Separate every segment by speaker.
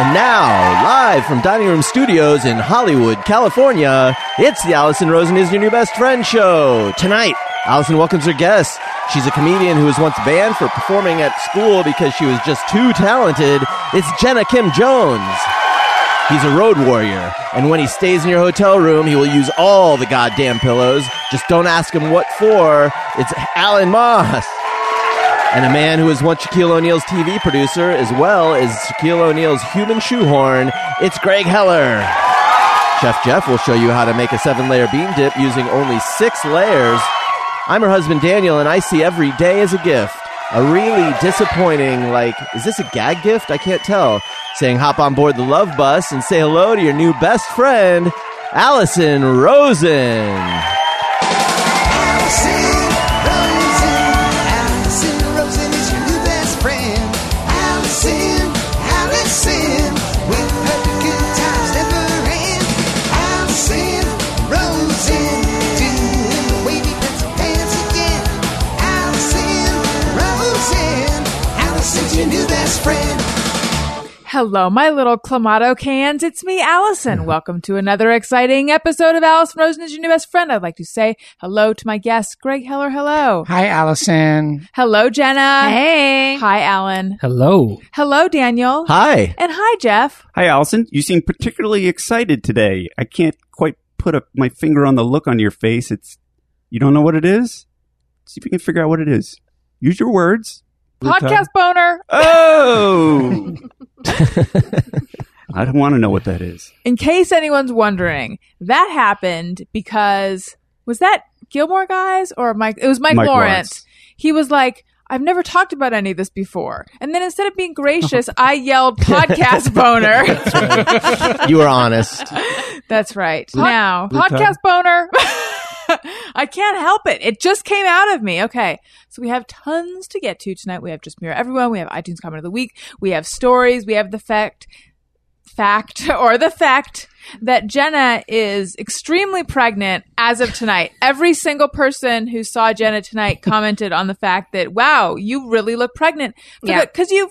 Speaker 1: And now, live from Dining Room Studios in Hollywood, California, it's the Allison Rosen is Your New Best Friend show. Tonight, Allison welcomes her guest. She's a comedian who was once banned for performing at school because she was just too talented. It's Jenna Kim Jones. He's a road warrior, and when he stays in your hotel room, he will use all the goddamn pillows. Just don't ask him what for. It's Alan Moss. And a man who was once Shaquille O'Neal's TV producer, as well as Shaquille O'Neal's human shoehorn, it's Greg Heller. Chef Jeff will show you how to make a seven layer bean dip using only six layers. I'm her husband Daniel, and I see every day as a gift. A really disappointing, like, is this a gag gift? I can't tell. Saying hop on board the love bus and say hello to your new best friend, Allison Rosen.
Speaker 2: Allison Rosen, Allison Rosen is your new best friend. Allison, Allison, with her good times never end. Allison Rosen, doing the wavy pencil dance again. Allison Rosen, Allison's your new best friend.
Speaker 3: Hello, my little clamato cans. It's me, Allison. Welcome to another exciting episode of Allison Rosen is your new best friend. I'd like to say hello to my guest, Greg Heller. Hello.
Speaker 4: Hi, Allison.
Speaker 3: Hello, Jenna. Hey. Hi, Alan.
Speaker 5: Hello.
Speaker 3: Hello, Daniel.
Speaker 1: Hi.
Speaker 3: And hi, Jeff.
Speaker 6: Hi, Allison. You seem particularly excited today. I can't quite put a, my finger on the look on your face. It's you don't know what it is. See if you can figure out what it is. Use your words. Blue tie.
Speaker 3: Podcast boner.
Speaker 6: Oh, I don't want to know what that is.
Speaker 3: In case anyone's wondering, that happened because was that Gilmore Guys or Mike? It was Mike,
Speaker 6: Mike
Speaker 3: Lawrence.
Speaker 6: Lawrence.
Speaker 3: He was like, I've never talked about any of this before. And then instead of being gracious, I yelled podcast boner.
Speaker 1: You were honest.
Speaker 3: That's right. now, podcast boner. I can't help it. It just came out of me. Okay. So we have tons to get to tonight. We have Just Mirror Everyone. We have iTunes Comment of the Week. We have stories. We have the fact, fact, or the fact that Jenna is extremely pregnant as of tonight. Every single person who saw Jenna tonight commented on the fact that, wow, you really look pregnant.
Speaker 7: Yeah.
Speaker 3: Because you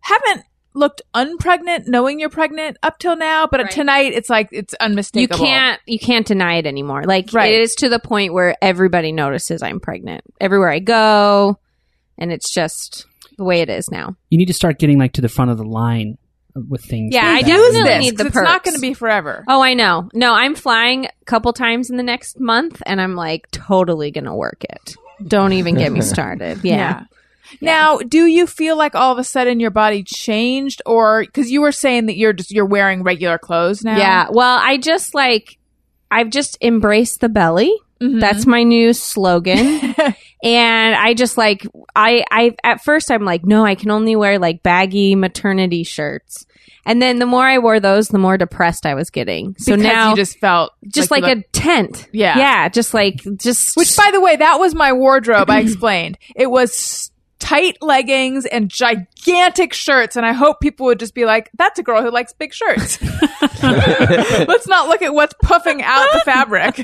Speaker 3: haven't looked unpregnant knowing you're pregnant up till now but
Speaker 7: Right.
Speaker 3: tonight it's like it's
Speaker 7: You
Speaker 3: unmistakable
Speaker 7: can't you can't deny it anymore. Like
Speaker 3: Right.
Speaker 7: it is to the point where everybody notices I'm pregnant everywhere I go, and it's just the way it is now.
Speaker 5: You need to start getting like to the front of the line with things.
Speaker 7: Yeah,
Speaker 5: like
Speaker 7: I
Speaker 5: that.
Speaker 3: Who's
Speaker 7: definitely
Speaker 3: this?
Speaker 7: need the
Speaker 3: 'Cause It's not
Speaker 7: perks.
Speaker 3: going to be forever.
Speaker 7: Oh, I know. No, I'm flying a couple times in the next month, and I'm like totally gonna work it. Don't even get me started. Yeah.
Speaker 3: Now, do you feel like all of a sudden your body changed, or because you were saying that you're just you're wearing regular clothes now?
Speaker 7: Yeah. Well, I just like I've just embraced the belly.
Speaker 3: Mhm.
Speaker 7: That's my new slogan. and I just like I I at first I'm like no, I can only wear like baggy maternity shirts. And then the more I wore those, the more depressed I was getting. So
Speaker 3: Because
Speaker 7: now
Speaker 3: you just felt
Speaker 7: just like,
Speaker 3: the-
Speaker 7: a tent.
Speaker 3: Yeah.
Speaker 7: Yeah, just like just
Speaker 3: which, by the way, that was my wardrobe. I explained it was s- tight leggings and gigantic shirts, and I hope people would just be like, "That's a girl who likes big shirts." Let's not look at what's puffing out the fabric.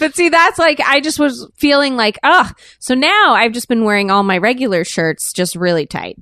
Speaker 7: but see that's like I just was feeling like ugh. So now I've just been wearing all my regular shirts just really tight.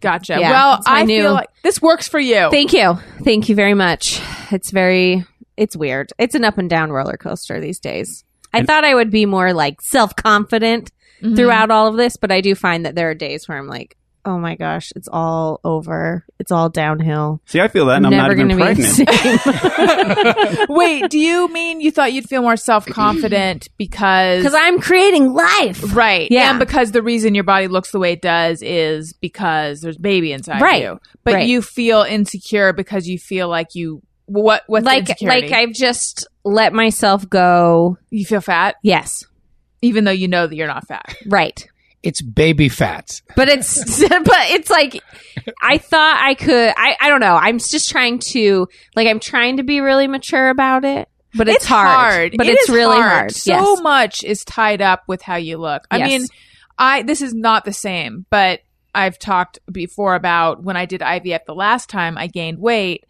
Speaker 3: Gotcha.
Speaker 7: Yeah,
Speaker 3: well,
Speaker 7: it's my
Speaker 3: I
Speaker 7: new-
Speaker 3: feel like this works for
Speaker 6: Oh.
Speaker 3: you.
Speaker 7: Thank you. Thank you very much. It's very it's weird. It's an up and down roller coaster these days. I thought I would be more like self-confident
Speaker 3: Mm-hmm.
Speaker 7: throughout all of this, but I do find that there are days where I'm like, "Oh my gosh, it's all over. It's all downhill."
Speaker 6: See, I feel that, and I'm not
Speaker 7: Never
Speaker 6: even
Speaker 7: gonna be
Speaker 6: pregnant.
Speaker 7: the same.
Speaker 3: Wait, do you mean you thought you'd feel more self confident because
Speaker 7: Cuz I'm creating life.
Speaker 3: right?
Speaker 7: Yeah.
Speaker 3: and because the reason your body looks the way it does is because there's baby inside
Speaker 7: Right.
Speaker 3: you, but
Speaker 7: Right.
Speaker 3: you feel insecure because you feel like you what what's the
Speaker 7: Like
Speaker 3: insecurity?
Speaker 7: like I've just let myself go.
Speaker 3: you feel fat
Speaker 7: Yes.
Speaker 3: even though you know that you're not fat.
Speaker 7: Right.
Speaker 4: It's baby fat.
Speaker 7: but it's but it's like i thought i could I, I don't know i'm just trying to like i'm trying to be really mature about it but it's, but
Speaker 3: It
Speaker 7: it's
Speaker 3: is
Speaker 7: really hard,
Speaker 3: So
Speaker 7: yes
Speaker 3: much is tied up with how you look. I
Speaker 7: Yes.
Speaker 3: mean, I this is not the same, but I've talked before about when I did IVF the last time I gained weight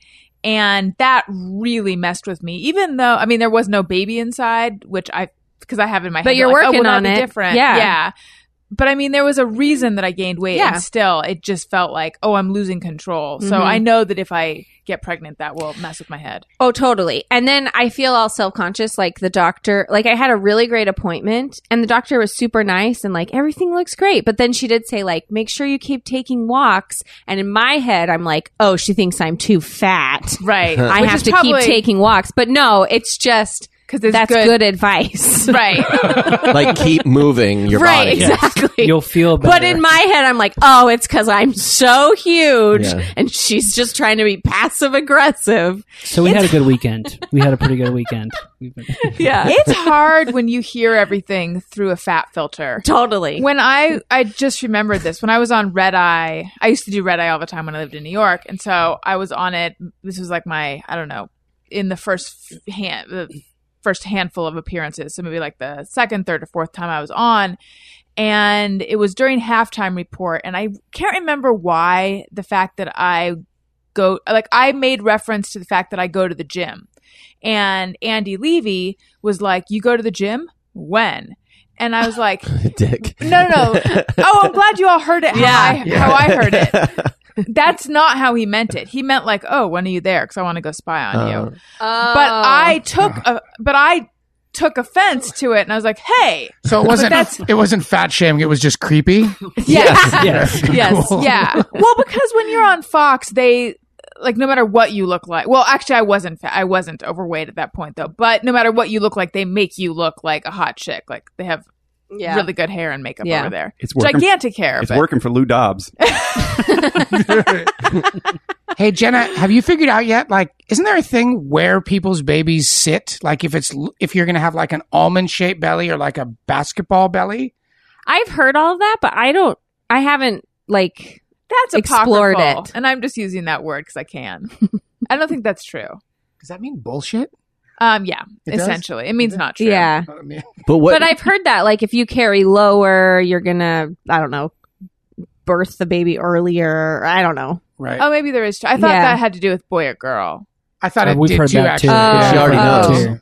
Speaker 3: and that really messed with me. Even though I mean there was no baby inside, which I because I have in my
Speaker 7: But
Speaker 3: head
Speaker 7: you're
Speaker 3: like, oh,
Speaker 7: working
Speaker 3: will that
Speaker 7: on
Speaker 3: be
Speaker 7: it.
Speaker 3: different.
Speaker 7: Yeah.
Speaker 3: Yeah. but I mean, there was a reason that I gained weight,
Speaker 7: Yeah.
Speaker 3: and still, it just felt like, oh, I'm losing control. So
Speaker 7: Mhm.
Speaker 3: I know that if I get pregnant, that will mess with my head.
Speaker 7: Oh, totally. And then I feel all self conscious. Like the doctor, like I had a really great appointment and the doctor was super nice and like everything looks great. But then she did say, like, make sure you keep taking walks. And in my head, I'm like, oh, she thinks I'm too fat.
Speaker 3: Right.
Speaker 7: I have to keep taking walwalks. But no, it's just
Speaker 3: because it's
Speaker 7: that's
Speaker 3: good.
Speaker 7: good, advice.
Speaker 3: Right.
Speaker 1: like keep moving your
Speaker 7: right,
Speaker 1: body.
Speaker 7: exactly.
Speaker 5: You'll feel better.
Speaker 7: but in my head, I'm like, oh, it's because I'm so huge,
Speaker 1: Yeah.
Speaker 7: and she's just trying to be passive aggressive.
Speaker 5: so we had a good weekend. We had a pretty good weekend. We've been-
Speaker 7: Yeah,
Speaker 3: it's hard when you hear everything through a fat filter.
Speaker 7: totally.
Speaker 3: When I I just remembered this when I was on red eye, I used to do red eye all the time when I lived in New York, and so I was on it. This was like my I don't know in the first f- hand the first handful of appearances, so maybe like the second, third, or fourth time I was on. And it was during halftime report, and I can't remember why the fact that I go like I made reference to the fact that I go to the gym, and Andy Levy was like, "You go to the gym when?" And I was like,
Speaker 1: Dick.
Speaker 3: No, no, no. Oh, I'm glad you all heard it. How I, how I heard it. That's not how he meant it. He meant like, oh, when are you there? Because I want to go spy on
Speaker 6: Oh.
Speaker 3: you. But
Speaker 7: Oh,
Speaker 3: I took, a, but I took offense to it, and I was like, hey,
Speaker 4: So it wasn't it wasn't fat shaming. It was just creepy.
Speaker 3: yes,
Speaker 5: yes.
Speaker 3: yes,
Speaker 4: Cool.
Speaker 3: yeah. Well, because when you're on Fox, they like no matter what you look like. Well, actually, I wasn't fat. I wasn't overweight at that point though. But no matter what you look like, they make you look like a hot chick. Like they have
Speaker 7: yeah.
Speaker 3: really good hair and makeup
Speaker 7: Yeah.
Speaker 3: over there.
Speaker 6: It's working.
Speaker 3: Gigantic hair.
Speaker 6: It's
Speaker 3: but-
Speaker 6: working for Lou Dobbs.
Speaker 4: hey Jenna, have you figured out yet? Like, isn't there a thing where people's babies sit? Like, if it's if you're gonna have like an almond shaped belly or like a basketball belly,
Speaker 7: I've heard all of that, but I don't. I haven't like.
Speaker 3: That's
Speaker 7: Explored
Speaker 3: apocryphal.
Speaker 7: it.
Speaker 3: and I'm just using that word because I can. I don't think that's true.
Speaker 4: does that mean bullshit?
Speaker 3: Um, yeah,
Speaker 4: It does? Oh,
Speaker 3: essentially, it means not true.
Speaker 7: Yeah,
Speaker 4: I mean,
Speaker 1: But what?
Speaker 7: but I've heard that like if you carry lower, you're gonna. I don't know. Birth the baby earlier. I don't know.
Speaker 4: right.
Speaker 3: Oh, maybe there is. Tr- I thought
Speaker 7: Yeah.
Speaker 3: that had to do with boy or girl.
Speaker 4: I thought
Speaker 5: Uh,
Speaker 4: it
Speaker 5: we've
Speaker 4: did
Speaker 5: heard
Speaker 4: too.
Speaker 5: that too.
Speaker 4: Actually,
Speaker 7: Yeah.
Speaker 1: She already
Speaker 4: Oh.
Speaker 1: knows.
Speaker 5: Too.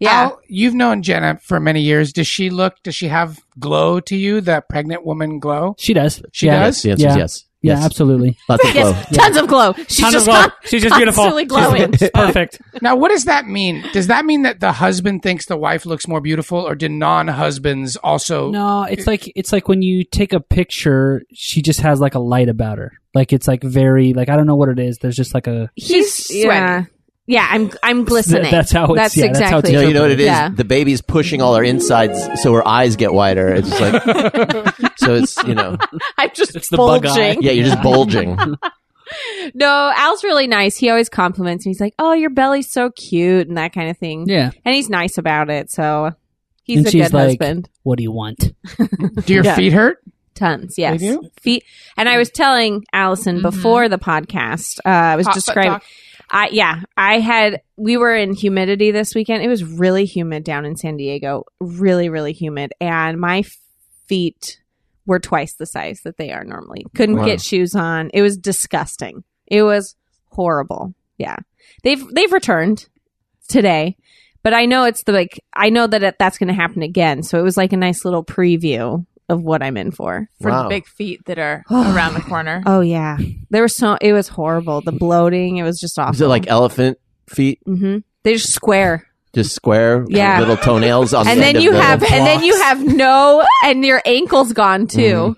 Speaker 7: Yeah.
Speaker 4: Al, you've known Jenna for many years. Does she look? Does she have glow to you? That pregnant woman glow?
Speaker 5: She does.
Speaker 4: She
Speaker 5: yeah.
Speaker 4: does?
Speaker 1: the answer is
Speaker 5: Yeah.
Speaker 1: yes.
Speaker 5: Yeah,
Speaker 1: Yes.
Speaker 5: absolutely.
Speaker 1: Lots of
Speaker 7: Yes,
Speaker 1: flow.
Speaker 7: tons of glow. She's
Speaker 5: Tons
Speaker 7: just
Speaker 5: of glow.
Speaker 7: con-
Speaker 5: She's just beautiful.
Speaker 7: constantly glowing.
Speaker 5: She's perfect.
Speaker 4: Now, what does that mean? Does that mean that the husband thinks the wife looks more beautiful, or do non-husbands also?
Speaker 5: No, it's like it's like when you take a picture, she just has like a light about her. Like it's like very like I don't know what it is. There's just like a
Speaker 3: She's
Speaker 7: yeah. Yeah, I'm I'm glistening.
Speaker 5: that's how it's-
Speaker 7: that's
Speaker 5: yeah, that's how
Speaker 7: exactly.
Speaker 5: it's
Speaker 1: You know, you know what it is?
Speaker 7: Yeah.
Speaker 1: The baby's pushing all our insides so her eyes get wider. It's just like, so it's, you know,
Speaker 7: I'm just
Speaker 5: It's the bug eye.
Speaker 7: bulging.
Speaker 1: yeah, you're just bulging.
Speaker 7: No, Al's really nice. He always compliments me. He's like, "Oh, your belly's so cute," and that kind of thing.
Speaker 5: yeah.
Speaker 7: And he's nice about it. So he's
Speaker 5: And
Speaker 7: a
Speaker 5: she's
Speaker 7: good
Speaker 5: like-
Speaker 7: husband.
Speaker 5: What do you want?
Speaker 4: Do your
Speaker 7: Yeah.
Speaker 4: feet hurt?
Speaker 7: Tons, yes.
Speaker 4: They do?
Speaker 7: Feet. And I was telling Allison
Speaker 3: Mhm.
Speaker 7: before the podcast. Uh, I was
Speaker 3: Hot foot
Speaker 7: describing.
Speaker 3: talk.
Speaker 7: I yeah, I had. We were in humidity this weekend. It was really humid down in San Diego. Really, really humid, and my f- feet were twice the size that they are normally. Couldn't
Speaker 6: Wow.
Speaker 7: get shoes on. It was disgusting. It was horrible. Yeah, they've they've returned today, but I know it's the like I know that it, that's going to happen again. So it was like a nice little preview of what I'm in for.
Speaker 3: for
Speaker 1: Wow.
Speaker 3: the big feet that are around the corner.
Speaker 7: Oh yeah, there was so it was horrible. The bloating, it was just awful.
Speaker 1: Is it like elephant feet?
Speaker 7: hmm They're just square,
Speaker 1: Just square? with
Speaker 7: Yeah.
Speaker 1: Little toenails on
Speaker 7: and
Speaker 1: the
Speaker 7: then
Speaker 1: end
Speaker 7: you
Speaker 1: of the-
Speaker 7: have, and then you have no, and your ankle's gone too.
Speaker 1: Mhm.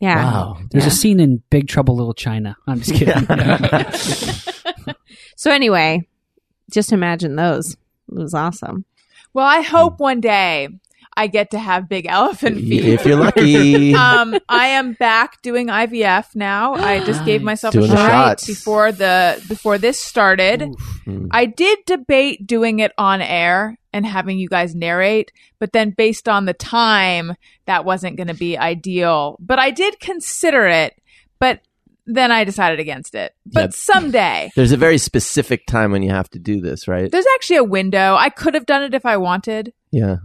Speaker 7: Yeah.
Speaker 1: Wow.
Speaker 5: There's
Speaker 7: Yeah.
Speaker 5: a scene in Big Trouble Little China. I'm just kidding.
Speaker 7: So anyway, just imagine those. It was awesome.
Speaker 3: Well, I hope one day I get to have big elephant feet.
Speaker 1: If you're lucky.
Speaker 3: um, I am back doing IVF now. I just gave myself
Speaker 1: Doing
Speaker 3: a
Speaker 1: the
Speaker 3: shot
Speaker 1: shots.
Speaker 3: before the before this started.
Speaker 1: Mm.
Speaker 3: I did debate doing it on air and having you guys narrate, but then based on the time, that wasn't going to be ideal. But I did consider it, but then I decided against it. But
Speaker 1: Yep.
Speaker 3: someday.
Speaker 1: There's a very specific time when you have to do this, right?
Speaker 3: There's actually a window. I could have done it if I wanted.
Speaker 1: Yeah.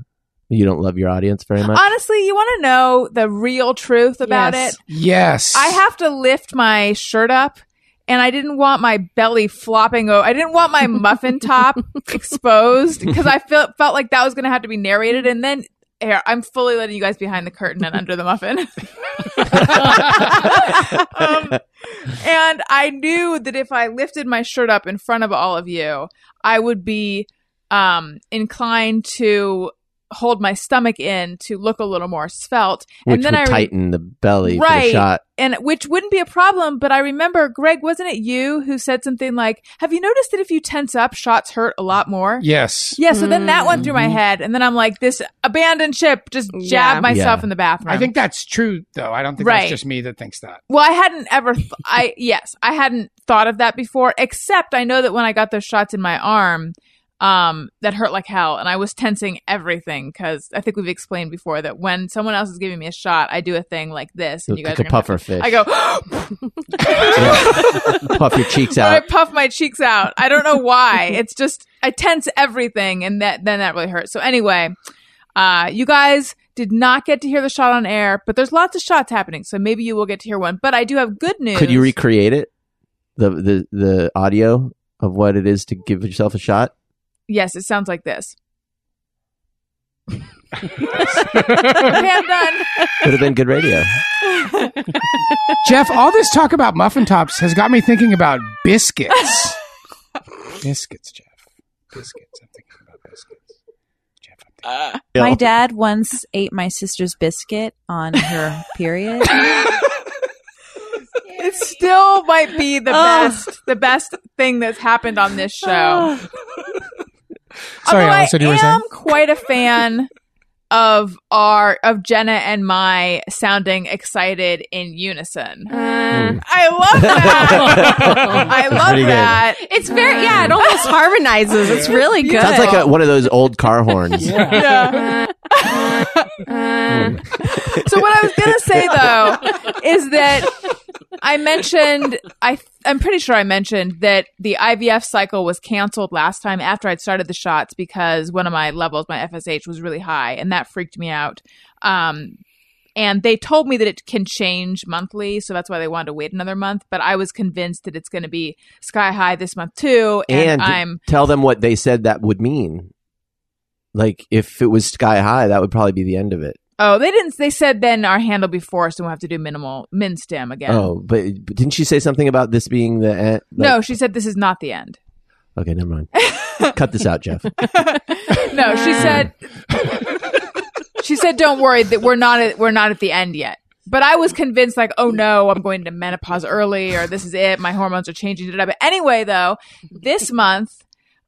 Speaker 1: You don't love your audience very
Speaker 3: Uh,
Speaker 1: much.
Speaker 3: Honestly, you want to know the real truth about
Speaker 7: Yes.
Speaker 3: it?
Speaker 4: Yes.
Speaker 3: I have to lift my shirt up and I didn't want my belly flopping over. I didn't want my muffin top exposed because I felt felt like that was going to have to be narrated and then here, I'm fully letting you guys behind the curtain and under the muffin. um, and I knew that if I lifted my shirt up in front of all of you, I would be um, inclined to hold my stomach in to look a little more svelte.
Speaker 1: Which
Speaker 3: and then
Speaker 1: would
Speaker 3: I re-
Speaker 1: tighten the belly for the
Speaker 3: Right.
Speaker 1: shot.
Speaker 3: and which wouldn't be a problem. But I remember, Greg, wasn't it you who said something like, "Have you noticed that if you tense up, shots hurt a lot more?"
Speaker 4: Yes. Mm-hmm.
Speaker 3: Yeah. So then that went through my head, and then I'm like, "This abandoned ship." Just jab
Speaker 7: Yeah.
Speaker 3: myself
Speaker 1: Yeah.
Speaker 3: in the bathroom.
Speaker 4: I think that's true, though. I don't think
Speaker 3: Right.
Speaker 4: that's just me that thinks that.
Speaker 3: Well, I hadn't ever. Th- I yes, I hadn't thought of that before. Except I know that when I got those shots in my arm, um, that hurt like hell, and I was tensing everything because I think we've explained before that when someone else is giving me a shot, I do a thing like this, and you guys
Speaker 1: like a
Speaker 3: are gonna have
Speaker 1: puffer fish.
Speaker 3: to- I go.
Speaker 1: Puff your cheeks
Speaker 3: But I
Speaker 1: out.
Speaker 3: puff my cheeks out. I don't know why. it's just I tense everything, and that then that really hurts. So anyway, uh, you guys did not get to hear the shot on air, but there's lots of shots happening, so maybe you will get to hear one. But I do have good news.
Speaker 1: Could you recreate it? The, the the audio of what it is to give yourself a shot?
Speaker 3: Yes, it sounds like this. okay, I'm done.
Speaker 1: Could have been good radio.
Speaker 4: Jeff, all this talk about muffin tops has got me thinking about biscuits. biscuits, Jeff. Biscuits. I'm thinking about biscuits. Jeff, I'm thinking.
Speaker 8: Ah.
Speaker 9: My dad once ate my sister's biscuit on her period.
Speaker 3: It still might be the
Speaker 9: Oh.
Speaker 3: best, the best thing that's happened on this show.
Speaker 9: Oh.
Speaker 4: Sorry,
Speaker 3: Although
Speaker 4: Alice, what
Speaker 3: I
Speaker 4: you were saying?
Speaker 3: am quite a fan of our of Jenna and my sounding excited in unison.
Speaker 7: Uh,
Speaker 3: I love that. I love
Speaker 1: pretty good.
Speaker 3: that. Uh,
Speaker 7: it's very yeah. It almost harmonizes. It's really good.
Speaker 1: Sounds like a, one of those old car horns.
Speaker 3: Yeah. so what I was gonna say though is that I mentioned I I'm pretty sure I mentioned that the IVF cycle was canceled last time after I'd started the shots because one of my levels, my FSH, was really high and that freaked me out. Um, and they told me that it can change monthly, so that's why they wanted to wait another month. But I was convinced that it's going to be sky high this month too,
Speaker 1: And
Speaker 3: and I'm
Speaker 1: tell them what they said that would mean. Like if it was sky high, that would probably be the end of it.
Speaker 3: Oh, they didn't. They said then our hand will be forced and we'll have to do minimal min stem again.
Speaker 1: Oh, but but didn't she say something about this being the end?
Speaker 3: no, she said this is not the end.
Speaker 1: Okay, never mind. Cut this out, Jeff.
Speaker 3: No, she said. she said, "Don't worry that we're not at, we're not at the end yet." But I was convinced, like, oh no, I'm going to menopause early, or this is it. My hormones are changing. da-da-da. But anyway, though, this month,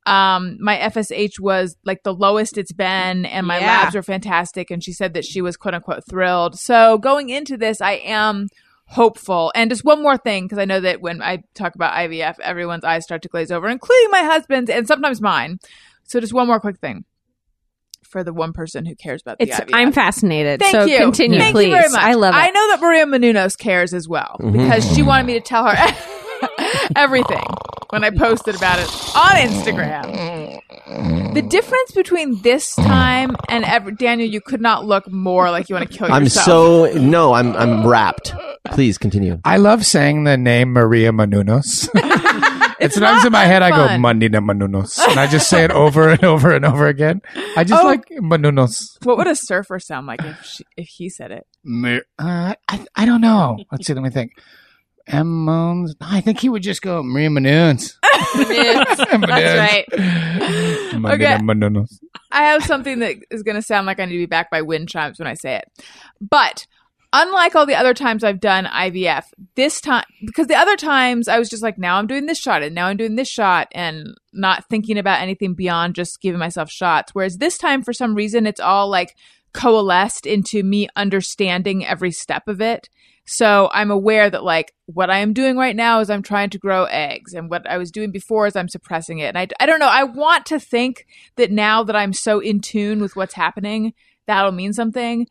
Speaker 3: um, my FSH was like the lowest it's been, and my
Speaker 7: Yeah.
Speaker 3: labs were fantastic. And she said that she was quote unquote thrilled. So going into this, I am hopeful. And just one more thing, because I know that when I talk about IVF, everyone's eyes start to glaze over, including my husband's and sometimes mine. So just one more quick thing for the one person who cares about
Speaker 7: It's.
Speaker 3: the IVF.
Speaker 7: I'm fascinated.
Speaker 3: Thank
Speaker 7: so
Speaker 3: you.
Speaker 7: continue,
Speaker 3: Thank
Speaker 7: please.
Speaker 3: you very much.
Speaker 7: I love it. Mm-hmm.
Speaker 3: I know that Maria Menounos cares as well because she wanted me to tell her everything when I posted about it on Instagram. The difference between this time and ever, Daniel, you could not look more like you want to kill
Speaker 1: I'm
Speaker 3: yourself.
Speaker 1: so no, I'm I'm wrapped. Please continue.
Speaker 4: I love saying the name Maria Menounos. it's sometimes in my head I go
Speaker 3: fun.
Speaker 4: Mandina Menounos, and I just say it over and over and over again. I just
Speaker 3: Oh.
Speaker 4: like Menounos.
Speaker 3: What would a surfer sound like if she, if he said it?
Speaker 4: Me- Uh, I, I don't know. Let's see. Let me think. M. Moons. I think he would just go Maria Menounos.
Speaker 3: That's
Speaker 4: right.
Speaker 3: Okay. I have something that is going to sound like I need to be back by wind chimes when I say it. But unlike all the other times I've done IVF, this time, because the other times I was just like, now I'm doing this shot and now I'm doing this shot and not thinking about anything beyond just giving myself shots. Whereas this time, for some reason, it's all like coalesced into me understanding every step of it. So I'm aware that like what I am doing right now is I'm trying to grow eggs and what I was doing before is I'm suppressing it. And I, I don't know. I want to think that now that I'm so in tune with what's happening, that'll mean something.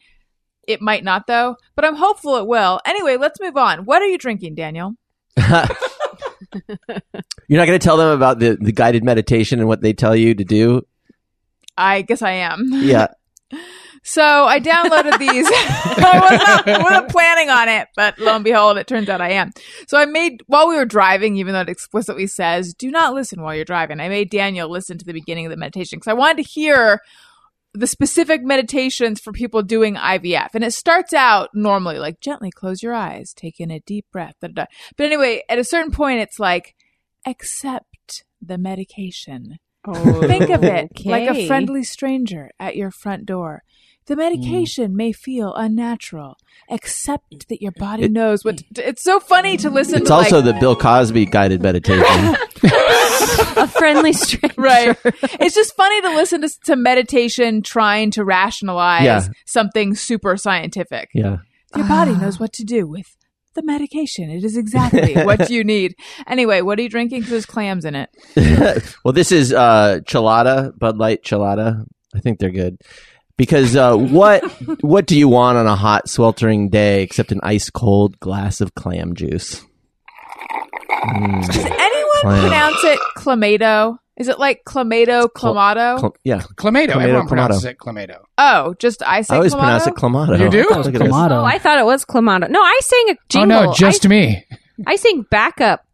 Speaker 3: It might not though, but I'm hopeful it will. Anyway, let's move on. What are you drinking, Daniel?
Speaker 1: You're not going to tell them about the, the guided meditation and what they tell you to do.
Speaker 3: I guess I am.
Speaker 1: Yeah,
Speaker 3: So I downloaded these. I wasn't, I wasn't planning on it, but lo and behold, it turns out I am. So I made, while we were driving, even though it explicitly says, do not listen while you're driving, I made Daniel listen to the beginning of the meditation because I wanted to hear the specific meditations for people doing IVF. And it starts out normally like gently close your eyes, take in a deep breath. Da, da, da. But anyway, at a certain point, it's like accept the medication. Think of it like a
Speaker 7: Okay.
Speaker 3: friendly stranger at your front door. The medication
Speaker 1: Mm.
Speaker 3: may feel unnatural. Accept that your body
Speaker 6: It-
Speaker 3: knows what. to- it's so funny to listen.
Speaker 1: It's
Speaker 3: to
Speaker 1: also
Speaker 3: like,
Speaker 1: the Bill Cosby guided meditation.
Speaker 7: a friendly stranger.
Speaker 3: right. it's just funny to listen to, to meditation trying to rationalize
Speaker 1: Yeah.
Speaker 3: something super scientific.
Speaker 1: yeah.
Speaker 3: Your body knows what to do with the medication. It is exactly what you need. Anyway, what are you drinking? 'Cause There's clams in it.
Speaker 1: well, this is uh, Chelada, Bud Light Chelada. I think they're good. Because uh, what what do you want on a hot, sweltering day except an ice cold glass of clam juice? Mm,
Speaker 3: Anyone
Speaker 1: Clam.
Speaker 3: pronounce it clamato? Is it like clamato,
Speaker 1: Cl-
Speaker 3: clamato?
Speaker 1: cl- yeah,
Speaker 4: Clamato.
Speaker 1: Clamato,
Speaker 4: Everyone
Speaker 1: clamato.
Speaker 4: pronounces it Clamato.
Speaker 3: oh, just I say
Speaker 1: I always
Speaker 3: clamato?
Speaker 1: pronounce it clamato.
Speaker 4: You do?
Speaker 1: Look at this.
Speaker 5: Clamato.
Speaker 7: Oh, I thought it was Clamato. No, I sang a jingle.
Speaker 4: Oh no, just me.
Speaker 7: I, I sang backup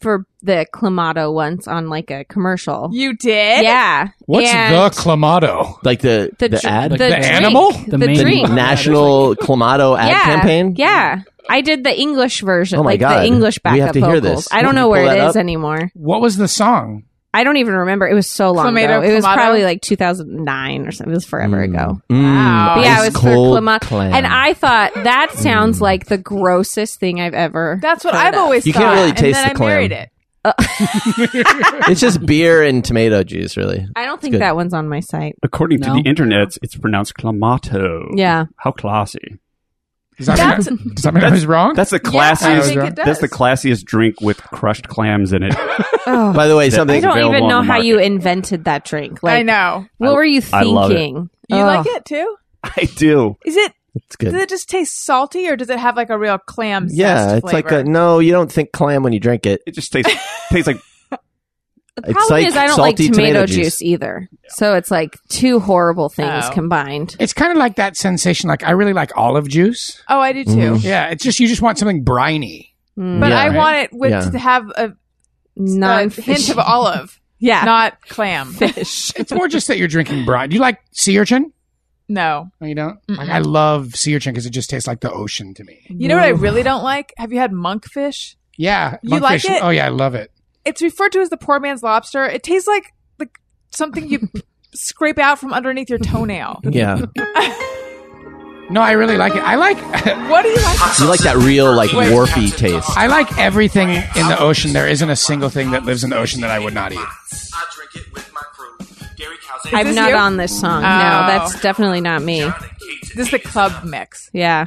Speaker 7: for the Clamato once on like a commercial.
Speaker 3: You did?
Speaker 7: Yeah.
Speaker 4: What's
Speaker 7: And
Speaker 4: the Clamato?
Speaker 1: Like the the,
Speaker 7: dr-
Speaker 1: ad,
Speaker 7: The,
Speaker 4: The
Speaker 7: drink,
Speaker 4: animal?
Speaker 7: The,
Speaker 5: main-
Speaker 7: drink.
Speaker 1: national clamato ad
Speaker 7: yeah,
Speaker 1: campaign.
Speaker 7: Yeah. I did the English version,
Speaker 1: Oh my
Speaker 7: like
Speaker 1: God.
Speaker 7: the English
Speaker 1: We
Speaker 7: backup
Speaker 1: have to hear
Speaker 7: vocals.
Speaker 1: this.
Speaker 7: I don't
Speaker 1: Can
Speaker 7: know
Speaker 1: you pull
Speaker 7: where it
Speaker 1: that up?
Speaker 7: is anymore.
Speaker 4: What was the song?
Speaker 7: I don't even remember. It was so long
Speaker 3: Clamato,
Speaker 7: ago. It was
Speaker 3: clamato?
Speaker 7: probably like 2009 or something. It was forever ago.
Speaker 1: Mm,
Speaker 3: Wow.
Speaker 7: But yeah,
Speaker 1: ice
Speaker 7: it was
Speaker 1: cold
Speaker 7: for Clamato.
Speaker 1: clam.
Speaker 7: And I thought that
Speaker 1: Hmm.
Speaker 7: sounds like the grossest thing I've ever.
Speaker 3: That's what
Speaker 7: heard
Speaker 3: I've
Speaker 7: of.
Speaker 3: always
Speaker 1: You
Speaker 3: thought.
Speaker 1: can't really taste
Speaker 3: and then
Speaker 1: the clam.
Speaker 3: I married it.
Speaker 1: it's just beer and tomato juice, really.
Speaker 7: I don't
Speaker 1: good.
Speaker 7: think that one's on my site.
Speaker 6: According
Speaker 5: No.
Speaker 6: to the internet, it's pronounced clamato.
Speaker 7: Yeah.
Speaker 6: How classy.
Speaker 4: Does that, mean, does that mean I was wrong?
Speaker 6: That's the
Speaker 3: Yeah, I
Speaker 6: classiest.
Speaker 3: think it does.
Speaker 6: that's the classiest drink with crushed clams in it.
Speaker 7: Oh,
Speaker 1: By the way,
Speaker 6: That-
Speaker 7: I
Speaker 1: something
Speaker 7: don't
Speaker 6: available
Speaker 7: even
Speaker 6: on
Speaker 7: know
Speaker 6: the
Speaker 7: how you
Speaker 6: market.
Speaker 7: invented that drink. Like,
Speaker 3: I know.
Speaker 7: What were you
Speaker 6: I
Speaker 7: thinking?
Speaker 6: love it.
Speaker 1: uh,
Speaker 3: You
Speaker 7: Ugh.
Speaker 3: like it too?
Speaker 6: I do.
Speaker 3: Is it?
Speaker 1: it's
Speaker 3: Does
Speaker 1: good.
Speaker 3: it just taste salty, or does it have like a real clam?
Speaker 1: Yeah,
Speaker 3: zest
Speaker 1: it's like
Speaker 3: flavor?
Speaker 1: a no. You don't think clam when you drink it.
Speaker 6: It just tastes tastes like
Speaker 7: The
Speaker 1: It's
Speaker 7: problem
Speaker 1: like
Speaker 7: is I don't like
Speaker 1: salty
Speaker 7: tomato,
Speaker 1: tomato
Speaker 7: juice.
Speaker 1: juice.
Speaker 7: either. So it's like two horrible things
Speaker 3: Oh.
Speaker 7: combined.
Speaker 4: it's kind of like that sensation. Like I really like olive juice.
Speaker 3: Oh, I do too.
Speaker 1: Mhm.
Speaker 4: Yeah, it's just you just want something briny.
Speaker 7: Mm,
Speaker 3: But
Speaker 1: Yeah.
Speaker 3: I
Speaker 4: Right.
Speaker 3: want it with
Speaker 1: Yeah.
Speaker 3: to have a, a
Speaker 7: non
Speaker 3: hint of olive,
Speaker 7: yeah.
Speaker 3: not clam. Fish.
Speaker 4: It's more just that you're drinking brine. Do you like sea urchin?
Speaker 3: No.
Speaker 4: No, you don't. Like
Speaker 3: Mm-mm.
Speaker 4: I love sea urchin because it just tastes like the ocean to me.
Speaker 3: You know what I really don't like? Have you had monkfish?
Speaker 4: Yeah,
Speaker 3: You like
Speaker 4: monkfish-
Speaker 3: it?
Speaker 4: Oh yeah, I love it.
Speaker 3: It's referred to as the poor man's lobster. It tastes like like something you scrape out from underneath your toenail.
Speaker 1: Yeah,
Speaker 4: No, I really like it. I like
Speaker 3: What do you like?
Speaker 1: you like that real like warpy taste.
Speaker 4: I like everything in the ocean. There isn't a single thing that lives in the ocean that I would not eat.
Speaker 8: I drink it with my crew. Dairy cows and
Speaker 7: I'm
Speaker 3: this
Speaker 7: not
Speaker 3: you?
Speaker 7: on this song.
Speaker 3: Oh.
Speaker 7: No, that's definitely not me.
Speaker 8: cakes.
Speaker 3: This is the club mix.
Speaker 7: Yeah.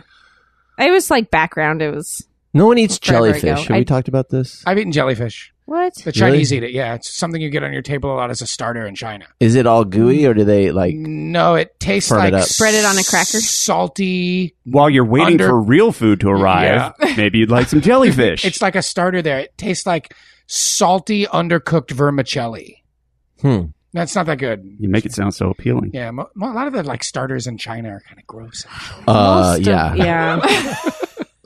Speaker 7: It was like background. It was
Speaker 1: No one eats
Speaker 7: Forever ago.
Speaker 1: jellyfish. Have we
Speaker 7: I-
Speaker 1: talked about this?
Speaker 4: I've eaten jellyfish.
Speaker 7: what?
Speaker 4: The
Speaker 1: Really?
Speaker 4: Chinese eat it. Yeah, it's something you get on your table a lot as a starter in China.
Speaker 1: Is it all gooey or do they like?
Speaker 4: No, it tastes
Speaker 1: Firm it
Speaker 4: like
Speaker 1: up.
Speaker 4: s-
Speaker 7: Spread it on a cracker?
Speaker 4: Salty.
Speaker 6: while you're waiting
Speaker 4: Under-
Speaker 6: for real food to arrive. Maybe you'd like some jellyfish.
Speaker 4: It's like a starter there. It tastes like salty undercooked vermicelli.
Speaker 1: Hmm.
Speaker 4: That's not that good.
Speaker 6: you make it sound so appealing.
Speaker 4: Yeah, mo- mo- a lot of the like starters in China are kind of gross.
Speaker 1: Uh,
Speaker 7: Most of-
Speaker 1: yeah.
Speaker 7: yeah.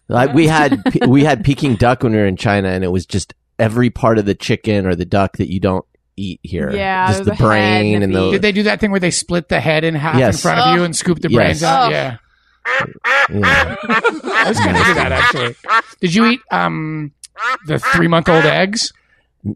Speaker 1: Like we had pe- we had Peking duck when we were in China, and it was just every part of the chicken or the duck that you don't eat here.
Speaker 3: Yeah,
Speaker 1: just the
Speaker 3: the head,
Speaker 1: brain
Speaker 3: the
Speaker 1: and
Speaker 3: beak.
Speaker 1: the
Speaker 4: Did they do that thing where they split the head in half
Speaker 1: Uh, Yes.
Speaker 4: in front of
Speaker 3: Ugh.
Speaker 4: you and scoop the
Speaker 1: Yes.
Speaker 4: brains out?
Speaker 3: Ugh.
Speaker 4: Yeah,
Speaker 1: yeah.
Speaker 4: I was gonna do that actually. Did you eat um the three month old eggs?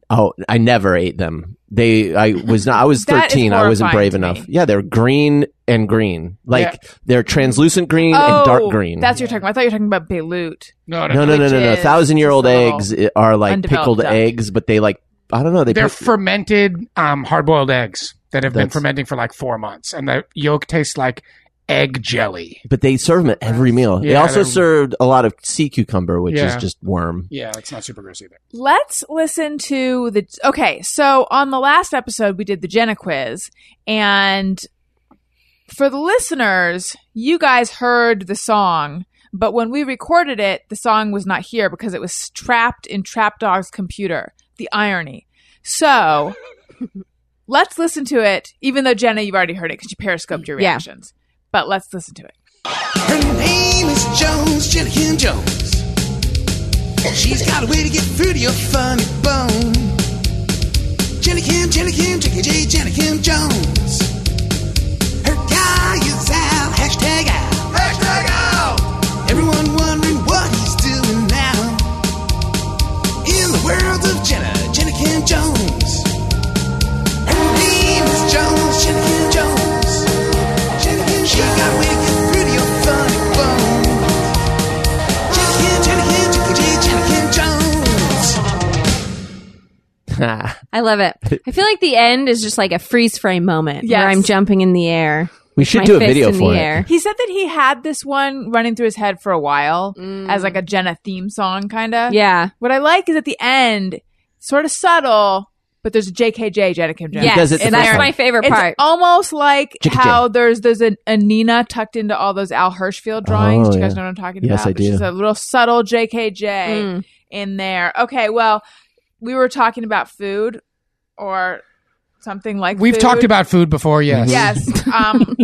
Speaker 1: Oh, I never ate them. They, I was not. I was
Speaker 3: That is
Speaker 1: thirteen. I wasn't
Speaker 3: horrifying
Speaker 1: brave
Speaker 3: to
Speaker 1: enough.
Speaker 3: me.
Speaker 1: Yeah, they're green and green, like they're translucent green and dark green.
Speaker 3: Oh, That's what you're talking about. I thought you were talking about Beirut.
Speaker 4: No, no,
Speaker 1: no, no,
Speaker 4: no.
Speaker 1: no,
Speaker 3: which
Speaker 1: no, no.
Speaker 3: is
Speaker 1: Thousand year old
Speaker 3: just a little
Speaker 1: eggs i- are like
Speaker 3: undeveloped
Speaker 1: pickled
Speaker 3: duck.
Speaker 1: eggs, but they like I don't know. They
Speaker 4: They are
Speaker 1: put,
Speaker 4: fermented um, hard boiled eggs that have been
Speaker 1: That's-
Speaker 4: fermenting for like four months, and the yolk tastes like egg jelly.
Speaker 1: but they serve them at every meal. they
Speaker 4: Yeah,
Speaker 1: also
Speaker 4: they're-
Speaker 1: served a lot of sea cucumber, which
Speaker 4: Yeah.
Speaker 1: is just worm.
Speaker 4: Yeah, it's not super gross either.
Speaker 3: Let's listen to the. Okay, so on the last episode, we did the Jenna quiz. And for the listeners, you guys heard the song, but when we recorded it, the song was not here because it was trapped in Trapdog's computer. The irony. So let's listen to it, even though Jenna, you've already heard it because you periscoped your
Speaker 7: Yeah.
Speaker 3: reactions. But let's listen to it.
Speaker 2: Her name is Jones, Jennifer Jones. She's got a way to get through to your funny bone. Jennifer, Jennifer, Jennifer, Jennifer Jones. Her guy Hashtag out. Hashtag out. Everyone wondering what he's doing now. In the world of Jenna, Jenna Kim Jones. Her name is Jones, Jenna Kim Jones. Jenna Kim She got a way to get through to your funny bone. Jenna Kim, Jenna Kim, Jenna Kim, Jenna Kim Jones.
Speaker 7: I love it. I feel like the end is just like a freeze frame moment
Speaker 3: Yes.
Speaker 7: where I'm jumping in the air.
Speaker 1: We
Speaker 7: with
Speaker 1: should
Speaker 7: my
Speaker 1: do a
Speaker 7: fist
Speaker 1: video
Speaker 7: in
Speaker 1: for
Speaker 7: the
Speaker 1: it.
Speaker 7: Air.
Speaker 3: He said that he had this one running through his head for a while Mm. as like a
Speaker 4: Mm.
Speaker 3: Jenna theme song, kind of.
Speaker 7: Yeah.
Speaker 3: What I like is at the end, sort of subtle, but there's a JKJ Jenna Kim Jones.
Speaker 7: Yes,
Speaker 1: does it the first
Speaker 7: that's
Speaker 1: time.
Speaker 7: my favorite
Speaker 3: It's
Speaker 7: part.
Speaker 3: almost like
Speaker 1: JKJ.
Speaker 3: how there's there's a, a Nina tucked into all those Al Hirschfield drawings.
Speaker 1: Oh,
Speaker 3: do you guys
Speaker 1: yeah.
Speaker 3: know what I'm talking
Speaker 1: Yes,
Speaker 3: about?
Speaker 1: I
Speaker 3: There's just
Speaker 1: do.
Speaker 3: a little subtle JKJ
Speaker 7: Mm.
Speaker 3: in there. Okay, well, we were talking about food or something like
Speaker 4: We've
Speaker 3: food.
Speaker 4: talked about food before,
Speaker 7: Mm-hmm.
Speaker 4: yes.
Speaker 3: Yes. Um,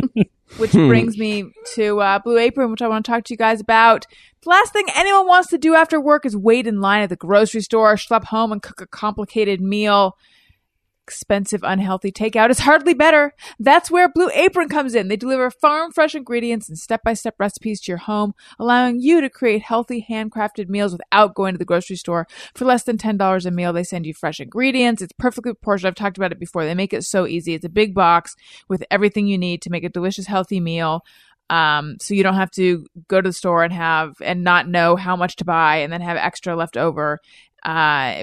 Speaker 3: which brings me to uh, Blue Apron, which I want to talk to you guys about. The last thing anyone wants to do after work is wait in line at the grocery store, schlep home, and cook a complicated meal. Expensive, unhealthy takeout is hardly better. That's where Blue Apron comes in. They deliver farm fresh ingredients and step by step recipes to your home, allowing you to create healthy, handcrafted meals without going to the grocery store. For less than $10 a meal, they send you fresh ingredients. It's perfectly proportioned. I've talked about it before. They make it so easy. It's a big box with everything you need to make a delicious, healthy meal. Um, so you don't have to go to the store and have and not know how much to buy and then have extra left over. Uh,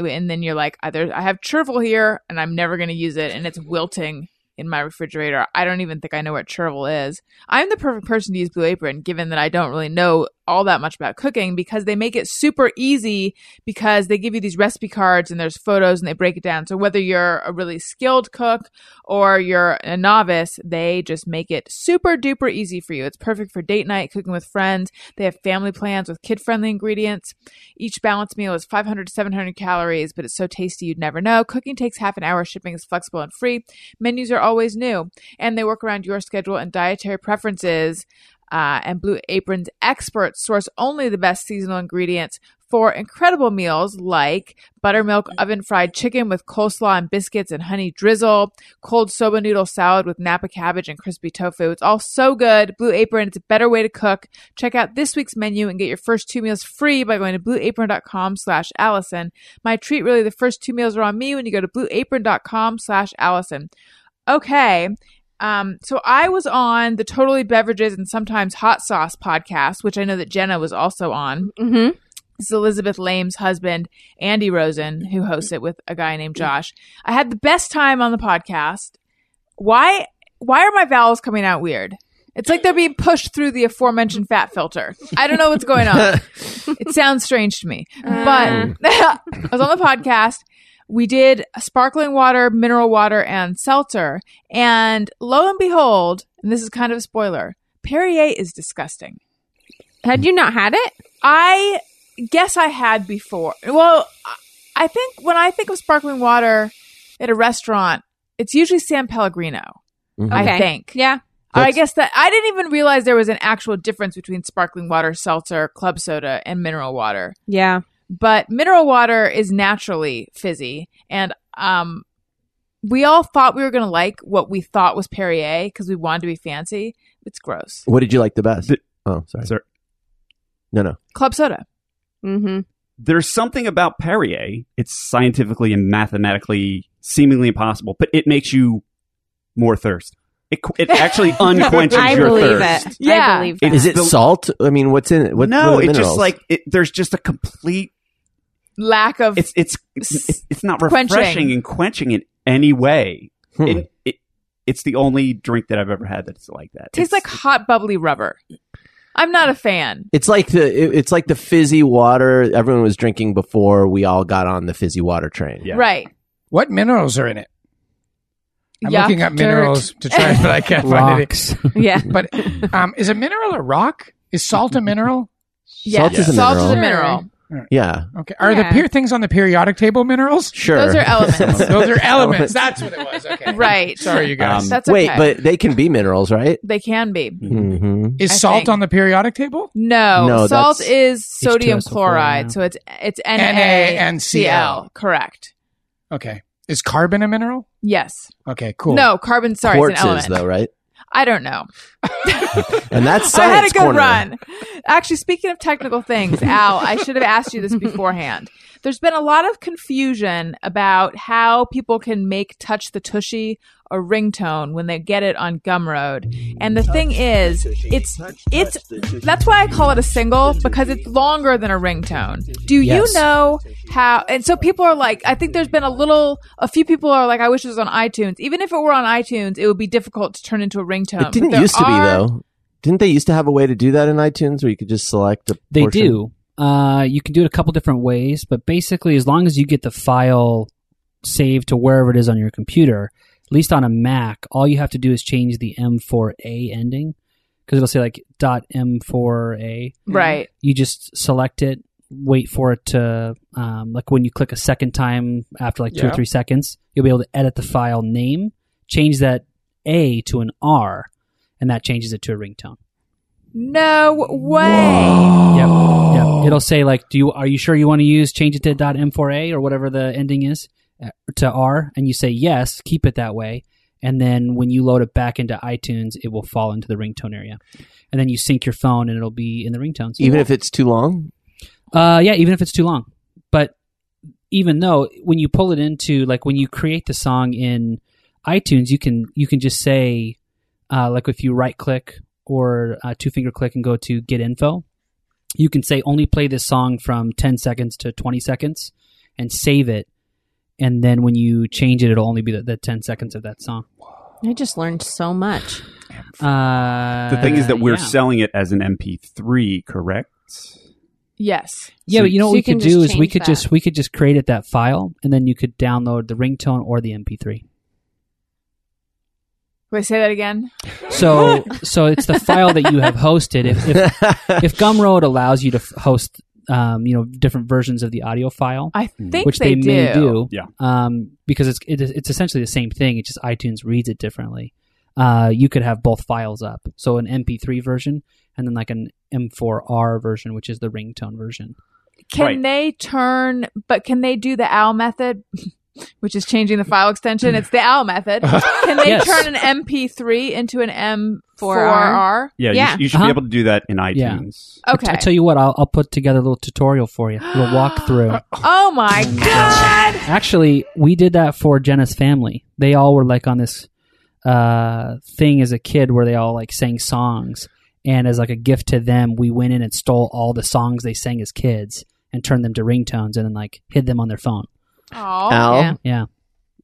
Speaker 3: and then you're like, either I have chervil here and I'm never going to use it and it's wilting in my refrigerator. I don't even think I know what chervil is. I'm the perfect person to use Blue Apron given that I don't really know all that much about cooking because they make it super easy because they give you these recipe cards and there's photos and they break it down. So whether you're a really skilled cook or you're a novice, they just make it super duper easy for you. It's perfect for date night, cooking with friends. They have family plans with kid friendly ingredients. Each balanced meal is 500 to 700 calories, but it's so tasty you'd never know. Cooking takes half an hour. Shipping is flexible and free. Menus are always new, and they work around your schedule and dietary preferences. Uh, and Blue Apron's experts source only the best seasonal ingredients for incredible meals like buttermilk oven fried chicken with coleslaw and biscuits and honey drizzle, cold soba noodle salad with napa cabbage and crispy tofu. It's all so good. Blue Apron, it's a better way to cook. Check out this week's menu and get your first two meals free by going to blueapron.com slash Allison. My treat really, the first two meals are on me when you go to blueapron.com slash Allison. Okay. Um, so I was on the Totally Beverages and Sometimes Hot Sauce podcast, which I know that Jenna was also on.
Speaker 7: hmm
Speaker 3: This is Elizabeth Lame's husband, Andy Rosen, who hosts it with a guy named Josh. I had the best time on the podcast. Why why are my vowels coming out weird? It's like they're being pushed through the aforementioned fat filter. I don't know what's going on.
Speaker 1: Mm-hmm.
Speaker 3: it sounds strange to me. But I was on the podcast. We did sparkling water, mineral water, and seltzer. And lo and behold, and this is kind of a spoiler, Perrier is disgusting.
Speaker 7: Had you not had it?
Speaker 3: I guess I had before. Well, I- I think when I think of sparkling water at a restaurant, it's usually San Pellegrino. I
Speaker 7: Okay.
Speaker 3: think.
Speaker 7: Yeah.
Speaker 3: Or I
Speaker 1: That's-
Speaker 3: guess that I didn't even realize there was an actual difference between sparkling water, seltzer, club soda, and mineral water.
Speaker 7: Yeah.
Speaker 3: But mineral water is naturally fizzy, and um, we all thought we were going to like what we thought was Perrier because we wanted to be fancy. It's gross.
Speaker 1: What did you like the best?
Speaker 6: The-
Speaker 1: oh, sorry.
Speaker 6: Sorry.
Speaker 1: No, no.
Speaker 3: Club soda.
Speaker 7: Mm-hmm.
Speaker 6: There's something about Perrier. It's scientifically and mathematically seemingly impossible, but it makes you more thirst. It, qu- it actually unquenches
Speaker 7: I
Speaker 6: your
Speaker 7: believe
Speaker 6: thirst.
Speaker 7: it.
Speaker 3: Yeah.
Speaker 7: I believe
Speaker 6: It
Speaker 7: that.
Speaker 1: Is it
Speaker 6: The-
Speaker 1: salt? I mean, what's in it? What, what
Speaker 6: no,
Speaker 1: are the
Speaker 6: it just
Speaker 1: minerals?
Speaker 6: like it, there's just a complete.
Speaker 3: Lack of
Speaker 6: It's it's it's, it's not
Speaker 3: Quenching.
Speaker 6: refreshing and quenching in any way.
Speaker 1: Hmm.
Speaker 6: It, it it's the only drink that I've ever had that's like that.
Speaker 3: tastes
Speaker 6: It's-
Speaker 3: like hot bubbly rubber. I'm not a fan.
Speaker 1: It's like the it- it's like the fizzy water everyone was drinking before we all got on the fizzy water train.
Speaker 6: Yeah.
Speaker 3: Right.
Speaker 4: What minerals are in it? I'm
Speaker 3: Yuck,
Speaker 4: looking up
Speaker 3: dirt.
Speaker 4: minerals to try, but I can't find it.
Speaker 5: Rocks.
Speaker 7: yeah.
Speaker 4: But um, is a mineral a rock? Is salt a mineral?
Speaker 3: Yeah.
Speaker 1: Salt is a
Speaker 3: Salt
Speaker 1: mineral.
Speaker 3: is a mineral.
Speaker 1: Yeah,
Speaker 4: Okay. Are
Speaker 7: Yeah.
Speaker 4: the per- things on the periodic table minerals?
Speaker 1: sure.
Speaker 3: Those are elements.
Speaker 4: Those are elements. That's what it was. Okay.
Speaker 3: Right.
Speaker 4: Sorry, you guys.
Speaker 6: Um,
Speaker 3: That's
Speaker 1: Wait,
Speaker 3: okay.
Speaker 1: but they can be minerals, right?
Speaker 3: they can be.
Speaker 1: Mm-hmm.
Speaker 4: is
Speaker 3: I
Speaker 4: salt
Speaker 3: think-
Speaker 4: on the periodic table?
Speaker 3: No,
Speaker 1: No,
Speaker 3: salt
Speaker 1: that's-
Speaker 3: is sodium
Speaker 5: H2SO4,
Speaker 3: chloride,
Speaker 5: yeah.
Speaker 3: so it's it's Na
Speaker 4: and Cl.
Speaker 3: Correct.
Speaker 4: Okay. Is carbon a mineral?
Speaker 3: Yes.
Speaker 4: Okay. Cool.
Speaker 3: No, carbon. Sorry,
Speaker 1: Quartz
Speaker 3: it's an element.
Speaker 1: is though, right?
Speaker 3: I don't know.
Speaker 1: And that's
Speaker 3: I
Speaker 1: science
Speaker 3: had a good
Speaker 1: corner.
Speaker 3: run. Actually, speaking of technical things, Al, I should have asked you this beforehand. There's been a lot of confusion about how people can make touch the tushy a ringtone when they get it on Gumroad. And the thing is, it's it's that's why I call it a single because it's longer than a ringtone. Do
Speaker 5: Yes.
Speaker 3: you know how and so people are like I think there's been a little a few people are like I wish it was on iTunes. Even if it were on iTunes, it would be difficult to turn into a ringtone.
Speaker 1: It
Speaker 3: But
Speaker 1: didn't
Speaker 3: there
Speaker 1: used to be
Speaker 3: are-
Speaker 1: though. Didn't they used to have a way to do that in iTunes where you could just select a
Speaker 5: They
Speaker 1: portion?
Speaker 5: do. Uh, you can do it a couple different ways, but basically, as long as you get the file saved to wherever it is on your computer, at least on a Mac, all you have to do is change the M4A ending because it'll say like dot M4A.
Speaker 3: Right.
Speaker 5: You just select it, wait for it to um, like when you click a second time after like two or
Speaker 4: Yeah.
Speaker 5: three seconds, you'll be able to edit the file name, change that A to an R, and that changes it to a ringtone.
Speaker 3: No way.
Speaker 5: Yep.
Speaker 1: Oh.
Speaker 5: Yep. It'll say like, "Do you are you sure you want to use change it to .m4a or whatever the ending is uh, to r?" And you say yes, keep it that way. And then when you load it back into iTunes, it will fall into the ringtone area. And then you sync your phone, and it'll be in the ringtones.
Speaker 1: Even if it's too long.
Speaker 5: Uh, yeah, even if it's too long. But even though when you pull it into like when you create the song in iTunes, you can you can just say uh, like if you right click or uh, two finger click and go to get info, you can say only play this song from ten seconds to twenty seconds and save it. And then when you change it, it'll only be the, the ten seconds of that song.
Speaker 7: I just learned so much.
Speaker 5: Uh,
Speaker 6: The thing is that we're
Speaker 5: yeah.
Speaker 6: selling it as an MP3, correct?
Speaker 3: Yes.
Speaker 5: Yeah, but you know
Speaker 7: So
Speaker 5: what
Speaker 7: you
Speaker 5: we
Speaker 7: can
Speaker 5: could
Speaker 7: just
Speaker 5: do is we
Speaker 7: change
Speaker 5: could
Speaker 7: that.
Speaker 5: just we could just create it that file, and then you could download the ringtone or the MP3.
Speaker 3: Wait, say that again.
Speaker 5: So so it's the file that you have hosted. If if, if Gumroad allows you to f- host, um, you know, different versions of the audio file,
Speaker 3: I think
Speaker 5: which
Speaker 3: they,
Speaker 5: they, may do,
Speaker 6: Yeah.
Speaker 5: um, because it's it is, it's essentially the same thing. It just iTunes reads it differently. Uh, you could have both files up, so an MP3 version and then like an M4R version, which is the ringtone version.
Speaker 3: Can
Speaker 6: Right.
Speaker 3: they turn? But can they do the OWL method, which is changing the file extension? It's the OWL method. Can they
Speaker 5: Yes.
Speaker 3: turn an MP3 into an M4R?
Speaker 7: 4R.
Speaker 6: Yeah,
Speaker 7: Yeah.
Speaker 6: You, sh- you should
Speaker 5: Uh-huh.
Speaker 6: be able to do that in
Speaker 5: Yeah.
Speaker 6: iTunes.
Speaker 5: I
Speaker 3: Okay.
Speaker 5: I tell you what, I'll, I'll put together a little tutorial for you, a little walkthrough.
Speaker 3: Oh my god!
Speaker 5: Actually, we did that for Jenna's family. They all were like on this uh, thing as a kid where they all like sang songs. And as like a gift to them, we went in and stole all the songs they sang as kids and turned them to ringtones and then like hid them on their phone.
Speaker 3: Oh,
Speaker 1: Al,
Speaker 7: yeah.
Speaker 5: Yeah.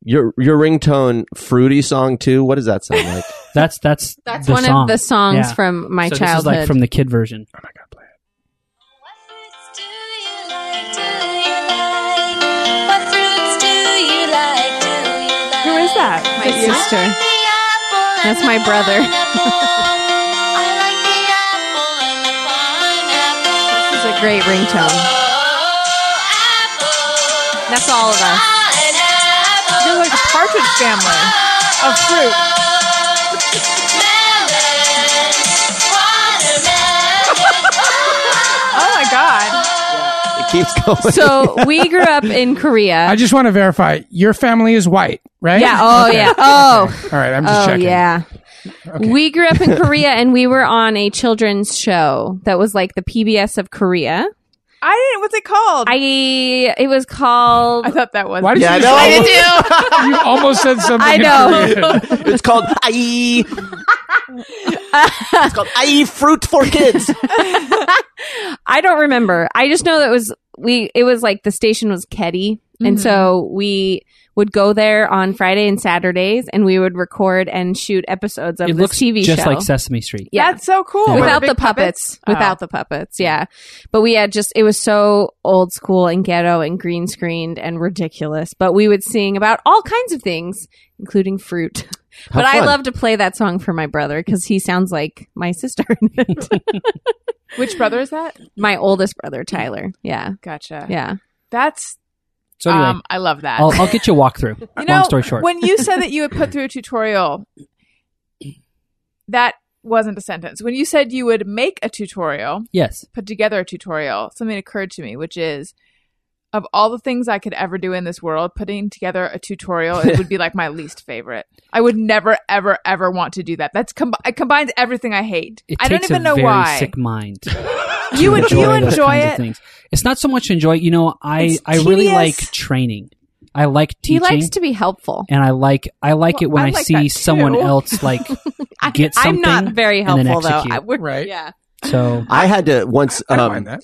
Speaker 1: your your ringtone fruity song too. What does that sound like?
Speaker 5: That's that's
Speaker 7: That's
Speaker 5: the
Speaker 7: one
Speaker 5: song.
Speaker 7: of the songs
Speaker 5: Yeah.
Speaker 7: from my
Speaker 5: So this is,
Speaker 7: childhood.
Speaker 5: like from the kid version.
Speaker 3: who is that?
Speaker 7: my sister. That's my brother. This is a great ringtone. That's all of us.
Speaker 3: You're like the Partridge Family of fruit. Oh my god!
Speaker 1: it keeps going.
Speaker 7: So we grew up in Korea.
Speaker 4: I just want to verify your family is white, right?
Speaker 7: yeah. Oh
Speaker 4: Okay.
Speaker 7: yeah. Oh.
Speaker 4: All right. I'm just
Speaker 7: Oh
Speaker 4: checking.
Speaker 7: yeah. We grew up in Korea and we were on a children's show that was like the PBS of Korea.
Speaker 3: I didn't. What's it called?
Speaker 7: I it was called
Speaker 3: I thought that was.
Speaker 4: Why did
Speaker 1: yeah,
Speaker 4: you,
Speaker 1: no,
Speaker 4: you almost said something?
Speaker 7: I
Speaker 4: in
Speaker 7: know.
Speaker 4: Korean.
Speaker 1: it's called IE. it's called IE fruit for kids.
Speaker 7: I don't remember. I just know that it was we it was like the station was Ketty.
Speaker 5: Mm-hmm.
Speaker 7: And so we would go there on Friday and Saturdays and we would record and shoot episodes of
Speaker 5: It
Speaker 7: this
Speaker 5: looks
Speaker 7: TV
Speaker 5: just
Speaker 7: show.
Speaker 5: like Sesame Street.
Speaker 7: yeah.
Speaker 3: That's so cool.
Speaker 5: Yeah.
Speaker 3: Were there
Speaker 7: without
Speaker 3: big
Speaker 7: the puppets,
Speaker 3: Oh.
Speaker 7: without the puppets yeah but we had just it was so old school and ghetto and green screened and ridiculous but we would sing about all kinds of things including fruit
Speaker 1: How
Speaker 7: but i
Speaker 1: fun.
Speaker 7: love to play that song for my brother because he sounds like my sister in it.
Speaker 3: Which brother is that?
Speaker 7: my oldest brother tyler yeah
Speaker 3: Gotcha.
Speaker 7: yeah
Speaker 3: That's.
Speaker 5: So anyway,
Speaker 3: um, I love that.
Speaker 5: I'll, I'll get you a walkthrough.
Speaker 3: You know,
Speaker 5: Long story short.
Speaker 3: when you said that you would put through a tutorial, that wasn't a sentence. When you said you would make a tutorial,
Speaker 5: yes.
Speaker 3: put together a tutorial, something occurred to me, which is of all the things I could ever do in this world, putting together a tutorial it would be like my least favorite. I would never, ever, ever want to do that. That's com- it combines everything I hate.
Speaker 5: It
Speaker 3: I don't
Speaker 5: takes
Speaker 3: even
Speaker 5: a
Speaker 3: know
Speaker 5: very
Speaker 3: why.
Speaker 5: sick mind. to
Speaker 3: You would- you
Speaker 5: those
Speaker 3: enjoy
Speaker 5: kinds of
Speaker 3: it?
Speaker 5: Things. It's not so much enjoy. You know, I
Speaker 3: It's
Speaker 5: I really
Speaker 3: tedious.
Speaker 5: like training. I like
Speaker 7: He
Speaker 5: teaching.
Speaker 7: likes to be helpful.
Speaker 5: and I like I like
Speaker 3: Well,
Speaker 5: it when
Speaker 3: I
Speaker 5: I,
Speaker 3: like
Speaker 5: see
Speaker 3: that
Speaker 5: someone
Speaker 3: too.
Speaker 5: else like
Speaker 7: I,
Speaker 5: get
Speaker 7: I'm not
Speaker 5: something
Speaker 7: very
Speaker 5: and then
Speaker 7: helpful though. I
Speaker 5: execute.
Speaker 7: would,
Speaker 4: Right.
Speaker 7: Yeah.
Speaker 5: so.
Speaker 1: I had to once.
Speaker 4: I don't
Speaker 1: um,
Speaker 4: mind that.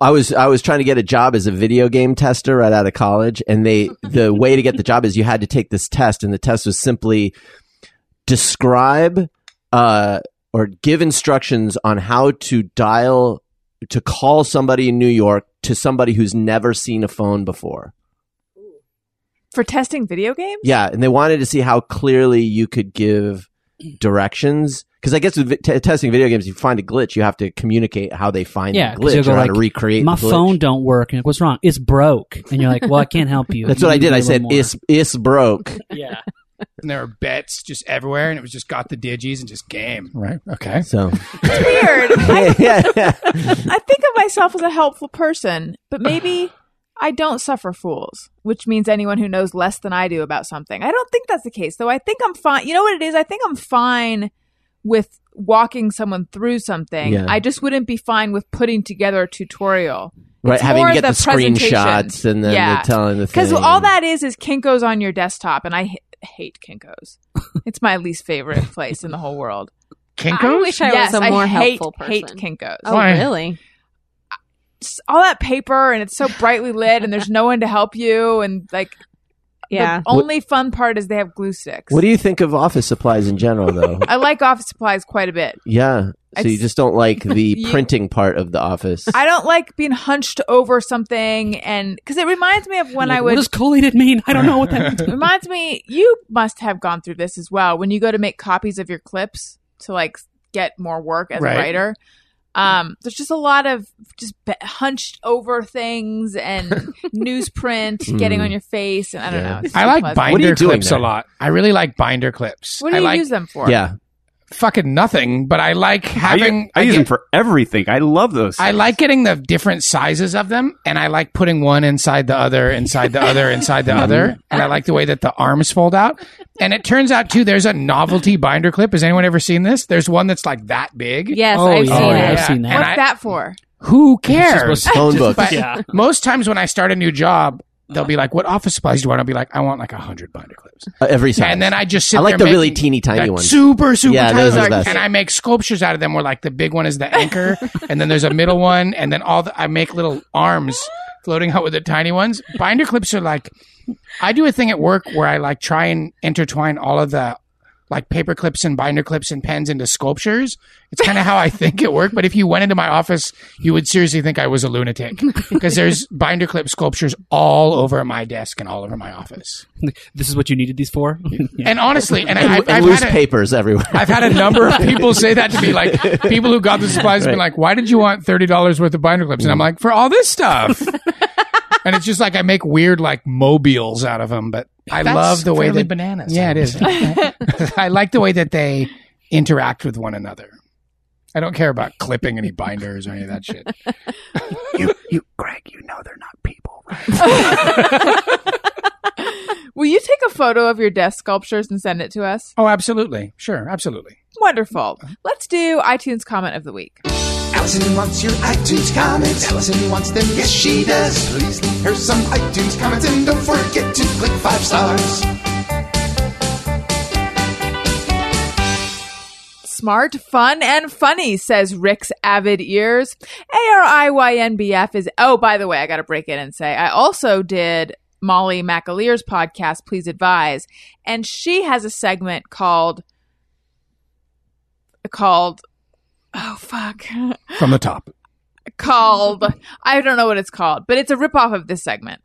Speaker 1: I was I was trying to get a job as a video game tester right out of college, and they the way to get the job is you had to take this test, and the test was simply describe uh, or give instructions on how to dial to call somebody in New York to somebody who's never seen a phone before.
Speaker 3: For testing video games?
Speaker 1: Yeah, and they wanted to see how clearly you could give directions. Because I guess with vi- t- testing video games, you find a glitch, you have to communicate how they find
Speaker 5: Yeah,
Speaker 1: the
Speaker 5: 'cause you'll
Speaker 1: glitch
Speaker 5: go
Speaker 1: or how
Speaker 5: like,
Speaker 1: to recreate.
Speaker 5: My
Speaker 1: the glitch.
Speaker 5: phone don't work, and like, what's wrong? It's broke, and you're like, "Well, I can't help you."
Speaker 1: That's
Speaker 5: You
Speaker 1: what I
Speaker 5: need
Speaker 1: did.
Speaker 5: to do a
Speaker 1: I
Speaker 5: little
Speaker 1: said
Speaker 5: more.
Speaker 1: is is broke.
Speaker 5: yeah,
Speaker 4: And there were bets just everywhere, and it was just got the digis and just game. Right. Okay.
Speaker 1: So
Speaker 3: Weird. I,
Speaker 1: yeah, yeah.
Speaker 3: I think of myself as a helpful person, but maybe I don't suffer fools, which means anyone who knows less than I do about something. I don't think that's the case, though. I think I'm fine. You know what it is? I think I'm fine with walking someone through something.
Speaker 1: Yeah.
Speaker 3: I just wouldn't be fine with putting together a tutorial.
Speaker 1: right, having
Speaker 3: more
Speaker 1: to get the,
Speaker 3: the
Speaker 1: screenshots
Speaker 3: presentation.
Speaker 1: and then
Speaker 3: Yeah.
Speaker 1: the telling the thing.
Speaker 3: Because all that is is Kinko's on your desktop, and I h- hate Kinko's. it's my least favorite place in the whole world.
Speaker 7: I
Speaker 4: Kinko's.
Speaker 7: wish I
Speaker 3: yes,
Speaker 7: was a more
Speaker 3: I hate,
Speaker 7: helpful person.
Speaker 3: hate Kinko's.
Speaker 7: Oh,
Speaker 4: Why?
Speaker 7: really?
Speaker 3: It's all that paper, and it's so brightly lit, and there's no one to help you, and like
Speaker 7: Yeah.
Speaker 3: The only fun part is they have glue sticks.
Speaker 1: What do you think of office supplies in general, though?
Speaker 3: I like office supplies quite a bit.
Speaker 1: yeah. So you
Speaker 3: It's-
Speaker 1: just don't like the
Speaker 3: You-
Speaker 1: printing part of the office.
Speaker 3: I don't like being hunched over something, and because it reminds me of when
Speaker 5: Like,
Speaker 3: I
Speaker 5: What
Speaker 3: would.
Speaker 5: does collated mean? I don't know what that. means.
Speaker 3: reminds me, you must have gone through this as well when you go to make copies of your clips to like get more work as
Speaker 4: Right.
Speaker 3: a writer. Um, there's just a lot of just be- hunched over things and newsprint getting
Speaker 1: Mm.
Speaker 3: on your face, and I don't
Speaker 1: Yeah.
Speaker 3: know. It's
Speaker 4: I
Speaker 3: so
Speaker 4: like
Speaker 3: pleasant.
Speaker 4: binder
Speaker 1: What are you doing
Speaker 4: clips
Speaker 1: there?
Speaker 4: a lot. I really like binder clips.
Speaker 3: What do
Speaker 4: I
Speaker 3: you
Speaker 4: like
Speaker 3: use them for?
Speaker 1: yeah.
Speaker 4: fucking nothing, but I like having.
Speaker 6: I, u- I use
Speaker 4: get-
Speaker 6: them for everything. I love those.
Speaker 4: I like getting the different sizes of them, and I like putting one inside the other, inside the other, inside the other, and I like the way that the arms fold out. And it turns out too, there's a novelty binder clip. Has anyone ever seen this? There's one that's like that big.
Speaker 7: Yes,
Speaker 5: Oh,
Speaker 7: I've
Speaker 5: yeah.
Speaker 7: seen
Speaker 5: Oh,
Speaker 7: it.
Speaker 5: I've seen that.
Speaker 4: And
Speaker 3: What's
Speaker 4: I-
Speaker 3: that for?
Speaker 4: Who
Speaker 5: It's
Speaker 4: cares?
Speaker 5: just-
Speaker 1: Phone book.
Speaker 4: But
Speaker 5: Yeah.
Speaker 4: most times when I start a new job, they'll be like, "What office supplies do you want?" I'll be like, "I want like a hundred binder clips,"
Speaker 1: Uh, every size.
Speaker 4: and then I just sit.
Speaker 1: I like
Speaker 4: there
Speaker 1: the really
Speaker 4: making-
Speaker 1: teeny tiny
Speaker 4: that
Speaker 1: ones.
Speaker 4: Super, super
Speaker 1: Yeah,
Speaker 4: tiny.
Speaker 1: those are the best.
Speaker 4: And I make sculptures out of them where like the big one is the anchor, and then there's a middle one, and then all the I make little arms floating out with the tiny ones. Binder clips are like I do a thing at work where I like try and intertwine all of the like paper clips and binder clips and pens into sculptures. It's kind of how I think it worked. But if you went into my office, you would seriously think I was a lunatic because there's binder clip sculptures all over my desk and all over my office.
Speaker 5: This is what you needed these for. Yeah.
Speaker 4: And honestly, and
Speaker 1: and,
Speaker 4: I've,
Speaker 1: and
Speaker 4: I've
Speaker 1: loose
Speaker 4: had a-
Speaker 1: papers everywhere.
Speaker 4: I've had a number of people say that to me, like people who got the supplies have been like, "Why did you want thirty dollars worth of binder clips?" And I'm like, "For all this stuff." and it's just like I make weird like mobiles out of them, but I love the way
Speaker 5: fairly
Speaker 4: that bananas. Yeah, it is. I like the way that they interact with one another. I don't care about clipping any binders or any of that shit.
Speaker 6: you, you, Greg. You know they're not people. Right?
Speaker 3: Will you take a photo of your desk sculptures and send it to us?
Speaker 4: Oh, absolutely, sure, absolutely.
Speaker 3: Wonderful. Let's do iTunes comment of the week.
Speaker 2: Allison wants your iTunes comments. Allison wants them, yes she does. Please leave her some iTunes comments and don't forget to click five stars.
Speaker 3: Smart, fun, and funny, says Rick's avid ears. A R I Y N B F is, oh, by the way, I got to break in and say, I also did Molly McAleer's podcast, Please Advise, and she has a segment called, called, oh, fuck.
Speaker 4: From the top,
Speaker 3: called I don't know what it's called, but it's a ripoff of this segment.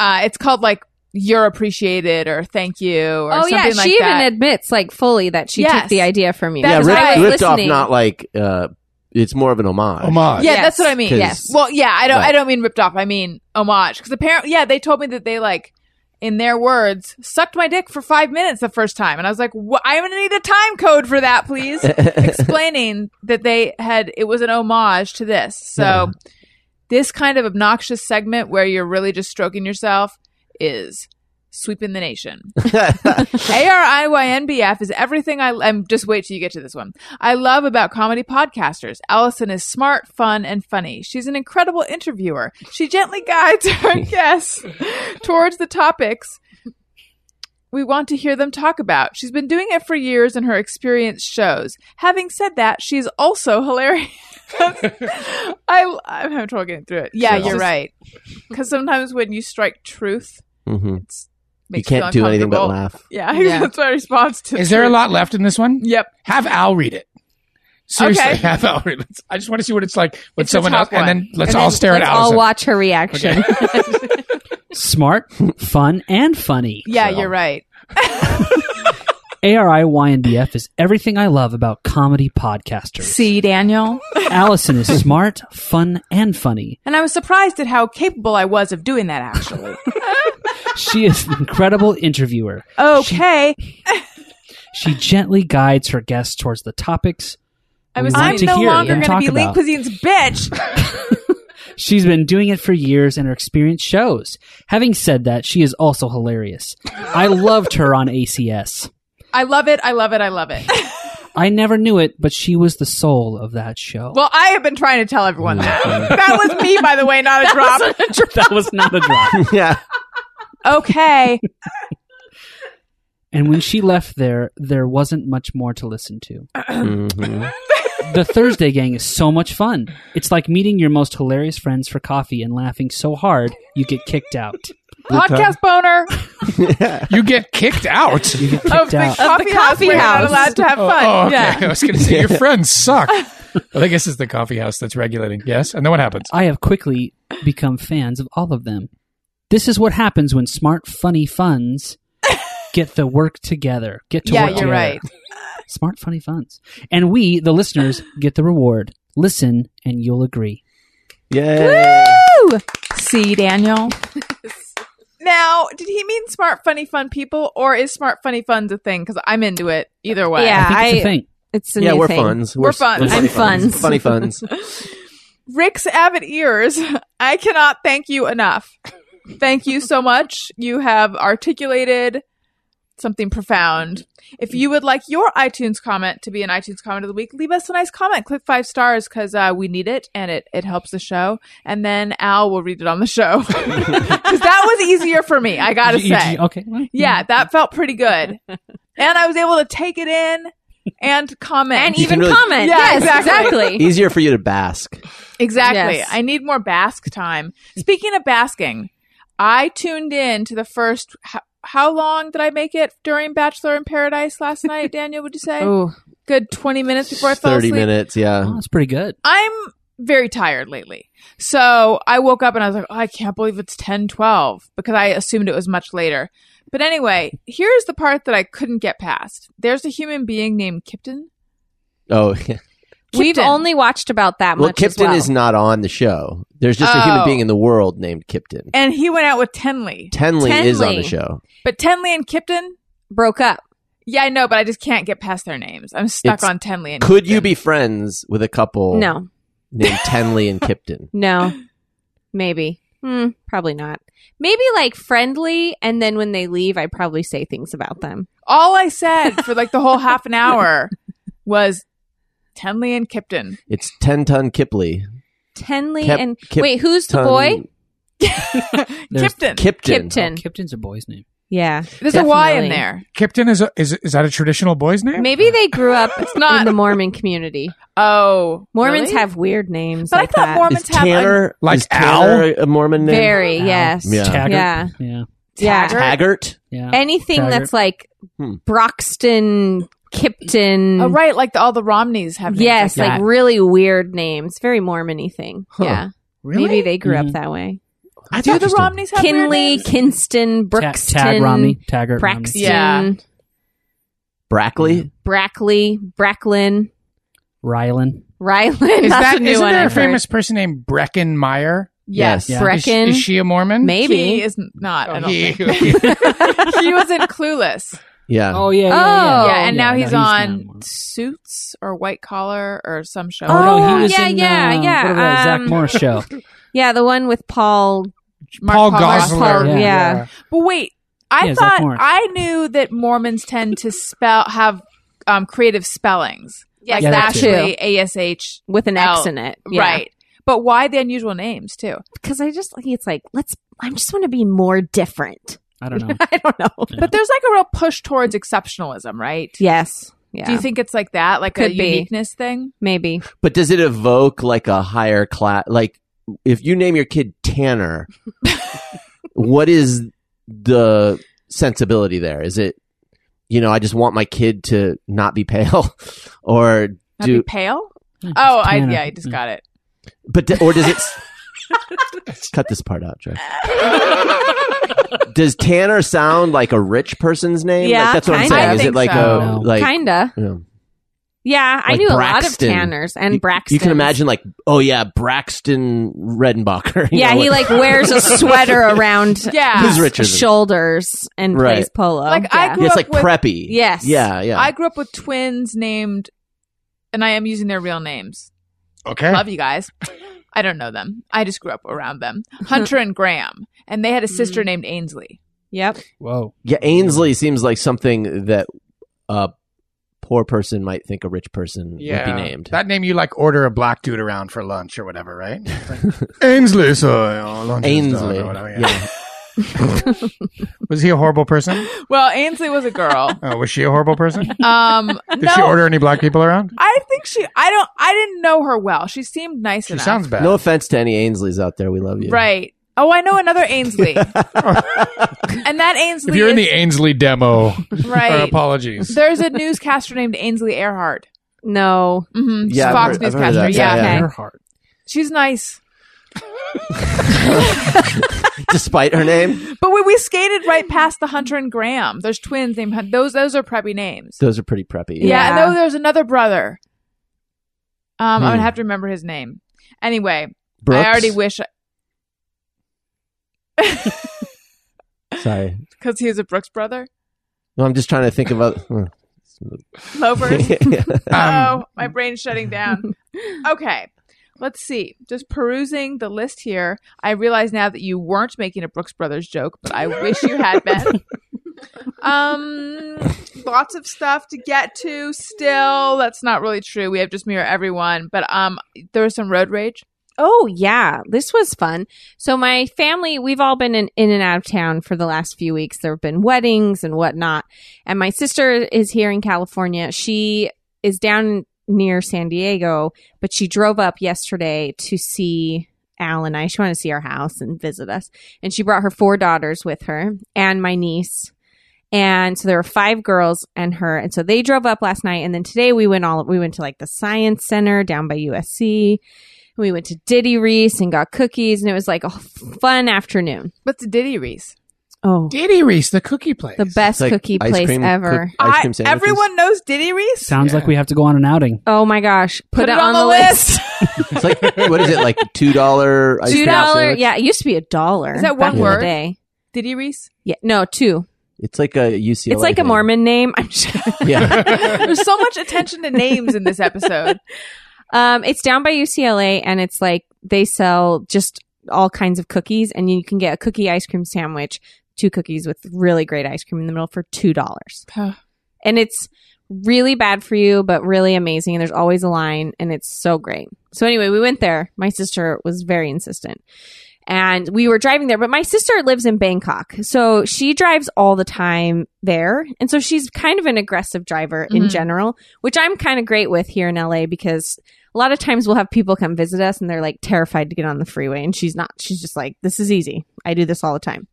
Speaker 3: Uh, it's called like "You're Appreciated" or "Thank You" or
Speaker 7: Oh
Speaker 3: something
Speaker 7: yeah, she
Speaker 3: like
Speaker 7: even
Speaker 3: that.
Speaker 7: admits like fully that she
Speaker 3: Yes.
Speaker 7: took the idea from you.
Speaker 3: That
Speaker 1: yeah,
Speaker 3: is
Speaker 1: ripped,
Speaker 3: right.
Speaker 1: ripped off.
Speaker 7: Listening.
Speaker 1: Not like uh, it's more of an homage.
Speaker 4: homage.
Speaker 3: yeah,
Speaker 7: Yes.
Speaker 3: that's what I mean.
Speaker 1: 'Cause-
Speaker 7: Yes.
Speaker 3: Well, yeah, I don't. I
Speaker 1: Right.
Speaker 3: don't mean ripped off. I mean homage. Because apparently, yeah, they told me that they like, in their words, sucked my dick for five minutes the first time, and I was like, "Wha- I'm gonna need a time code for that, please. Explaining that they had it was an homage to this. So this kind of obnoxious segment where you're really just stroking yourself is sweeping the nation. A R I Y N B F is everything I am just wait till you get to this one. I love about comedy podcasters. Allison is smart, fun, and funny. She's an incredible interviewer. She gently guides her guests towards the topics we want to hear them talk about. She's been doing it for years and her experience shows. Having said that, she's also hilarious. I, I'm having trouble getting through it. Yeah,
Speaker 1: Sure.
Speaker 3: you're right. Because sometimes when you strike truth,
Speaker 1: hmm You
Speaker 3: makes
Speaker 1: can't
Speaker 3: feel
Speaker 1: do anything but
Speaker 3: uncomfortable.
Speaker 1: laugh.
Speaker 3: Yeah,
Speaker 9: Yeah.
Speaker 3: that's my response to.
Speaker 4: Is there a
Speaker 3: truth.
Speaker 4: lot left in this one?
Speaker 3: Yep.
Speaker 4: Have Al read it. Seriously,
Speaker 3: Okay.
Speaker 4: have Al read it. I just want to see what it's like when
Speaker 3: It's the
Speaker 4: someone else,
Speaker 3: top
Speaker 4: and
Speaker 3: one.
Speaker 4: then let's
Speaker 7: And
Speaker 4: all
Speaker 7: then
Speaker 4: stare at
Speaker 7: let's all
Speaker 4: Allison.
Speaker 7: watch her reaction.
Speaker 5: Smart, fun, and funny.
Speaker 3: Yeah, you're right.
Speaker 5: ARIYNBF is everything I love about comedy podcasters.
Speaker 9: See, Daniel?
Speaker 5: Allison is smart, fun, and funny.
Speaker 3: And I was surprised at how capable I was of doing that. Actually,
Speaker 5: She is an incredible interviewer.
Speaker 3: okay.
Speaker 5: She gently guides her guests towards the topics.
Speaker 3: I was
Speaker 5: we
Speaker 3: I'm
Speaker 5: want to
Speaker 3: no
Speaker 5: hear
Speaker 3: longer going
Speaker 5: and
Speaker 3: to
Speaker 5: talk
Speaker 3: be Lean
Speaker 5: about.
Speaker 3: Cuisine's bitch.
Speaker 5: She's been doing it for years and her experience shows. Having said that, she is also hilarious. I loved her on ACS.
Speaker 3: I love it. I love it. I love it.
Speaker 5: I never knew it, but she was the soul of that show.
Speaker 3: Well, I have been trying to tell everyone that. that was me, by the way, not a drop.
Speaker 5: that was not a drop.
Speaker 1: yeah.
Speaker 3: okay.
Speaker 5: And when she left there, there wasn't much more to listen to.
Speaker 1: Mhm.
Speaker 5: The Thursday Gang is so much fun. It's like meeting your most hilarious friends for coffee and laughing so hard you get kicked out.
Speaker 3: Podcast boner
Speaker 4: You get kicked out.
Speaker 5: You get kicked
Speaker 3: of the
Speaker 5: out.
Speaker 3: coffee house. We're not
Speaker 7: house.
Speaker 3: allowed to have
Speaker 4: Oh,
Speaker 3: fun.
Speaker 4: oh, okay.
Speaker 3: Yeah.
Speaker 4: I was going to say your friends suck. well, I guess it's the coffee house that's regulating. Yes, and then what happens?
Speaker 5: I have quickly become fans of all of them. This is what happens when smart, funny funds get the work together. Get to
Speaker 3: Yeah,
Speaker 5: work
Speaker 3: you're
Speaker 5: together.
Speaker 3: right.
Speaker 5: Smart, funny funds. And we, the listeners, get the reward. Listen, and you'll agree.
Speaker 1: Yay.
Speaker 9: See, Daniel?
Speaker 3: Now, did he mean smart, funny, fun people, or is smart, funny, fun's a thing? Because I'm into it either way.
Speaker 7: Yeah.
Speaker 5: I think it's
Speaker 7: I-
Speaker 5: a thing.
Speaker 7: it's a
Speaker 1: Yeah,
Speaker 7: new
Speaker 1: we're
Speaker 7: thing.
Speaker 1: funds.
Speaker 3: We're
Speaker 1: s-
Speaker 3: funds.
Speaker 1: funny
Speaker 7: I'm funds.
Speaker 1: Funny funds.
Speaker 3: Rick's avid ears, I cannot thank you enough. Thank you so much. You have articulated something profound. If you would like your iTunes comment to be an iTunes comment of the week, leave us a nice comment. Click five stars because uh, we need it and it, it helps the show. And then Al will read it on the show. Because that was easier for me, I got to
Speaker 5: You- you-
Speaker 3: say.
Speaker 5: Okay. well,
Speaker 3: Yeah, that felt pretty good. And I was able to take it in and comment.
Speaker 7: And
Speaker 1: You can
Speaker 7: even
Speaker 1: really-
Speaker 7: comment.
Speaker 3: Yeah,
Speaker 7: yes,
Speaker 3: exactly.
Speaker 7: exactly.
Speaker 1: Easier for you to bask.
Speaker 3: Exactly.
Speaker 7: Yes.
Speaker 3: I need more bask time. Speaking of basking, I tuned in to the first. How, how long did I make it during Bachelor in Paradise last night, Daniel? Would you say?
Speaker 7: Oh,
Speaker 3: Good 20 minutes before I fell
Speaker 1: 30
Speaker 3: asleep.
Speaker 1: minutes, yeah.
Speaker 5: Oh, that's pretty good.
Speaker 3: I'm very tired lately. So I woke up and I was like, oh, I can't believe it's 10 12 because I assumed it was much later. But anyway, here's the part that I couldn't get past. There's a human being named Kipton.
Speaker 1: Oh, yeah.
Speaker 7: we've
Speaker 3: Kipton.
Speaker 7: only watched about that
Speaker 1: well,
Speaker 7: much. as
Speaker 1: Kipton
Speaker 7: well.
Speaker 1: is not on the show. There's just a human
Speaker 3: Oh.
Speaker 1: being in the world named Kipton.
Speaker 3: And he went out with Tenley.
Speaker 1: Tenley, is on the
Speaker 7: Tenley.
Speaker 1: show.
Speaker 3: But Tenley and Kipton,
Speaker 7: broke up.
Speaker 3: Yeah, I know, but I just can't get past their names. I'm stuck
Speaker 1: It's-
Speaker 3: on Tenley. And
Speaker 1: Could you be friends with a couple
Speaker 7: No,
Speaker 1: named Tenley and Kipton?
Speaker 7: no, maybe, Hmm, probably not. Maybe like friendly, and then when they leave, I probably say things about them.
Speaker 3: All I said for like the whole half an hour was Tenley and Kipton.
Speaker 1: It's Ten Ton Kipley.
Speaker 7: Tenley
Speaker 1: Kep-
Speaker 7: and
Speaker 1: Kip-
Speaker 7: wait, who's the
Speaker 1: Ton-
Speaker 7: boy?
Speaker 5: There's-
Speaker 1: Kipton.
Speaker 3: Kipton.
Speaker 7: Kipton. Ten.
Speaker 5: Oh, Kipton's a boy's name.
Speaker 7: Yeah,
Speaker 3: There's a Y in
Speaker 7: Definitely.
Speaker 3: there.
Speaker 4: Kipton is a, is is that a traditional boy's name?
Speaker 7: maybe they grew up
Speaker 3: not-
Speaker 7: in the Mormon community.
Speaker 3: Oh,
Speaker 7: Mormons
Speaker 3: really?
Speaker 7: have weird names.
Speaker 3: But I
Speaker 7: like
Speaker 3: thought
Speaker 7: that.
Speaker 3: Mormons
Speaker 1: Is
Speaker 3: have
Speaker 1: Tanner,
Speaker 4: Like
Speaker 1: is Tanner a Mormon name?
Speaker 7: very yes,
Speaker 1: Yeah.
Speaker 5: Taggart.
Speaker 7: yeah,
Speaker 5: Yeah.
Speaker 7: yeah.
Speaker 1: Taggart?
Speaker 5: Yeah.
Speaker 7: Anything
Speaker 5: Taggart.
Speaker 7: that's like
Speaker 1: Hmm.
Speaker 7: Broxton, Kipton.
Speaker 3: Un- oh, right, like the, all the Romneys have. names
Speaker 7: Yes,
Speaker 3: like,
Speaker 7: like
Speaker 3: that.
Speaker 7: really weird names, very Mormony thing.
Speaker 1: Huh. Mm-hmm.
Speaker 7: Yeah,
Speaker 4: really?
Speaker 7: maybe they grew
Speaker 5: Mhm.
Speaker 7: up that way.
Speaker 1: I
Speaker 3: Do
Speaker 1: thought
Speaker 3: the
Speaker 1: just a-
Speaker 3: Romneys have weird
Speaker 7: Kinley,
Speaker 3: names?
Speaker 7: Kinston,
Speaker 5: Ta-
Speaker 7: Brookston,
Speaker 5: Tag Romney. Taggart Romney.
Speaker 7: Braxton,
Speaker 3: Yeah.
Speaker 1: Brackley?
Speaker 7: Brackley, Bracklin,
Speaker 5: Rylan.
Speaker 7: Ryland.
Speaker 4: Is
Speaker 7: That's
Speaker 4: that
Speaker 7: a new
Speaker 4: isn't
Speaker 7: one
Speaker 4: there
Speaker 7: I
Speaker 4: a famous person named Brecken Meyer?
Speaker 3: Yes,
Speaker 5: Yeah.
Speaker 4: Is,
Speaker 7: Brecken,
Speaker 4: is she a Mormon?
Speaker 7: maybe.
Speaker 3: he is not. I
Speaker 4: Oh,
Speaker 3: don't
Speaker 4: he-
Speaker 3: think. he was in Clueless.
Speaker 1: Yeah.
Speaker 5: Oh yeah.
Speaker 7: Oh.
Speaker 3: yeah, and now
Speaker 5: no,
Speaker 3: he's, on
Speaker 5: not.
Speaker 3: Suits or White Collar or some show.
Speaker 5: Oh, no,
Speaker 7: Oh,
Speaker 5: he was
Speaker 7: yeah,
Speaker 5: in
Speaker 7: yeah,
Speaker 5: uh,
Speaker 7: yeah,
Speaker 5: What about Zach
Speaker 7: um,
Speaker 5: Morris show?
Speaker 7: Yeah, the one with Paul.
Speaker 3: Mark
Speaker 4: Paul
Speaker 3: Paul-
Speaker 4: Gosler.
Speaker 5: Yeah.
Speaker 7: Yeah.
Speaker 3: But wait, I
Speaker 5: Yeah, Zach
Speaker 3: thought
Speaker 5: Morris.
Speaker 3: I knew that Mormons tend to spell have um, creative spellings.
Speaker 7: Yes,
Speaker 5: Yeah, that too.
Speaker 3: Ashley, ASH,
Speaker 7: With an
Speaker 3: L.
Speaker 4: Oh,
Speaker 7: X in it. Yeah.
Speaker 3: right? But why the unusual names too?
Speaker 7: Because I just, like, it's like, let's, I just want to be more different.
Speaker 5: I don't know.
Speaker 7: I don't know.
Speaker 5: Yeah.
Speaker 3: But there's like a real push towards exceptionalism, right?
Speaker 7: Yes. Yeah.
Speaker 3: Do you think it's like that, like a
Speaker 7: Could be.
Speaker 3: uniqueness thing?
Speaker 7: Maybe.
Speaker 1: But does it evoke like a higher class? Like, if you name your kid Tanner, what is the sensibility there? Is it, you know, I just want my kid to not be pale, or
Speaker 3: Not be
Speaker 1: do,
Speaker 3: pale? Oh, I
Speaker 5: Tanner.
Speaker 3: yeah, I just got it.
Speaker 1: but d- or does it? cut this part out, Joe. does Tanner sound like a rich person's name?
Speaker 7: Yeah,
Speaker 1: like, that's what I'm
Speaker 7: kinda.
Speaker 1: saying.
Speaker 7: I
Speaker 1: Is it
Speaker 3: think
Speaker 1: like
Speaker 3: so.
Speaker 1: a
Speaker 5: No.
Speaker 1: like?
Speaker 7: Kinda.
Speaker 1: you know,
Speaker 7: Yeah. I
Speaker 1: Like
Speaker 7: knew
Speaker 1: Braxton.
Speaker 7: a lot of Tanners and
Speaker 1: you-
Speaker 7: Braxton.
Speaker 1: You can imagine like, oh yeah, Braxton Redenbacher. you
Speaker 7: Yeah,
Speaker 1: know,
Speaker 7: he like wears a sweater around
Speaker 3: Yeah.
Speaker 1: Who's richer than-
Speaker 7: shoulders and
Speaker 1: Right.
Speaker 7: plays polo.
Speaker 3: Like, I
Speaker 7: yeah.
Speaker 1: Yeah,
Speaker 3: grew
Speaker 1: it's
Speaker 3: up
Speaker 1: like
Speaker 3: with-
Speaker 1: preppy.
Speaker 7: Yes.
Speaker 1: Yeah, yeah.
Speaker 3: I grew up with twins named, and I am using their real names.
Speaker 4: Okay.
Speaker 3: Love you guys. I don't know them. I just grew up around them. Hunter and Graham, and they had a sister
Speaker 4: Mm.
Speaker 3: named Ainsley.
Speaker 7: yep.
Speaker 5: Whoa.
Speaker 1: yeah, Ainsley seems like something that a poor person might think a rich person would
Speaker 4: Yeah.
Speaker 1: be named.
Speaker 4: That name you like order a black dude around for lunch or whatever, right? It's like, Ainsley, sir. Oh, lunch is done,"
Speaker 1: Ainsley.
Speaker 4: or whatever, yeah.
Speaker 1: yeah.
Speaker 4: Was he a horrible person?
Speaker 3: Well, Ainsley was a girl.
Speaker 4: Oh, was she a horrible person? Did
Speaker 3: Um, no,
Speaker 4: she order any black people around?
Speaker 3: I think she. I don't. I didn't know her well. She seemed nice
Speaker 4: She
Speaker 3: enough.
Speaker 4: sounds bad.
Speaker 1: No offense to any Ainsleys out there. We love you.
Speaker 3: right. Oh, I know another Ainsley, and that Ainsley.
Speaker 4: if you're in the
Speaker 3: is-
Speaker 4: Ainsley demo, or
Speaker 3: right,
Speaker 4: apologies.
Speaker 3: there's a newscaster named Ainsley Earhart.
Speaker 7: No.
Speaker 3: Mm-hmm.
Speaker 1: Yeah, I've
Speaker 3: Fox
Speaker 1: heard- I've heard of
Speaker 3: newscaster.
Speaker 1: that.
Speaker 3: Yeah.
Speaker 1: Yeah, yeah.
Speaker 5: Her heart.
Speaker 3: she's nice.
Speaker 1: Despite her name,
Speaker 3: But we, we skated right past the Hunter and Graham. There's twins named Hun- those. Those are preppy names.
Speaker 1: those are pretty preppy.
Speaker 3: Yeah, and
Speaker 7: Yeah.
Speaker 3: no, there's another brother. Um, I'm
Speaker 1: Hmm.
Speaker 3: gonna have to remember his name. Anyway,
Speaker 1: Brooks?
Speaker 3: I already wish
Speaker 1: Sorry.
Speaker 3: because he was a Brooks brother.
Speaker 1: No, I'm just trying to think of other.
Speaker 3: Lovers.
Speaker 4: Um,
Speaker 3: oh, my brain's shutting down. Okay. Let's see. Just perusing the list here, I realize now that you weren't making a Brooks Brothers joke, but I wish you had been. um, lots of stuff to get to still. That's not really true. We have just mirror everyone, but um, there was some road rage.
Speaker 7: Oh yeah, this was fun. So my family, we've all been in, in and out of town for the last few weeks. There have been weddings and whatnot. And my sister is here in California. She is down near San Diego, but she drove up yesterday to see Al and I. She wanted to see our house and visit us. And she brought her four daughters with her and my niece. And so there were five girls and her. And so they drove up last night. And then today we went all, we went to like the science center down by USC. We went to Diddy Reese and got cookies. And it was like a fun afternoon.
Speaker 3: What's Diddy Reese?
Speaker 7: Oh,
Speaker 4: Diddy Reese, the cookie place.
Speaker 7: the best cookie place ever.
Speaker 1: Ice cream
Speaker 3: I,
Speaker 1: sandwiches.
Speaker 3: everyone knows Diddy Reese.
Speaker 5: Sounds like we have to go on an outing.
Speaker 7: Oh my gosh. Put,
Speaker 3: Put it on the list.
Speaker 1: It's like what is it like two dollar ice
Speaker 7: Two
Speaker 1: cream
Speaker 7: dollar.
Speaker 1: sandwich?
Speaker 7: Yeah, it used to be a dollar.
Speaker 3: Is that
Speaker 7: back
Speaker 3: one
Speaker 7: in the
Speaker 3: word?
Speaker 7: Day.
Speaker 3: Diddy Reese.
Speaker 7: Yeah, no, two.
Speaker 1: It's like a UCLA.
Speaker 7: it's like a
Speaker 1: thing.
Speaker 7: Mormon name. I'm sure.
Speaker 1: Yeah.
Speaker 3: There's so much attention to names in this episode.
Speaker 7: Um, it's down by UCLA, and it's like they sell just all kinds of cookies, and you can get a cookie ice cream sandwich, two cookies with really great ice cream in the middle for two dollars, and it's really bad for you, but really amazing. And there's always a line, and it's so great. So anyway, we went there. My sister was very insistent. And we were driving there, but my sister lives in Bangkok. So she drives all the time there. And so she's kind of an aggressive driver in
Speaker 3: Mhm.
Speaker 7: general, which I'm kind of great with here in LA because a lot of times we'll have people come visit us and they're like terrified to get on the freeway and she's not she's just like this is easy i do this all the time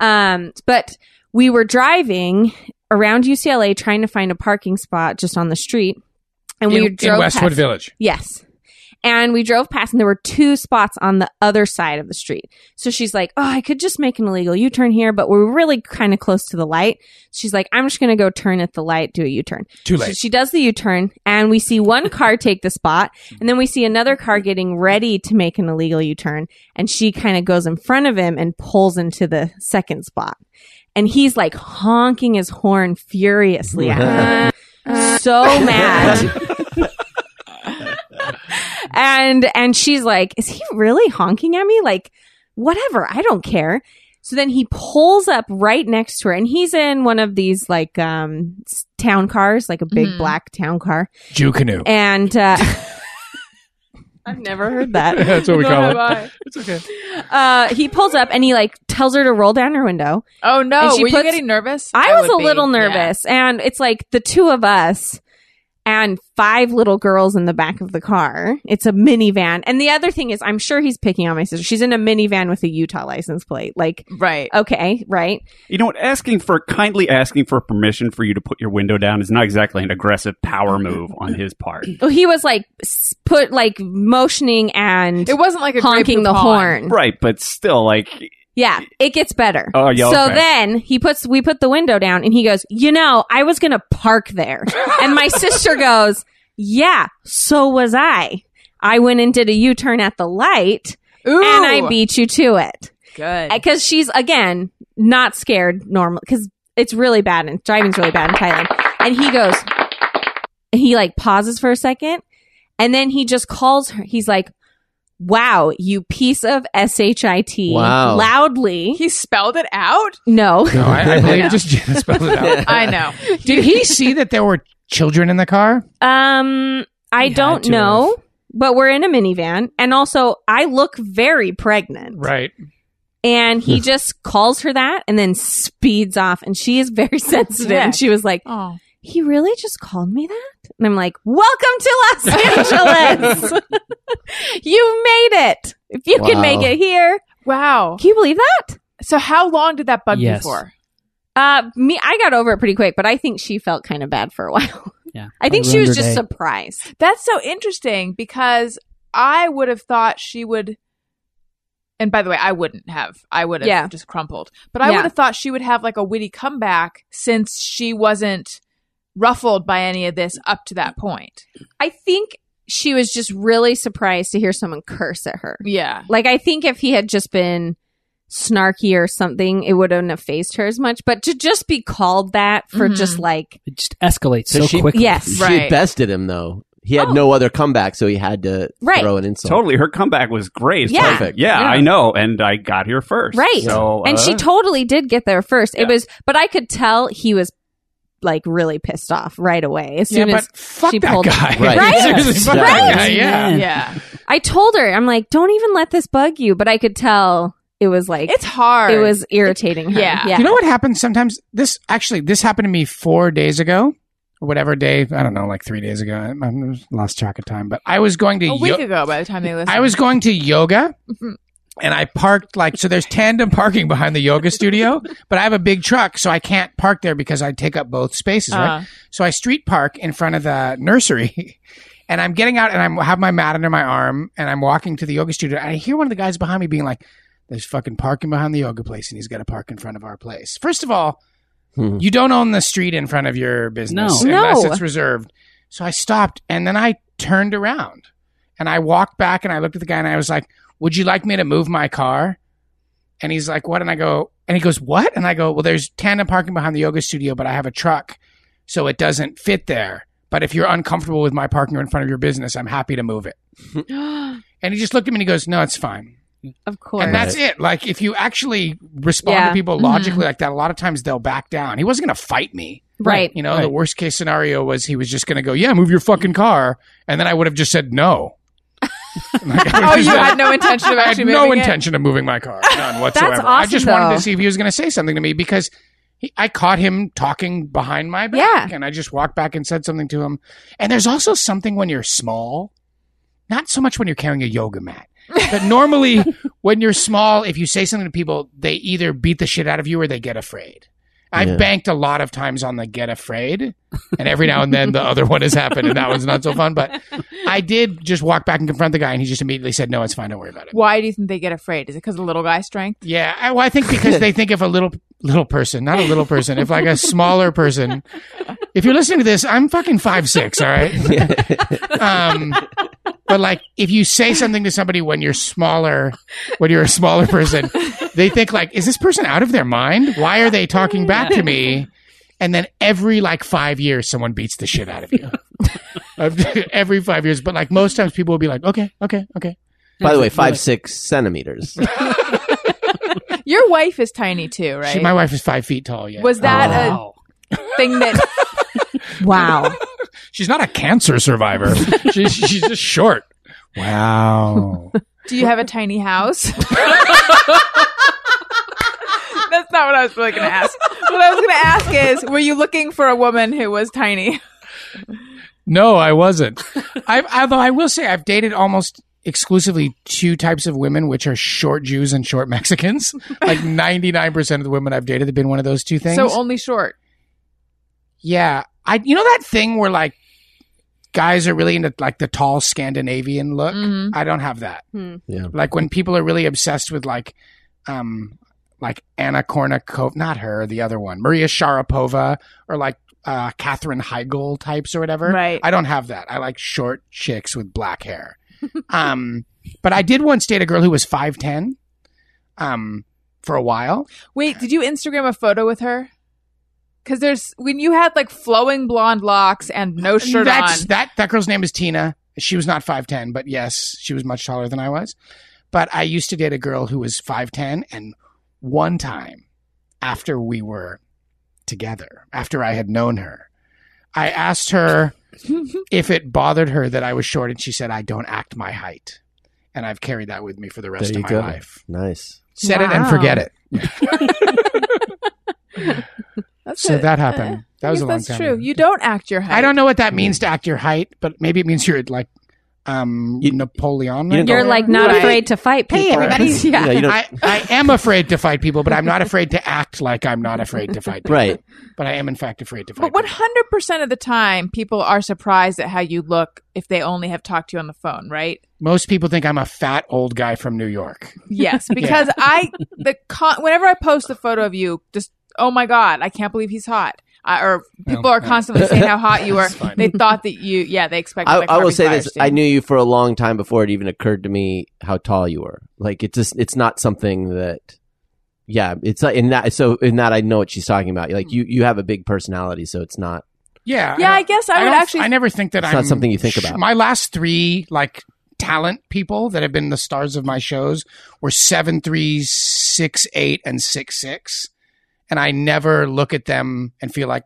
Speaker 7: um but we were driving around ucla trying to find a parking spot just on the street and we
Speaker 4: in,
Speaker 7: drove
Speaker 4: in Westwood
Speaker 7: past-
Speaker 4: Village.
Speaker 7: Yes. And we drove past, and there were two spots on the other side of the street. So she's like, Oh, I could just make an illegal U turn here, but we're really kind of close to the light. She's like, I'm just going to go turn at the light, do a U turn.
Speaker 4: Too
Speaker 7: So
Speaker 4: late.
Speaker 7: she does the U turn, and we see one car take the spot, and then we see another car getting ready to make an illegal U turn, and she kind of goes in front of him and pulls into the second spot. And he's like honking his horn furiously at her. so mad. and and she's like, "Is he really honking at me?" Like, whatever, I don't care. So then he pulls up right next to her, and he's in one of these like um s- town cars, like a big
Speaker 3: Mhm.
Speaker 7: black town car,
Speaker 4: Jew canoe.
Speaker 7: and uh, I've never heard that.
Speaker 4: That's what we
Speaker 3: Nor
Speaker 4: call
Speaker 3: have
Speaker 4: it.
Speaker 3: I.
Speaker 4: It's okay.
Speaker 7: Uh, he pulls up and he like tells her to roll down her window.
Speaker 3: Oh no!
Speaker 7: And she
Speaker 3: Were you
Speaker 7: puts-
Speaker 3: getting nervous?
Speaker 7: I, was
Speaker 3: would
Speaker 7: a
Speaker 3: be.
Speaker 7: little
Speaker 3: Yeah.
Speaker 7: nervous, and it's like the two of us and five little girls in the back of the car. It's a minivan, and the other thing is, I'm sure he's picking on my sister. She's in a minivan with a Utah license plate. Like,
Speaker 3: Right.
Speaker 7: okay, right?
Speaker 6: You know what? Asking for kindly asking for permission for you to put your window down is not exactly an aggressive power move on his part.
Speaker 7: Well, he was like s- put like motioning and
Speaker 3: It wasn't like a Grey
Speaker 7: honking the
Speaker 3: Poupon.
Speaker 7: horn.
Speaker 6: right, but still, like,
Speaker 7: Yeah, it gets better.
Speaker 6: Oh, yeah,
Speaker 7: So
Speaker 6: okay.
Speaker 7: then he puts we put the window down and he goes, "You know, I was going to park there." and my sister goes, "Yeah, so was I. I went and did a U-turn at the light
Speaker 3: Ooh,
Speaker 7: and I beat you to it."
Speaker 3: good.
Speaker 7: Cuz she's again not scared normal cuz it's really bad and driving's really bad in Thailand. And he goes and he like pauses for a second and then he just calls her. He's like, "Wow, you piece of shit!"
Speaker 1: Wow.
Speaker 7: loudly.
Speaker 3: he spelled it out.
Speaker 7: No.
Speaker 4: No, I, I believe just Jen spelled it out.
Speaker 3: I know.
Speaker 4: Did he see that there were children in the car?
Speaker 7: Um, I
Speaker 4: He had
Speaker 7: don't
Speaker 4: to
Speaker 7: know, but we're in a minivan, and also I look very pregnant.
Speaker 4: Right.
Speaker 7: And he just calls her that, and then speeds off. And she is very sensitive, and she was like,
Speaker 3: Oh,
Speaker 7: "He really just called me that?" And I'm like, "Welcome to Los Angeles. you made it. If you can
Speaker 1: Wow.
Speaker 7: make it here,
Speaker 3: wow.
Speaker 7: can you believe that?"
Speaker 3: So how long did that bug
Speaker 5: Yes.
Speaker 3: you for?
Speaker 7: Uh, me, I got over it pretty quick, but I think she felt kind of bad for a while.
Speaker 5: Yeah.
Speaker 7: I think
Speaker 5: It
Speaker 7: she
Speaker 5: ruined
Speaker 7: was
Speaker 5: her
Speaker 7: just
Speaker 5: day.
Speaker 7: surprised.
Speaker 3: That's so interesting because I would have thought she would. And by the way, I wouldn't have. I would have
Speaker 7: Yeah.
Speaker 3: just crumpled. But I
Speaker 7: Yeah.
Speaker 3: would have thought she would have like a witty comeback since she wasn't ruffled by any of this up to that point.
Speaker 7: I think she was just really surprised to hear someone curse at her.
Speaker 3: Yeah.
Speaker 7: Like I think if he had just been snarky or something, it wouldn't have phased her as much. But to just be called that for
Speaker 3: Mhm.
Speaker 7: just like
Speaker 5: It just escalates
Speaker 1: So
Speaker 5: so
Speaker 1: she-
Speaker 5: quickly.
Speaker 7: yes,
Speaker 1: She
Speaker 3: Right.
Speaker 1: had bested him though. He had
Speaker 7: Oh.
Speaker 1: no other comeback, so he had to
Speaker 7: Right.
Speaker 1: throw an insult.
Speaker 6: totally, her comeback was great.
Speaker 7: Yeah.
Speaker 6: Like,
Speaker 1: Perfect.
Speaker 6: yeah,
Speaker 7: Yeah.
Speaker 6: I know, and I got here first,
Speaker 7: Right.
Speaker 6: So,
Speaker 7: and she
Speaker 6: uh,
Speaker 7: totally did get there first.
Speaker 6: Yeah.
Speaker 7: It was, but I could tell he was like really pissed off right away as soon
Speaker 4: yeah,
Speaker 7: as
Speaker 4: but fuck
Speaker 7: she
Speaker 4: that
Speaker 7: pulled.
Speaker 4: guy.
Speaker 1: Right.
Speaker 7: Right.
Speaker 4: Seriously, fuck
Speaker 1: Right.
Speaker 4: that guy. Yeah.
Speaker 5: Man.
Speaker 3: Yeah.
Speaker 7: I told her, I'm like, don't even let this bug you. But I could tell it was like
Speaker 3: It's hard.
Speaker 7: it was irritating her.
Speaker 3: Yeah.
Speaker 7: yeah.
Speaker 4: You know what happens sometimes? This actually, this happened to me four days ago or whatever day. I don't know, like three days ago. I, I lost track of time, but I was going to.
Speaker 3: a week
Speaker 4: yo-
Speaker 3: ago by the time they listened.
Speaker 4: I was going to yoga.
Speaker 3: Mhm.
Speaker 4: And I parked like so. There's tandem parking behind the yoga studio, but I have a big truck, so I can't park there because I take up both spaces.
Speaker 3: Uh,
Speaker 4: Right? So I street park in front of the nursery, and I'm getting out, and I have my mat under my arm, and I'm walking to the yoga studio. And I hear one of the guys behind me being like, "There's fucking parking behind the yoga place, and he's got to park in front of our place." First of all,
Speaker 1: Hmm.
Speaker 4: you don't own the street in front of your business
Speaker 7: No.
Speaker 4: unless
Speaker 7: No.
Speaker 4: it's reserved. So I stopped, and then I turned around, and I walked back, and I looked at the guy, and I was like, "Would you like me to move my car?" And he's like, "What?" And I go, and he goes, "What?" And I go, "Well, there's tandem parking behind the yoga studio, but I have a truck." so it doesn't fit there. But if you're uncomfortable with my parking in front of your business, I'm happy to move it. and he just looked at me and he goes, No, it's fine.
Speaker 7: Of course.
Speaker 4: And that's it. Like, if you actually respond
Speaker 7: Yeah.
Speaker 4: to people logically like that, a lot of times they'll back down. He wasn't going to fight me.
Speaker 7: Right.
Speaker 4: You know, the
Speaker 6: Right.
Speaker 4: worst case scenario was he was just going to go, Yeah, move your fucking car. And then I would have just said no. Like, I
Speaker 3: oh,
Speaker 4: was
Speaker 3: you
Speaker 4: just-
Speaker 3: had no intention of
Speaker 4: I
Speaker 3: actually
Speaker 4: had no
Speaker 3: moving it?
Speaker 4: intention of moving my car, none whatsoever. I
Speaker 7: awesome,
Speaker 4: just wanted
Speaker 7: though.
Speaker 4: to see if he was going to say something to me because he, I caught him talking behind my back,
Speaker 7: Yeah.
Speaker 4: and I just walked back and said something to him. And there's also something when you're small, not so much when you're carrying a yoga mat, but normally when you're small, if you say something to people, they either beat the shit out of you or they get afraid. I've
Speaker 1: Yeah.
Speaker 4: banked a lot of times on the get afraid, and every now and then the other one has happened, and that one's not so fun. But I did just walk back and confront the guy, and he just immediately said, "No, it's fine. Don't worry about it."
Speaker 3: Why do you think they get afraid? Is it because of little guy strength?
Speaker 4: Yeah, I, well, I think because they think if a little little person, not a little person, if like a smaller person, if you're listening to this, I'm fucking five six, all right. um, but like, if you say something to somebody when you're smaller, when you're a smaller person, they think like, is this person out of their mind? Why are they talking back to me? And then every like five years, someone beats the shit out of you. I've- every five years. But like most times, people will be like, okay, okay, okay.
Speaker 1: By the way, five six centimeters.
Speaker 3: Your wife is tiny too, right?
Speaker 4: She, my wife is five feet tall. Yeah,
Speaker 3: Was that
Speaker 5: Wow.
Speaker 3: a thing that
Speaker 7: Wow.
Speaker 4: she's not a cancer survivor. she's she's just short. Wow.
Speaker 3: Do you have a tiny house? That's not what I was really going to ask. What I was going to ask is, were you looking for a woman who was tiny?
Speaker 4: No, I wasn't. I, although I will say I've dated almost exclusively two types of women, which are short Jews and short Mexicans. Like 99% of the women I've dated have been one of those two things.
Speaker 3: So only short.
Speaker 4: yeah. I, you know that thing where like guys are really into like the tall Scandinavian look?
Speaker 3: Mhm.
Speaker 4: I don't have that.
Speaker 7: Hmm.
Speaker 1: Yeah.
Speaker 4: Like when people are really obsessed with like, um, like Anna Kournikova, not her, the other one, Maria Sharapova, or like uh, Catherine Heigl types or whatever.
Speaker 3: Right.
Speaker 4: I don't have that. I like short chicks with black hair. um, but I did once date a girl who was five ten, um, for a while.
Speaker 3: Wait, did you Instagram a photo with her? Because there's when you had like flowing blonde locks and no shirt
Speaker 4: That's
Speaker 3: on.
Speaker 4: that that girl's name is Tina. She was not five ten, but yes, she was much taller than I was. But I used to date a girl who was five ten, and one time after we were together, after I had known her, I asked her if it bothered her that I was short, and she said, "I don't act my height," and I've carried that with me for the rest
Speaker 1: There
Speaker 4: of
Speaker 1: you go.
Speaker 4: my life.
Speaker 1: Nice.
Speaker 4: Set it and
Speaker 3: Wow.
Speaker 4: forget it.
Speaker 3: That's
Speaker 4: So
Speaker 3: it.
Speaker 4: that happened.
Speaker 3: Uh,
Speaker 4: That was
Speaker 3: yes,
Speaker 4: a long
Speaker 3: that's
Speaker 4: time
Speaker 3: true.
Speaker 4: ago.
Speaker 3: You don't act your height.
Speaker 4: I don't know what that
Speaker 1: Hmm.
Speaker 4: means to act your height, but maybe it means you're like um
Speaker 1: You-
Speaker 4: Napoleon.
Speaker 1: you didn't
Speaker 7: You're like not
Speaker 4: Right.
Speaker 7: afraid to fight people.
Speaker 4: Hey, everybody.
Speaker 1: Yeah, you don't,
Speaker 4: I, I am afraid to fight people, but I'm not afraid to act like I'm not afraid to fight people.
Speaker 1: right.
Speaker 4: But I am, in fact, afraid to fight
Speaker 3: But one
Speaker 4: people.
Speaker 3: hundred percent of the time, people are surprised at how you look if they only have talked to you on the phone, right?
Speaker 4: Most people think I'm a fat old guy from New York.
Speaker 3: Yes, because I the con- whenever I post a photo of you, just oh my god, I can't believe he's hot. I, or people
Speaker 4: Well,
Speaker 3: are
Speaker 4: yeah.
Speaker 3: constantly saying how hot you are.
Speaker 4: That's fine.
Speaker 3: They thought that you, yeah, they expected.
Speaker 1: I,
Speaker 3: like
Speaker 1: I will
Speaker 3: Harvey
Speaker 1: say this:
Speaker 3: Weinstein.
Speaker 1: I knew you for a long time before it even occurred to me how tall you were. Like it just, it's not something that. Yeah, it's like in that. So in that, I know what she's talking about. Like you, you have a big personality, so it's not.
Speaker 4: Yeah.
Speaker 3: Yeah,
Speaker 4: I
Speaker 3: I
Speaker 4: don't-
Speaker 3: guess I, would
Speaker 4: don't-
Speaker 3: actually.
Speaker 4: I never think that
Speaker 1: It's
Speaker 4: I'm.
Speaker 1: not something you think about.
Speaker 4: My last three, like, talent people that have been the stars of my shows were seven, three, six, eight, and six, six. And I never look at them and feel like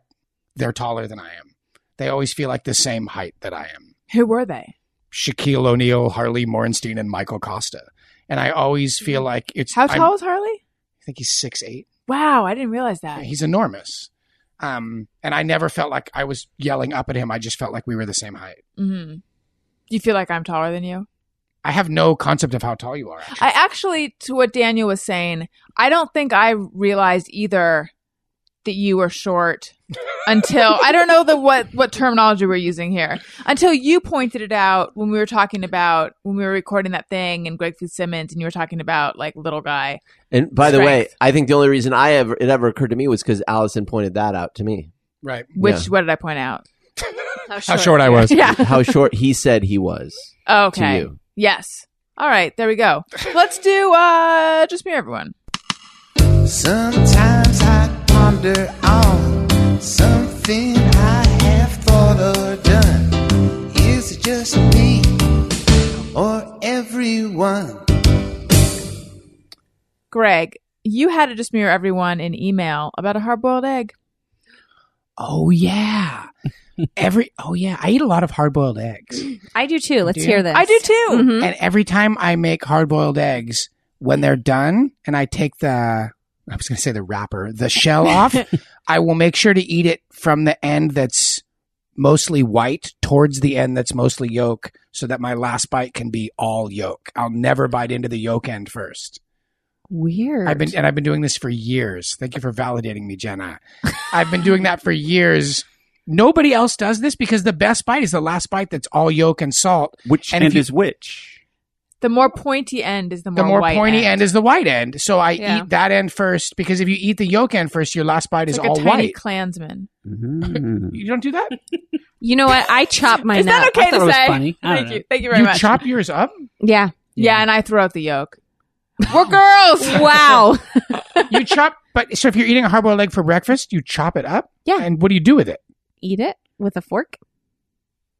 Speaker 4: they're taller than I am. They always feel like the same height that I am.
Speaker 3: who were they?
Speaker 4: Shaquille O'Neal, Harley Morenstein, and Michael Costa. And I always feel like it's
Speaker 3: Mm-hmm. How
Speaker 4: I'm-
Speaker 3: tall is Harley?
Speaker 4: I think he's six eight.
Speaker 3: Wow, I didn't realize that.
Speaker 4: He's enormous. Um, and I never felt like I was yelling up at him. I just felt like we were the same height.
Speaker 3: hmm Do you feel like I'm taller than you?
Speaker 4: I have no concept of how tall you are. Actually.
Speaker 3: I actually, to what Daniel was saying, I don't think I realized either that you were short until I don't know the what what terminology we're using here until you pointed it out when we were talking about when we were recording that thing and Greg Fitzsimmons and you were talking about like little guy.
Speaker 1: And by the way,
Speaker 3: Strength.
Speaker 1: I think the only reason I ever it ever occurred to me was because Allison pointed that out to me.
Speaker 4: right.
Speaker 3: Which what did I point out?
Speaker 4: How short I was.
Speaker 3: Yeah.
Speaker 1: How short he said he was to
Speaker 3: Okay.
Speaker 1: you.
Speaker 3: Yes. All right. There we go. Let's do uh just me everyone.
Speaker 2: Sometimes I ponder on something I have thought or done. Is it just me or everyone?
Speaker 3: Greg, you had to just mirror everyone in email about a hard boiled egg.
Speaker 4: Oh yeah. Every oh yeah. I eat a lot of hard boiled eggs.
Speaker 7: I do too. Let's
Speaker 4: Do you?
Speaker 7: hear this.
Speaker 3: I do too.
Speaker 7: Mhm.
Speaker 4: And every time I make hard boiled eggs, when they're done and I take the, I was going to say the wrapper, the shell off, I will make sure to eat it from the end that's mostly white towards the end that's mostly yolk so that my last bite can be all yolk. I'll never bite into the yolk end first.
Speaker 7: Weird.
Speaker 4: I've been, and I've been doing this for years. Thank you for validating me, Jenna. I've been doing that for years. Nobody else does this because the best bite is the last bite that's all yolk and salt.
Speaker 6: Which
Speaker 4: And
Speaker 6: and
Speaker 4: if
Speaker 6: end
Speaker 4: you-
Speaker 6: is which?
Speaker 3: The more pointy end is the more,
Speaker 4: the more
Speaker 3: white
Speaker 4: pointy end.
Speaker 3: end.
Speaker 4: is the white end. So I
Speaker 7: Yeah.
Speaker 4: eat that end first because if you eat the yolk end first, your last bite
Speaker 3: It's
Speaker 4: is
Speaker 3: like a
Speaker 4: all
Speaker 3: tiny
Speaker 4: white.
Speaker 3: Klansman.
Speaker 6: Mhm.
Speaker 4: you don't do that.
Speaker 7: you know what? I chop mine
Speaker 3: Is that
Speaker 7: up.
Speaker 3: okay
Speaker 5: I thought
Speaker 3: to
Speaker 5: it was
Speaker 3: say?
Speaker 5: funny. I don't
Speaker 3: Thank
Speaker 5: know.
Speaker 3: you. Thank you very
Speaker 4: You
Speaker 3: much.
Speaker 4: chop yours up.
Speaker 7: Yeah.
Speaker 3: yeah. and I throw out the yolk. We're girls.
Speaker 7: Wow.
Speaker 4: You chop, but so if you're eating a hard-boiled egg for breakfast, you chop it up.
Speaker 7: Yeah.
Speaker 4: And what do you do with it?
Speaker 7: Eat it with a fork.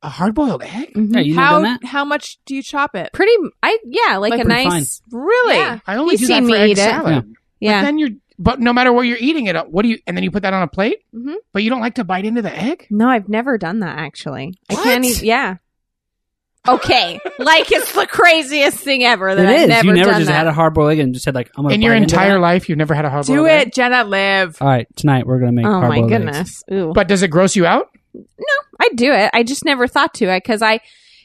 Speaker 4: a hard boiled egg.
Speaker 7: Mm-hmm.
Speaker 5: Yeah, you never
Speaker 3: how
Speaker 5: done that?
Speaker 3: how much do you chop it?
Speaker 7: Pretty, I yeah, like,
Speaker 5: Like
Speaker 7: a
Speaker 5: pretty
Speaker 7: nice, really.
Speaker 3: Yeah.
Speaker 4: I only
Speaker 7: You've
Speaker 4: do that
Speaker 7: seen
Speaker 4: for
Speaker 7: me
Speaker 4: egg
Speaker 7: eat it.
Speaker 4: salad.
Speaker 5: Yeah.
Speaker 7: Yeah.
Speaker 4: But then you're, but no matter where you're eating it, what do you? And then you put that on a plate.
Speaker 7: Mhm.
Speaker 4: But you don't like to bite into the egg.
Speaker 7: No, I've never done that actually. I
Speaker 4: What?
Speaker 7: can't eat. Yeah. Okay, like it's the craziest thing ever that
Speaker 5: It
Speaker 7: I've
Speaker 5: is.
Speaker 7: never
Speaker 5: you never
Speaker 7: done
Speaker 5: just
Speaker 7: that.
Speaker 5: had a hard boiled egg and just said like I'm gonna
Speaker 4: In your
Speaker 5: bite into
Speaker 4: entire
Speaker 5: that?
Speaker 4: life, you've never had a hard
Speaker 3: Do
Speaker 4: boiled egg.
Speaker 3: it, Jenna. Live.
Speaker 5: All right, tonight we're gonna make.
Speaker 7: oh my
Speaker 5: hard-boiled eggs.
Speaker 7: goodness! Ooh.
Speaker 4: But does it gross you out?
Speaker 7: I do it. I just never thought to it because I,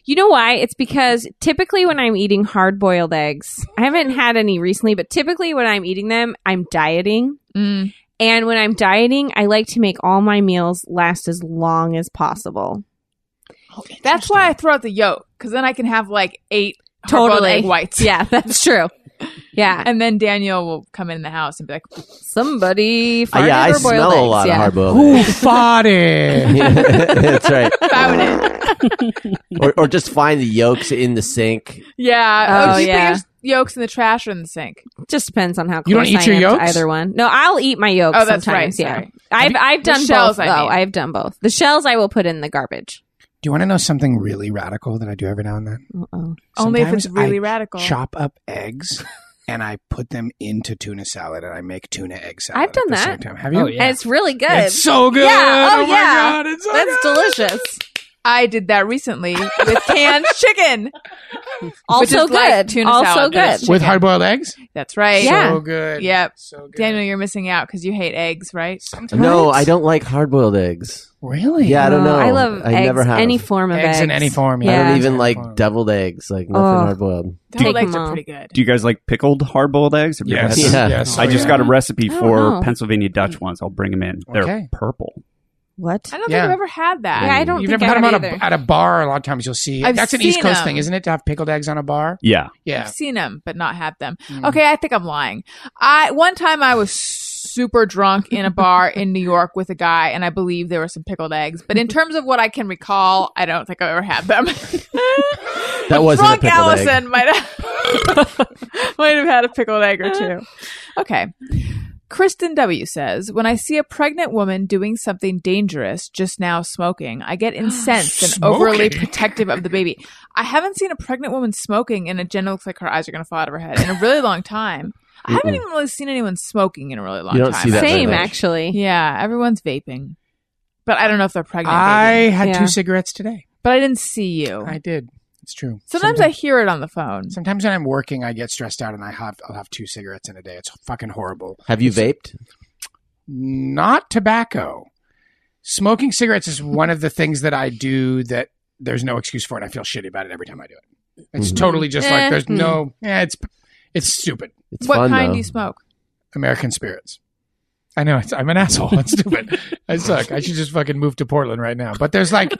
Speaker 7: you know why? It's because typically when I'm eating hard boiled eggs, I haven't had any recently, but typically when I'm eating them, I'm dieting.
Speaker 3: Mm.
Speaker 7: And when I'm dieting, I like to make all my meals last as long as possible. Oh,
Speaker 3: That's why I throw out the yolk because then I can have like eight totally
Speaker 7: Totally.
Speaker 3: egg whites.
Speaker 7: Yeah, that's true. Yeah.
Speaker 3: and then Daniel will come in the house and be like,
Speaker 7: Somebody
Speaker 1: Uh,
Speaker 7: farted
Speaker 1: yeah, I
Speaker 7: or boiled
Speaker 1: smell a
Speaker 7: eggs.
Speaker 1: lot
Speaker 7: yeah.
Speaker 1: of hard boiled.
Speaker 4: Who fought it?
Speaker 1: That's right.
Speaker 3: "Found it."
Speaker 1: Or, or just find the yolks in the sink.
Speaker 3: Yeah.
Speaker 7: Oh,
Speaker 3: do you
Speaker 7: yeah.
Speaker 3: Put your yolks in the trash or in the sink.
Speaker 7: Just depends on how
Speaker 4: You don't
Speaker 7: close
Speaker 4: eat
Speaker 7: I
Speaker 4: your
Speaker 7: am to
Speaker 4: yolks?
Speaker 7: either one. No, I'll eat my yolks
Speaker 3: Oh, that's
Speaker 7: sometimes.
Speaker 3: right.
Speaker 7: Yeah.
Speaker 3: Sorry.
Speaker 7: I've I've
Speaker 3: The
Speaker 7: done
Speaker 3: shells, I
Speaker 7: both though.
Speaker 3: mean.
Speaker 7: I've done both. The shells I will put in the garbage.
Speaker 4: Do you want to know something really radical that I do every now and then?
Speaker 7: Uh-oh.
Speaker 3: Only if it's
Speaker 4: Sometimes I
Speaker 3: really radical.
Speaker 4: Chop up eggs and I put them into tuna salad and I make tuna egg salad.
Speaker 7: I've done
Speaker 4: at the
Speaker 7: that.
Speaker 4: Same time. Have you?
Speaker 5: Oh, yeah.
Speaker 7: And it's really good.
Speaker 4: It's so good.
Speaker 7: Yeah. Oh,
Speaker 4: my
Speaker 7: yeah.
Speaker 4: God, it's so
Speaker 7: That's
Speaker 4: good.
Speaker 7: delicious.
Speaker 3: I did that recently with canned chicken.
Speaker 7: Also
Speaker 3: is like
Speaker 7: good.
Speaker 3: tuna
Speaker 7: also
Speaker 3: salad, but
Speaker 7: good.
Speaker 3: it's
Speaker 4: With hard boiled eggs?
Speaker 3: That's right.
Speaker 7: Yeah.
Speaker 4: So good.
Speaker 3: Yep.
Speaker 4: So good.
Speaker 3: Daniel, you're missing out because you hate eggs, right?
Speaker 4: Sometimes.
Speaker 1: No, I don't like hard boiled eggs.
Speaker 4: Really?
Speaker 1: Yeah, I don't know.
Speaker 7: Uh, I love
Speaker 1: I
Speaker 7: eggs,
Speaker 1: never have.
Speaker 7: any form of
Speaker 4: Eggs in any form.
Speaker 1: I
Speaker 7: Yeah.
Speaker 1: don't even like
Speaker 4: Form.
Speaker 1: deviled eggs, like nothing
Speaker 7: Ugh.
Speaker 1: hard boiled.
Speaker 3: Deviled
Speaker 7: Take
Speaker 3: eggs
Speaker 7: them
Speaker 3: are
Speaker 7: all.
Speaker 3: pretty good.
Speaker 6: Do you guys like pickled hard boiled eggs? Have you ever
Speaker 4: Yes.
Speaker 6: had
Speaker 1: Yes.
Speaker 6: them?
Speaker 1: Yeah.
Speaker 4: yes.
Speaker 6: I just got a recipe
Speaker 7: I don't
Speaker 6: for
Speaker 7: know.
Speaker 6: Pennsylvania Dutch ones. I'll bring them in. They're
Speaker 4: Okay.
Speaker 6: purple.
Speaker 9: What?
Speaker 3: I don't
Speaker 4: Yeah.
Speaker 3: think I've ever had that.
Speaker 7: Yeah, I don't
Speaker 4: You've
Speaker 7: think
Speaker 4: never
Speaker 7: I
Speaker 4: had them
Speaker 7: have
Speaker 4: on a,
Speaker 7: either.
Speaker 4: at a bar. A lot of times you'll see.
Speaker 3: I've
Speaker 4: That's an East
Speaker 3: seen
Speaker 4: Coast
Speaker 3: them.
Speaker 4: thing, isn't it? To have pickled eggs on a bar.
Speaker 6: Yeah.
Speaker 4: Yeah.
Speaker 3: I've seen them, but not had them.
Speaker 4: Mm.
Speaker 3: Okay, I think I'm lying. I one time I was super drunk in a bar in New York with a guy, and I believe there were some pickled eggs. But in terms of what I can recall, I don't think I've ever had them. that
Speaker 1: wasn't a
Speaker 3: drunk
Speaker 1: pickled egg.
Speaker 3: Allison might have might have had a pickled egg or two. Okay. Kristen W says, "When I see a pregnant woman doing something dangerous, just now smoking, I get incensed and overly
Speaker 4: Smoking?
Speaker 3: protective of the baby. I haven't seen a pregnant woman smoking and it generally looks like her eyes are going to fall out of her head in a really long time. I haven't
Speaker 1: Mm-mm.
Speaker 3: even really seen anyone smoking in a really long
Speaker 1: You don't
Speaker 3: time.
Speaker 1: see that very
Speaker 7: Same,
Speaker 1: much.
Speaker 7: actually.
Speaker 3: Yeah, everyone's vaping. But I don't know if they're pregnant.
Speaker 4: I
Speaker 3: vaping.
Speaker 4: had
Speaker 7: Yeah. Oh.
Speaker 4: two cigarettes today.
Speaker 3: But I didn't see you.
Speaker 4: I did. It's true.
Speaker 3: Sometimes I hear it on the phone.
Speaker 4: Sometimes when I'm working, I get stressed out and I have I'll have two cigarettes in a day. It's fucking horrible.
Speaker 1: Have you vaped?
Speaker 4: Not tobacco. Smoking cigarettes is one of the things that I do that there's no excuse for it. I feel shitty about it every time I do it. It's
Speaker 1: Mhm.
Speaker 4: totally just like
Speaker 7: Eh,
Speaker 4: there's
Speaker 7: hmm.
Speaker 4: no. Yeah, it's it's stupid.
Speaker 1: It's
Speaker 3: what
Speaker 1: fun,
Speaker 3: kind
Speaker 1: though.
Speaker 3: do you smoke?
Speaker 4: American spirits. I know it's, I'm an asshole. It's stupid. I suck. I should just fucking move to Portland right now. But there's like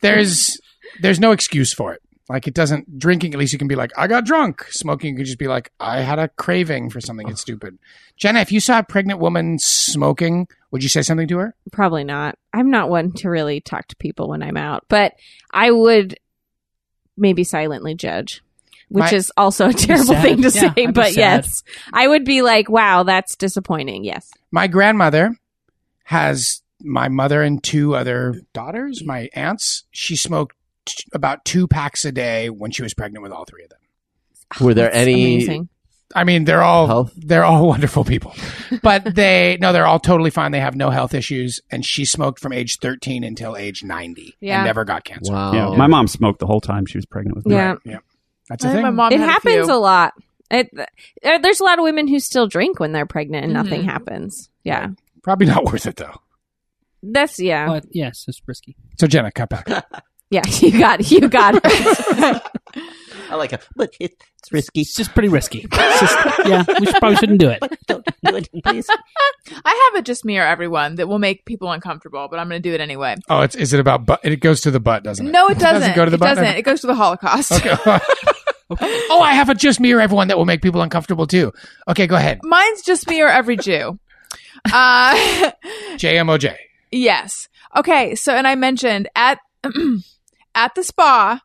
Speaker 4: there's there's no excuse for it. Like it doesn't drinking. At least you can be like, I got drunk. Smoking, you can just be like, I had a craving for something. It's stupid. Jenna, if you saw a pregnant woman smoking, would you say something to her?
Speaker 7: Probably not. I'm not one to really talk to people when I'm out, but I would maybe silently judge, which
Speaker 4: My-
Speaker 7: is also a terrible
Speaker 5: sad.
Speaker 7: thing to
Speaker 5: Yeah,
Speaker 7: say,
Speaker 5: I'd be
Speaker 7: but
Speaker 5: sad.
Speaker 7: yes. I would be like, wow, that's disappointing. Yes.
Speaker 4: My grandmother has my mother and two other daughters. My aunts. She smoked t- about two packs a day when she was pregnant with all three of them.
Speaker 1: Were there
Speaker 7: Oh, That's
Speaker 1: any
Speaker 7: amazing.
Speaker 4: I mean, they're all
Speaker 1: Health?
Speaker 4: they're all wonderful people, but they no, they're all totally fine. They have no health issues, and she smoked from age thirteen until age ninety,
Speaker 7: Yeah.
Speaker 4: and never got cancer.
Speaker 1: Wow.
Speaker 6: Yeah. My mom smoked the whole time she was pregnant with me.
Speaker 7: Yeah.
Speaker 4: Yeah, that's
Speaker 3: I
Speaker 4: a
Speaker 3: think
Speaker 4: thing.
Speaker 3: my mom
Speaker 7: It
Speaker 3: had a
Speaker 7: happens
Speaker 3: few.
Speaker 7: a, lot. It, there- there's a lot of women who still drink when they're pregnant and nothing happens. Yeah.
Speaker 4: Probably not worth it though.
Speaker 7: That's, yeah.
Speaker 5: But yes, it's risky.
Speaker 4: So Jenna, cut back.
Speaker 7: Yeah, you got you got it.
Speaker 1: I like it, but it, it's risky.
Speaker 5: It's just pretty risky. It's just- yeah, we should, probably shouldn't do it.
Speaker 1: Don't do it, please.
Speaker 3: I have a just me or everyone that will make people uncomfortable, but I'm going to do it anyway.
Speaker 4: Oh, it's is it about butt? It goes to the butt, doesn't it?
Speaker 3: No, it doesn't.
Speaker 4: go to the
Speaker 3: it
Speaker 4: button?
Speaker 3: doesn't. It goes to the Holocaust.
Speaker 4: Okay. oh, I have a just me or everyone that will make people uncomfortable too. Okay, go ahead.
Speaker 3: Mine's just me or every Jew. Uh,
Speaker 4: JMOJ.
Speaker 3: yes. Okay. So, and I mentioned at at the spa,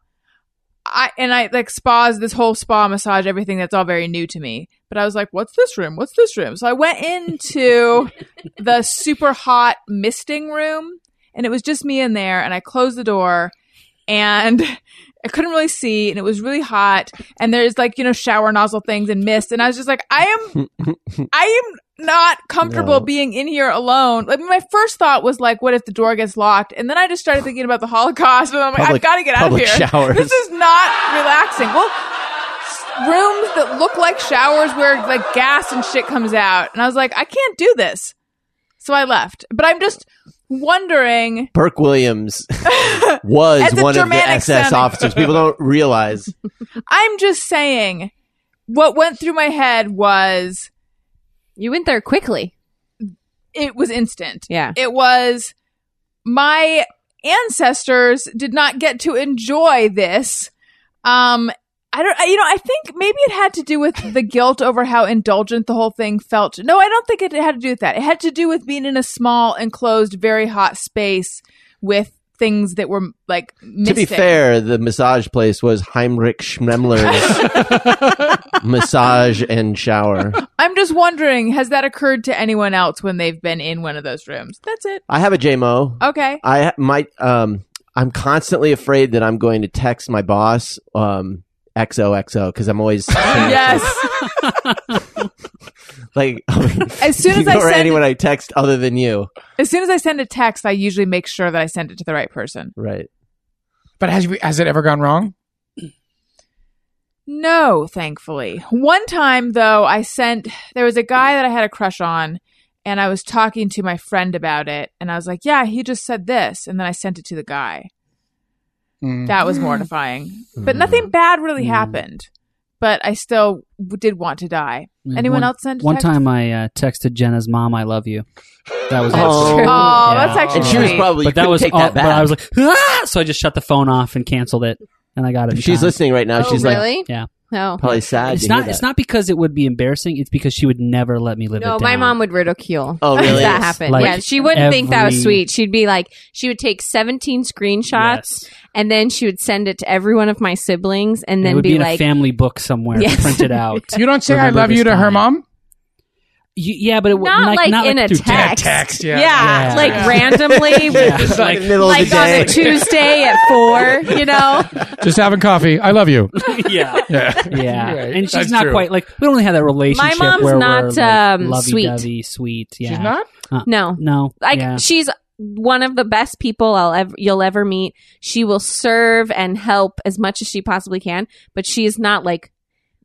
Speaker 3: I and I like spas. This whole spa massage, everything that's all very new to me. But I was like, "What's this room? What's this room?" So I went into the super hot misting room, and it was just me in there. And I closed the door, and I couldn't really see, and it was really hot. And there's like you know shower nozzle things and mist, and I was just like, I am I am not comfortable
Speaker 1: No.
Speaker 3: being in here alone. Like my first thought was like, what if the door gets locked? And then I just started thinking about the Holocaust, and I'm like,
Speaker 1: Public-
Speaker 3: I've got to get out of
Speaker 1: public
Speaker 3: here.
Speaker 1: showers.
Speaker 3: This is not relaxing. Well, s- rooms that look like showers where like gas and shit comes out, and I was like, I can't do this, so I left. But I'm just wondering.
Speaker 1: Burke Williams was
Speaker 3: As a
Speaker 1: one of the
Speaker 3: Germanic
Speaker 1: SS
Speaker 3: sounding-
Speaker 1: officers. People don't realize.
Speaker 3: I'm just saying, what went through my head was
Speaker 7: You went there quickly.
Speaker 3: it was instant.
Speaker 7: Yeah.
Speaker 3: It was my ancestors did not get to enjoy this. Um, I don't, I- you know, I think maybe it had to do with the guilt over how indulgent the whole thing felt. No, I don't think it had to do with that. It had to do with being in a small, enclosed, very hot space with things that were like
Speaker 1: to be
Speaker 3: missing.
Speaker 1: fair, the massage place was Heinrich Schmemmler's massage and shower.
Speaker 3: I'm just wondering, has that occurred to anyone else when they've been in one of those rooms? That's it.
Speaker 1: I have a JMO.
Speaker 3: Okay.
Speaker 1: I ha- might. Um, I'm constantly afraid that I'm going to text my boss. Um, XOXO because I'm always
Speaker 3: yes.
Speaker 1: like oh,
Speaker 3: As soon as
Speaker 1: you
Speaker 3: I
Speaker 1: or
Speaker 3: send-
Speaker 1: anyone I text other than you,
Speaker 3: As soon as I send a text, I usually make sure that I send it to the right person.
Speaker 1: right?
Speaker 4: But has we- has it ever gone wrong?
Speaker 3: No, thankfully. One time though, I sent there was a guy that I had a crush on and I was talking to my friend about it and I was like, "Yeah, he just said this." And then I sent it to the guy.
Speaker 4: Mm.
Speaker 3: That
Speaker 5: Mm-hmm.
Speaker 3: was mortifying. But
Speaker 1: Mm.
Speaker 3: nothing bad really
Speaker 5: Mm.
Speaker 3: happened. But I still w- did want to die. Anyone
Speaker 5: Mm-hmm. one,
Speaker 3: else send
Speaker 5: One
Speaker 3: text?
Speaker 5: time I uh, texted Jenna's mom, "I love you." That was
Speaker 1: That's
Speaker 5: it.
Speaker 1: true.
Speaker 3: Oh,
Speaker 5: Yeah.
Speaker 3: that's actually
Speaker 1: And she was
Speaker 3: sweet.
Speaker 1: probably. you
Speaker 5: but that
Speaker 1: couldn't
Speaker 5: was
Speaker 1: take
Speaker 5: all,
Speaker 1: that
Speaker 5: but
Speaker 1: back.
Speaker 5: I was like, "Ah!" so I just shut the phone off and canceled it, and I got it.
Speaker 1: If she's listening right now.
Speaker 7: Oh,
Speaker 1: she's like
Speaker 7: really?
Speaker 5: yeah.
Speaker 7: No.
Speaker 1: probably sad.
Speaker 5: It's
Speaker 1: to
Speaker 5: not.
Speaker 1: hear
Speaker 5: It's
Speaker 1: that.
Speaker 5: not because it would be embarrassing. It's because she would never let me live it
Speaker 7: No,
Speaker 5: down.
Speaker 7: my mom would ridicule.
Speaker 1: Oh,
Speaker 7: if
Speaker 1: really?
Speaker 7: that happened.
Speaker 5: Like
Speaker 7: yeah, she wouldn't think that was
Speaker 5: every-
Speaker 7: sweet. She'd be like, she would take 17 screenshots
Speaker 5: Yes.
Speaker 7: and then she would send it to every one of my siblings and
Speaker 5: it
Speaker 7: then
Speaker 5: would be,
Speaker 7: be
Speaker 5: in a
Speaker 7: like,
Speaker 5: family book somewhere,
Speaker 7: Yes.
Speaker 5: printed out.
Speaker 4: You don't say
Speaker 5: Remember
Speaker 4: I love
Speaker 5: this
Speaker 4: you to her
Speaker 5: time.
Speaker 4: mom?
Speaker 5: You- yeah, but it would
Speaker 7: not, like,
Speaker 5: not
Speaker 7: in a
Speaker 5: through
Speaker 7: text.
Speaker 4: text, yeah.
Speaker 5: Yeah.
Speaker 7: like
Speaker 5: Yeah.
Speaker 7: randomly,
Speaker 5: It's
Speaker 1: Like,
Speaker 5: like-
Speaker 1: middle
Speaker 7: like
Speaker 1: of the
Speaker 7: on
Speaker 1: day.
Speaker 7: a Tuesday at four, you know?
Speaker 4: Just having coffee. I love you.
Speaker 5: yeah.
Speaker 4: Yeah.
Speaker 5: Yeah,
Speaker 4: Right.
Speaker 5: and she's
Speaker 4: That's
Speaker 5: not
Speaker 4: true.
Speaker 5: quite like we don't really have that relationship.
Speaker 7: mom's
Speaker 5: where
Speaker 7: not,
Speaker 5: we're, like,
Speaker 7: um,
Speaker 5: lovey-dovey, sweet. Yeah,
Speaker 4: She's not?
Speaker 7: No.
Speaker 5: No,
Speaker 7: Like
Speaker 5: yeah.
Speaker 7: she's one of the best people I'll ever you'll ever meet. She will serve and help as much as she possibly can, but she is not like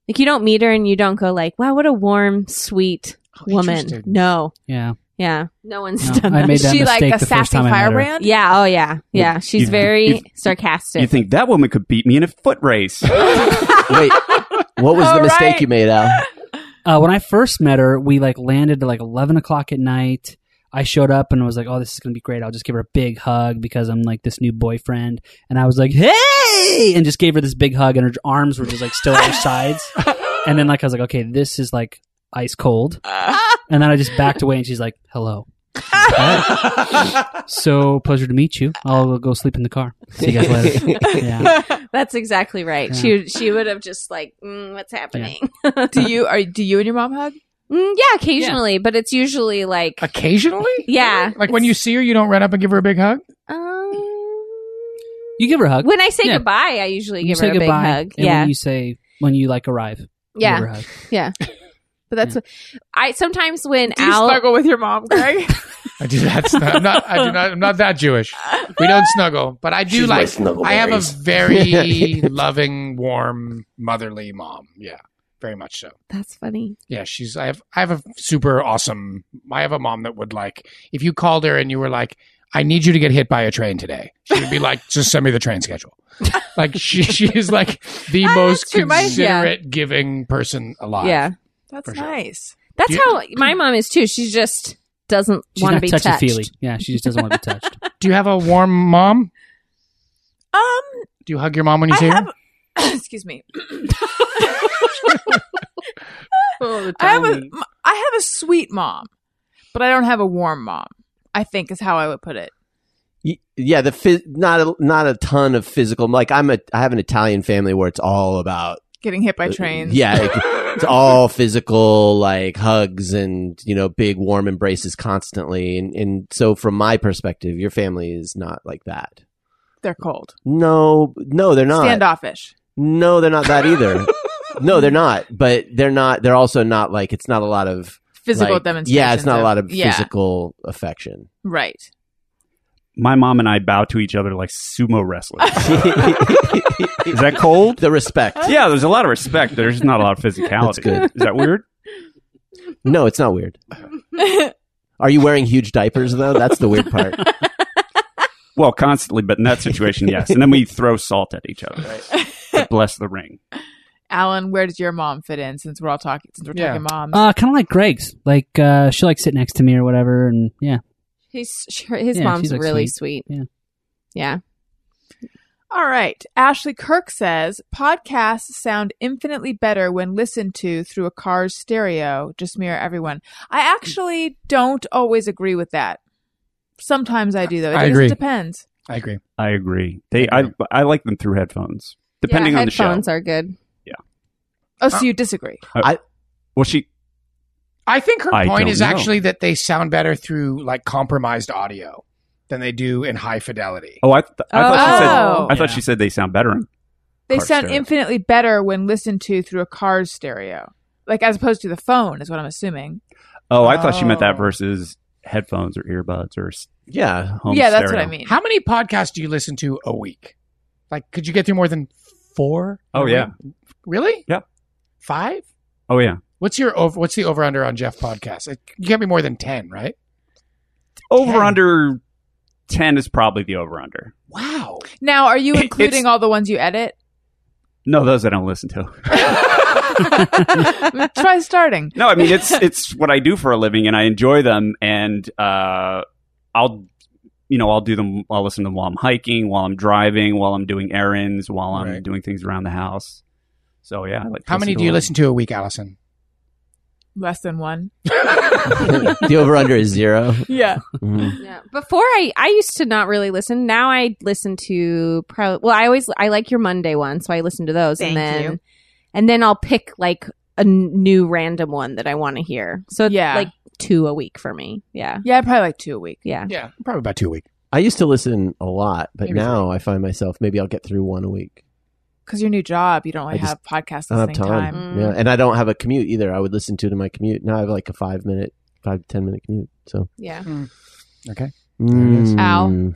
Speaker 7: like you don't meet her and you don't go like, "Wow, what a warm, sweet woman."
Speaker 4: interesting.
Speaker 7: No,
Speaker 5: yeah.
Speaker 7: yeah, no one's
Speaker 5: No,
Speaker 7: done
Speaker 5: I
Speaker 7: that.
Speaker 5: made that
Speaker 3: she
Speaker 5: mistake
Speaker 3: like a
Speaker 5: the first
Speaker 3: sassy
Speaker 5: time I met her.
Speaker 3: firebrand?
Speaker 7: Yeah, oh yeah, yeah. She's
Speaker 6: you-
Speaker 7: very
Speaker 6: you-
Speaker 7: sarcastic.
Speaker 6: You think that woman could beat me in a foot race?
Speaker 1: Wait, what was the
Speaker 3: All
Speaker 1: mistake
Speaker 3: right.
Speaker 1: you made, Al?
Speaker 5: Uh, when I first met her, we like landed at like eleven o'clock at night. I showed up and was like, "Oh, this is gonna be great." I'll just give her a big hug because I'm like this new boyfriend, and I was like, "Hey!" and just gave her this big hug, and her arms were just like still at her sides. And then like I was like, "Okay, this is like ice cold," and then I just backed away, and she's like, "Hello." so pleasure to meet you. I'll go sleep in the car. See you guys later. Yeah.
Speaker 7: That's exactly right.
Speaker 5: Yeah.
Speaker 7: She she would have just like, mm, "What's happening?"
Speaker 3: Do you are do you and your mom hug?
Speaker 7: Mm, yeah, occasionally, but it's usually like,
Speaker 4: Occasionally?
Speaker 7: yeah,
Speaker 4: Like when you see her, you don't run up and give her a big hug?
Speaker 7: Um,
Speaker 5: You give her a hug.
Speaker 7: when I say
Speaker 5: Yeah.
Speaker 7: goodbye, I usually
Speaker 5: you
Speaker 7: give
Speaker 5: say
Speaker 7: her a
Speaker 5: goodbye,
Speaker 7: big hug.
Speaker 5: and
Speaker 7: Yeah,
Speaker 5: when you say when you like arrive, you
Speaker 7: yeah.
Speaker 5: give her a hug.
Speaker 7: But that's what I sometimes when
Speaker 3: Do you
Speaker 7: Al
Speaker 3: snuggle with your mom, Greg?
Speaker 4: I do that's not, I'm not I do not I'm not that Jewish. We don't snuggle, but I do
Speaker 8: She's my
Speaker 4: like
Speaker 8: snuggle
Speaker 4: I have a
Speaker 8: berries.
Speaker 4: very loving, warm, motherly mom. Yeah. Very much so.
Speaker 7: that's funny.
Speaker 4: Yeah, she's I have I have a super awesome I have a mom that would like if you called her and you were like, I need you to get hit by a train today, she would be like, just send me the train schedule. like she she is like the
Speaker 7: Ah,
Speaker 4: most
Speaker 7: that's true. My- yeah.
Speaker 4: considerate giving person alive.
Speaker 7: Yeah,
Speaker 3: That's
Speaker 4: For sure.
Speaker 3: nice.
Speaker 7: that's
Speaker 4: Do you-
Speaker 7: how my mom is too. She just doesn't
Speaker 5: She's
Speaker 7: want to
Speaker 5: not
Speaker 7: be
Speaker 5: touchy
Speaker 7: touched.
Speaker 5: feely. Yeah, she just doesn't want to be touched.
Speaker 4: Do you have a warm mom?
Speaker 3: Um
Speaker 4: Do you hug your mom when you
Speaker 3: I
Speaker 4: see
Speaker 3: have
Speaker 4: her?
Speaker 3: excuse me. I have a m- I have a sweet mom, but I don't have a warm mom. I think is how I would put it.
Speaker 1: Y- Yeah, the phys- not a, not a ton of physical. Like I'm a I have an Italian family where it's all about
Speaker 3: Getting hit by trains.
Speaker 1: Uh, Yeah, like, it's all physical, like hugs and you know big warm embraces constantly. And and so from my perspective, your family is not like that.
Speaker 3: they're cold.
Speaker 1: No, no, they're not.
Speaker 3: Standoffish.
Speaker 1: No, they're not that either. no, they're not. But they're not. They're also not like it's not a lot of
Speaker 3: Physical
Speaker 1: like-
Speaker 3: demonstrations.
Speaker 1: Yeah, it's not a lot of
Speaker 3: yeah,
Speaker 1: physical affection.
Speaker 3: Right.
Speaker 6: My mom and I bow to each other like sumo wrestlers. Is that cold?
Speaker 1: the respect.
Speaker 6: Yeah, there's a lot of respect. There's not a lot of physicality.
Speaker 1: That's good.
Speaker 6: Is that weird?
Speaker 1: No, it's not weird. Are you wearing huge diapers though? That's the weird part.
Speaker 6: Well, constantly, but in that situation, yes. And then we throw salt at each other. But bless the ring.
Speaker 3: Alan, where does your mom fit in? Since we're all talking, since we're
Speaker 4: Yeah.
Speaker 3: talking moms,
Speaker 5: Uh, kind of like Greg's. Like uh, she like sit next to me or whatever, and yeah,
Speaker 7: He's sure his
Speaker 5: Yeah,
Speaker 7: mom's
Speaker 5: she's, like,
Speaker 7: really sweet.
Speaker 5: sweet. Yeah.
Speaker 7: Yeah.
Speaker 3: All right. Ashley Kirk says podcasts sound infinitely better when listened to through a car's stereo. Just mirror everyone. I actually don't always agree with that. Sometimes I do though. It
Speaker 4: I
Speaker 3: just
Speaker 4: agree.
Speaker 3: depends.
Speaker 4: I agree.
Speaker 6: I agree. They, I, I like them through headphones, depending
Speaker 7: Yeah,
Speaker 6: on the show.
Speaker 7: Headphones are good.
Speaker 3: Oh, so you
Speaker 6: Uh,
Speaker 3: disagree?
Speaker 6: well, she
Speaker 4: I think her
Speaker 6: I
Speaker 4: point
Speaker 6: don't
Speaker 4: is
Speaker 6: know.
Speaker 4: actually that they sound better through like compromised audio than they do in high fidelity.
Speaker 6: Oh, I, th- I thought she said.
Speaker 3: Oh.
Speaker 6: I thought she said they sound better. in
Speaker 3: They
Speaker 6: car
Speaker 3: sound
Speaker 6: stereo.
Speaker 3: infinitely better when listened to through a car's stereo, like as opposed to the phone, is what I'm assuming.
Speaker 6: Oh, I thought she meant that
Speaker 4: Oh.
Speaker 6: versus headphones or earbuds or s- uh,
Speaker 1: Yeah.
Speaker 6: home.
Speaker 3: yeah, that's what
Speaker 6: stereo.
Speaker 3: I mean.
Speaker 4: How many podcasts do you listen to a week? Like, could you get through more than four?
Speaker 6: Oh yeah.
Speaker 4: Really?
Speaker 6: Yeah.
Speaker 4: Five?
Speaker 6: Oh yeah.
Speaker 4: What's your over? What's the over under on Jeff podcast? It, you can't be more than ten, right?
Speaker 6: Over under ten is probably the over under.
Speaker 4: Wow.
Speaker 3: Now, are you
Speaker 6: It's-
Speaker 3: including all the ones you edit?
Speaker 6: No, those I don't listen to.
Speaker 3: Try starting.
Speaker 6: No, I mean it's it's what I do for a living, and I enjoy them. And uh, I'll you know I'll do them. I'll listen to them while I'm hiking, while I'm driving, while I'm doing errands, while I'm
Speaker 4: Right.
Speaker 6: doing things around the house. So yeah, I like. to
Speaker 4: How many
Speaker 6: to
Speaker 4: do you
Speaker 6: them.
Speaker 4: listen to a week, Allison?
Speaker 3: Less than one.
Speaker 1: the over under is zero.
Speaker 3: Yeah.
Speaker 1: Mhm.
Speaker 7: Yeah. Before I I used to not really listen. Now I listen to pro well, I always I like your Monday one, so I listen to those
Speaker 3: Thank
Speaker 7: and then
Speaker 3: you.
Speaker 7: and then I'll pick like a n- new random one that I want to hear. So it's
Speaker 3: Yeah.
Speaker 7: like two a week for me. Yeah.
Speaker 3: Yeah, probably like two a week.
Speaker 7: Yeah.
Speaker 4: Yeah, probably about two a week.
Speaker 1: I used to listen a lot, but
Speaker 4: Maybe
Speaker 1: now I find myself maybe I'll get through one a week.
Speaker 3: Because your new job, you don't
Speaker 1: I
Speaker 3: really
Speaker 1: just
Speaker 3: have podcast
Speaker 1: I don't have
Speaker 3: listening
Speaker 1: time.
Speaker 3: time.
Speaker 7: Mm.
Speaker 1: Yeah, and I don't have a commute either. I would listen to it in my commute. Now I have like a five minute, five to ten minute commute. So
Speaker 7: Yeah.
Speaker 4: Okay.
Speaker 1: Mm.
Speaker 7: Ow.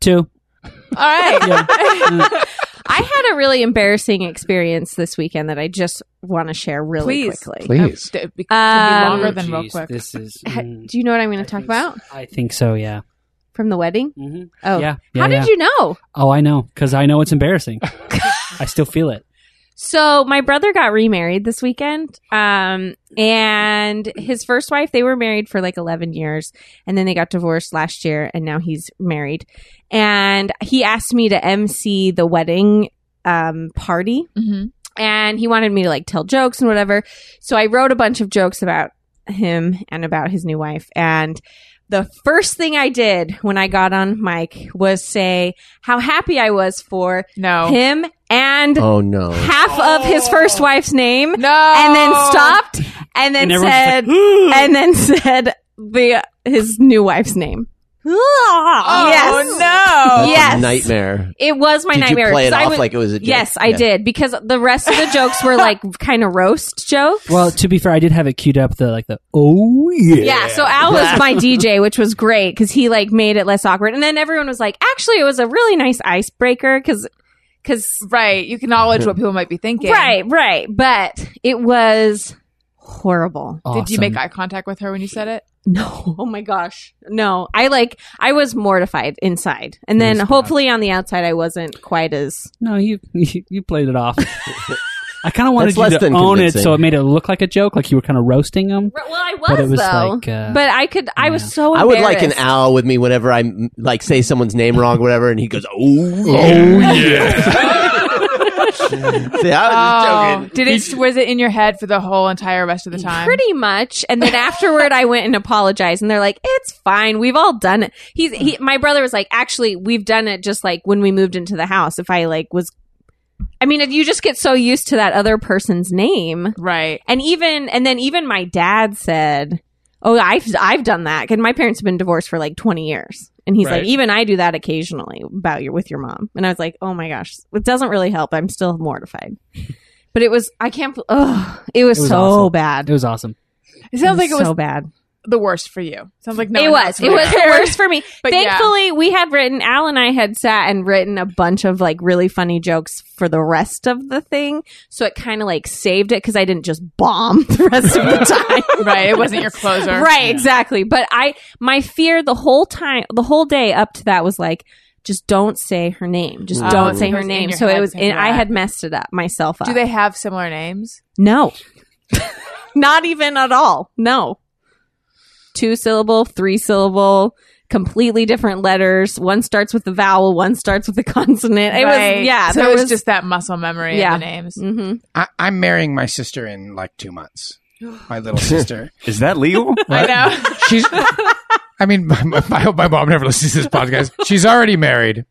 Speaker 5: two.
Speaker 3: All right.
Speaker 7: I had a really embarrassing experience this weekend that I just want to share really
Speaker 3: Please.
Speaker 7: quickly.
Speaker 4: Please.
Speaker 3: D- be- can be
Speaker 7: Um,
Speaker 3: longer than real quick.
Speaker 5: This is.
Speaker 7: Do you know what I'm going to talk about
Speaker 5: I think so. Yeah.
Speaker 7: from the wedding?
Speaker 5: Mm-hmm.
Speaker 7: Oh,
Speaker 5: Yeah.
Speaker 7: how did you know?
Speaker 5: Oh, I know because I know it's embarrassing. I still feel it.
Speaker 7: So my brother got remarried this weekend. Um, and his first wife, they were married for like 11 years and then they got divorced last year and now he's married. And he asked me to MC the wedding, um, party
Speaker 3: Mhm.
Speaker 7: and he wanted me to like tell jokes and whatever. So I wrote a bunch of jokes about him and about his new wife. And the first thing I did when I got on mic was say how happy I was for
Speaker 3: No.
Speaker 7: him and
Speaker 1: Oh no.
Speaker 7: half of his first wife's name
Speaker 3: No.
Speaker 7: and then
Speaker 3: Oh.
Speaker 7: stopped and then
Speaker 5: And everyone's
Speaker 7: said and then said the his new wife's name.
Speaker 3: Oh,
Speaker 7: yes.
Speaker 3: no.
Speaker 1: That's a
Speaker 7: yes.
Speaker 1: Nightmare.
Speaker 7: It was my
Speaker 1: Did
Speaker 7: nightmare.
Speaker 1: you play it
Speaker 7: 'cause I
Speaker 1: off
Speaker 7: was-
Speaker 1: like it was a joke?
Speaker 7: Yes, I
Speaker 1: Yeah.
Speaker 7: did because the rest of the jokes were like kind of roast jokes.
Speaker 5: Well, to be fair, I did have it queued up. The like the oh yeah.
Speaker 7: yeah, so Al was my DJ, which was great because he like made it less awkward. And then everyone was like, actually, it was a really nice icebreaker because because
Speaker 3: Right. You acknowledge what people might be thinking.
Speaker 7: right, right, but it was horrible.
Speaker 3: Did you
Speaker 5: Awesome.
Speaker 3: make eye contact with her when you said it?
Speaker 7: No. Oh my gosh. No. I like I was mortified inside. And then
Speaker 5: Yes,
Speaker 7: hopefully on the outside I wasn't quite as
Speaker 5: No, you you, you played it off. I kind of wanted
Speaker 1: That's less
Speaker 5: you to
Speaker 1: than
Speaker 5: own
Speaker 1: convincing.
Speaker 5: it, so it made it look like a joke, like you were kind of roasting him.
Speaker 7: Well, I was,
Speaker 5: But it was
Speaker 7: though.
Speaker 5: like, uh,
Speaker 7: but I could I was so
Speaker 1: I would like an
Speaker 7: embarrassed.
Speaker 1: owl with me whenever I mm, like say someone's name wrong, or whatever, and he goes, "Oh,
Speaker 4: Oh yeah.
Speaker 1: See, I was just joking."
Speaker 3: Oh. did it? Was it in your head for the whole entire rest of the time?
Speaker 7: Pretty much, and then afterward, I went and apologized, and they're like, "It's fine. We've all done it." He's he, my brother was like, "Actually, we've done it just like when we moved into the house. If I like was, I mean, if you just get so used to that other person's name,
Speaker 3: Right.
Speaker 7: And even and then even my dad said, "Oh, I've I've done that." And my parents have been divorced for like 20 years. And he's
Speaker 4: Right.
Speaker 7: like, even I do that occasionally about your with your mom. And I was like, oh my gosh, it doesn't really help. I'm still mortified. But it was, I can't. Oh, it was,
Speaker 5: It was
Speaker 7: so
Speaker 5: awesome.
Speaker 7: bad.
Speaker 5: It was awesome.
Speaker 3: It sounds like it was
Speaker 7: so bad.
Speaker 3: the worst for you. Sounds like no.
Speaker 7: it
Speaker 3: one
Speaker 7: was.
Speaker 3: else
Speaker 7: It
Speaker 3: would
Speaker 7: was the
Speaker 3: care.
Speaker 7: worst for me.
Speaker 3: But yeah.
Speaker 7: Thankfully, we had written. Al and I had sat and written a bunch of like really funny jokes for the rest of the thing, so it kind of like saved it because I didn't just bomb the rest of the time.
Speaker 3: right. It wasn't your closer.
Speaker 7: Right, exactly. But I, my fear the whole time, the whole day up to that was like, just don't say her name. Just
Speaker 3: Oh,
Speaker 7: don't
Speaker 3: so
Speaker 7: say
Speaker 3: it
Speaker 7: her
Speaker 3: was in
Speaker 7: name.
Speaker 3: your
Speaker 7: So
Speaker 3: head
Speaker 7: it was,
Speaker 3: saying
Speaker 7: and I
Speaker 3: that.
Speaker 7: had messed it up myself. Up.
Speaker 3: Do they have similar names?
Speaker 7: No, not even at all. No, two syllable, three syllable, completely different letters. One starts with the vowel. One starts with the consonant. It
Speaker 3: Right.
Speaker 7: was yeah.
Speaker 3: So
Speaker 7: there
Speaker 3: it was, just that muscle memory
Speaker 7: Yeah.
Speaker 3: of the names.
Speaker 7: hmm
Speaker 4: I, I'm marrying my sister in like two months. My little sister.
Speaker 6: Is that legal?
Speaker 3: I know.
Speaker 4: She's. I mean, my, my, I hope my mom never listens to this podcast. She's already married.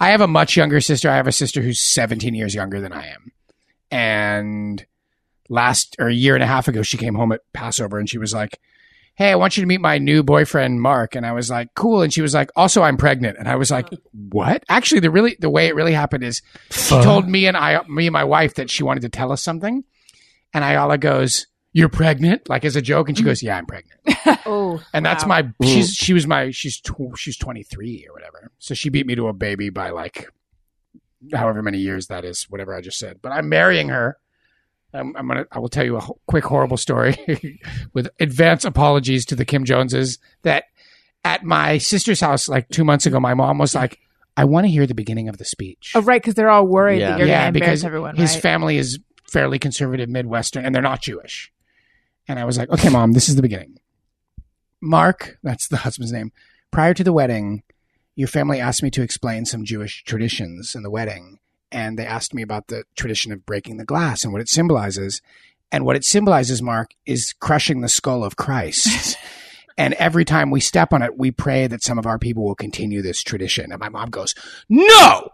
Speaker 4: I have a much younger sister. I have a sister who's 17 years younger than I am. And last or a year and a half ago, she came home at Passover and she was like, Hey, I want you to meet my new boyfriend, Mark. And I was like, Cool. And she was like, Also, I'm pregnant. And I was like, What? Actually, the really the way it really happened is she
Speaker 5: Uh-huh.
Speaker 4: told me and I me and my wife that she wanted to tell us something. And Ayala goes, You're pregnant? Like as a joke. And she goes, Yeah, I'm pregnant
Speaker 7: Oh,
Speaker 4: and that's
Speaker 3: Wow.
Speaker 4: my she's she was my she's tw- she's 23 or whatever so she beat me to a baby by like however many years that is whatever i just said but i'm marrying her i'm, I'm gonna i will tell you a ho- quick horrible story with advance apologies to the kim joneses that at my sister's house like two months ago my mom was like i want to hear the beginning of the speech
Speaker 3: Oh, right, because they're all worried
Speaker 1: Yeah.
Speaker 3: that you're
Speaker 4: Yeah,
Speaker 3: going to
Speaker 4: because
Speaker 3: embarrass everyone.
Speaker 4: his
Speaker 3: right?
Speaker 4: family is fairly conservative Midwestern, and they're not Jewish. And I was like, okay, mom, this is the beginning. Mark, that's the husband's name. Prior to the wedding, your family asked me to explain some Jewish traditions in the wedding, and they asked me about the tradition of breaking the glass and what it symbolizes. And what it symbolizes, Mark, is crushing the skull of Christ. and every time we step on it, we pray that some of our people will continue this tradition. And my mom goes, No,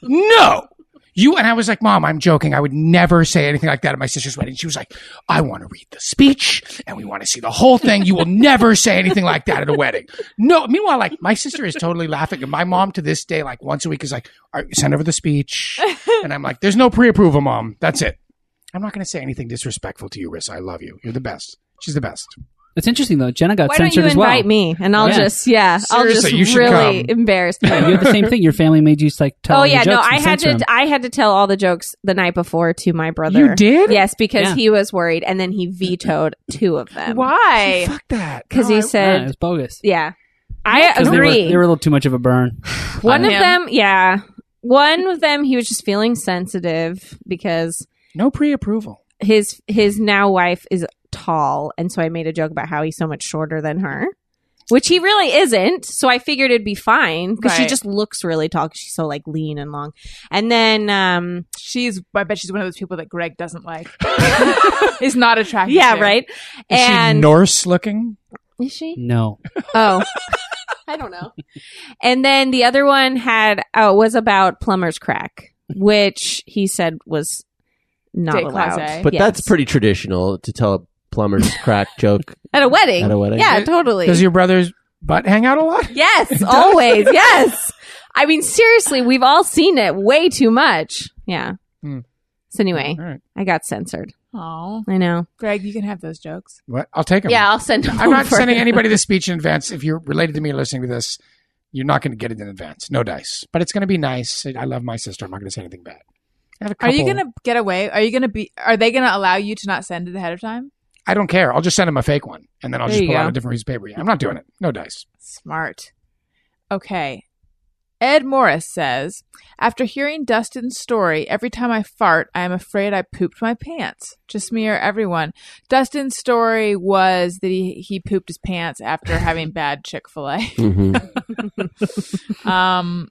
Speaker 4: no, you and I was like, Mom, I'm joking. I would never say anything like that at my sister's wedding. She was like, I want to read the speech and we want to see the whole thing. You will never say anything like that at a wedding. No. Meanwhile, like my sister is totally laughing. And my mom to this day, like once a week, is like, All right, send over the speech. And I'm like, There's no pre approval, Mom. That's it. I'm not going to say anything disrespectful to you, Riss. I love you. You're the best. She's the best.
Speaker 5: It's interesting though. Jenna got
Speaker 7: why don't
Speaker 5: censored
Speaker 7: you
Speaker 5: as well.
Speaker 7: invite me? And I'll
Speaker 5: Yeah.
Speaker 7: just yeah,
Speaker 4: Seriously,
Speaker 7: I'll
Speaker 4: you
Speaker 7: just
Speaker 4: should
Speaker 7: really
Speaker 4: come.
Speaker 7: embarrass
Speaker 5: Yeah, you
Speaker 7: people.
Speaker 5: have the same thing. Your family made you like tell.
Speaker 7: Oh
Speaker 5: all your
Speaker 7: yeah, no,
Speaker 5: jokes and
Speaker 7: I had
Speaker 5: censor
Speaker 7: to
Speaker 5: 'em.
Speaker 7: I had to tell all the jokes the night before to my brother.
Speaker 4: You did?
Speaker 7: Yes, because
Speaker 5: Yeah.
Speaker 7: he was worried and then he vetoed two of them.
Speaker 3: Why?
Speaker 4: Fuck that.
Speaker 7: Because
Speaker 4: No,
Speaker 7: he
Speaker 4: I-
Speaker 5: Yeah, it
Speaker 7: said
Speaker 5: was bogus.
Speaker 7: Yeah. I
Speaker 5: 'Cause They were,
Speaker 7: agree.
Speaker 5: they were a little too much of a burn.
Speaker 7: One of
Speaker 3: Yeah.
Speaker 7: them, yeah. One of them he was just feeling sensitive because
Speaker 4: no pre approval.
Speaker 7: his his now wife is tall and so I made a joke about how he's so much shorter than her. Which he really isn't, so I figured it'd be fine because she
Speaker 3: Right.
Speaker 7: just looks really tall. 'cause she's so like lean and long, and then um,
Speaker 3: She's. I bet she's one of those people that Greg doesn't like. is not attractive.
Speaker 7: yeah,
Speaker 3: to.
Speaker 7: right.
Speaker 4: Is she
Speaker 7: and
Speaker 4: Norse looking?
Speaker 7: is she?
Speaker 5: No,
Speaker 7: Oh. I don't know. And then the other one had oh was about plumber's crack, which he said was not
Speaker 3: Day
Speaker 7: allowed.
Speaker 3: classe.
Speaker 1: But
Speaker 7: Oh. Yes.
Speaker 1: that's pretty traditional to tell a plumber's crack joke
Speaker 7: at a wedding.
Speaker 1: at a wedding.
Speaker 7: Yeah,
Speaker 4: Does-
Speaker 7: totally.
Speaker 4: Does your brother's butt hang out a lot?
Speaker 7: yes, always. Yes. I mean seriously, we've all seen it way too much. Yeah.
Speaker 4: Hmm.
Speaker 7: So anyway,
Speaker 4: All right.
Speaker 7: I got censored.
Speaker 3: Oh,
Speaker 7: I know.
Speaker 3: Greg, you can have those jokes.
Speaker 4: What? I'll take him.
Speaker 7: Yeah, I'll send.
Speaker 4: I'm not
Speaker 7: over.
Speaker 4: sending anybody the speech in advance. If you're related to me or listening to this, you're not going to get it in advance. No dice. But it's going to be nice. I love my sister. I'm not going to say anything bad. I have a
Speaker 3: Are you
Speaker 4: couple-
Speaker 3: gonna get away? Are you gonna be? Are they gonna allow you to not send it ahead of time?
Speaker 4: I don't care. I'll just send him a fake one, and then I'll
Speaker 7: There
Speaker 4: just
Speaker 7: you
Speaker 4: pull out
Speaker 7: go.
Speaker 4: a different piece of paper. Yeah, I'm not doing it. No dice.
Speaker 3: Smart. Okay. Ed Morris says, after hearing Dustin's story, every time I fart, I am afraid I pooped my pants. Just me or everyone. Dustin's story was that he, he pooped his pants after having bad Chick fil A.
Speaker 1: hmm
Speaker 3: um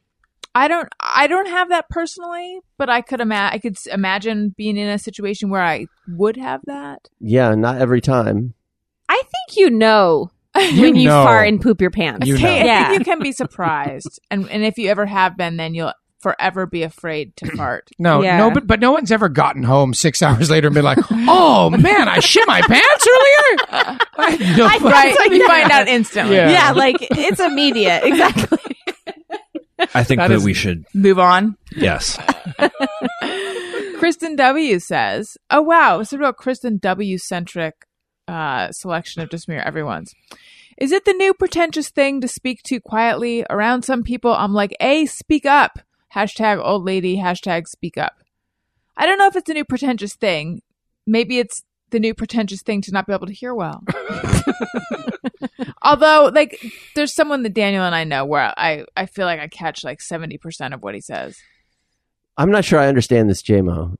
Speaker 3: i don't i don't have that personally but i could ima- i could s- imagine being in a situation where i would have that
Speaker 1: Yeah, not every time.
Speaker 7: I think you know when you
Speaker 4: know.
Speaker 7: fart and poop your pants.
Speaker 4: You know.
Speaker 3: Hey, I
Speaker 7: Yeah.
Speaker 3: think you can be surprised and and if you ever have been then you'll forever be afraid to fart.
Speaker 4: No,
Speaker 9: Yeah.
Speaker 4: no, but but no one's ever gotten home six hours later and been like, "Oh man, I shit my pants earlier." I, no, fuck-
Speaker 3: right? you find out instantly.
Speaker 4: Yeah.
Speaker 7: yeah, like it's immediate. Exactly.
Speaker 10: I think
Speaker 4: That
Speaker 10: that,
Speaker 4: is-
Speaker 10: we should.
Speaker 3: Move on.
Speaker 10: Yes.
Speaker 3: Kristen W says, "Oh wow, it's a real Kristen W centric uh, selection of just mere everyone's." Is it the new pretentious thing to speak to quietly around some people? I'm like, a speak up. Hashtag old lady. Hashtag speak up. I don't know if it's a new pretentious thing. Maybe it's the new pretentious thing to not be able to hear well. Although, like, there's someone that Daniel and I know where I, I feel like I catch like 70% of what he says.
Speaker 1: I'm not sure I understand this JMO.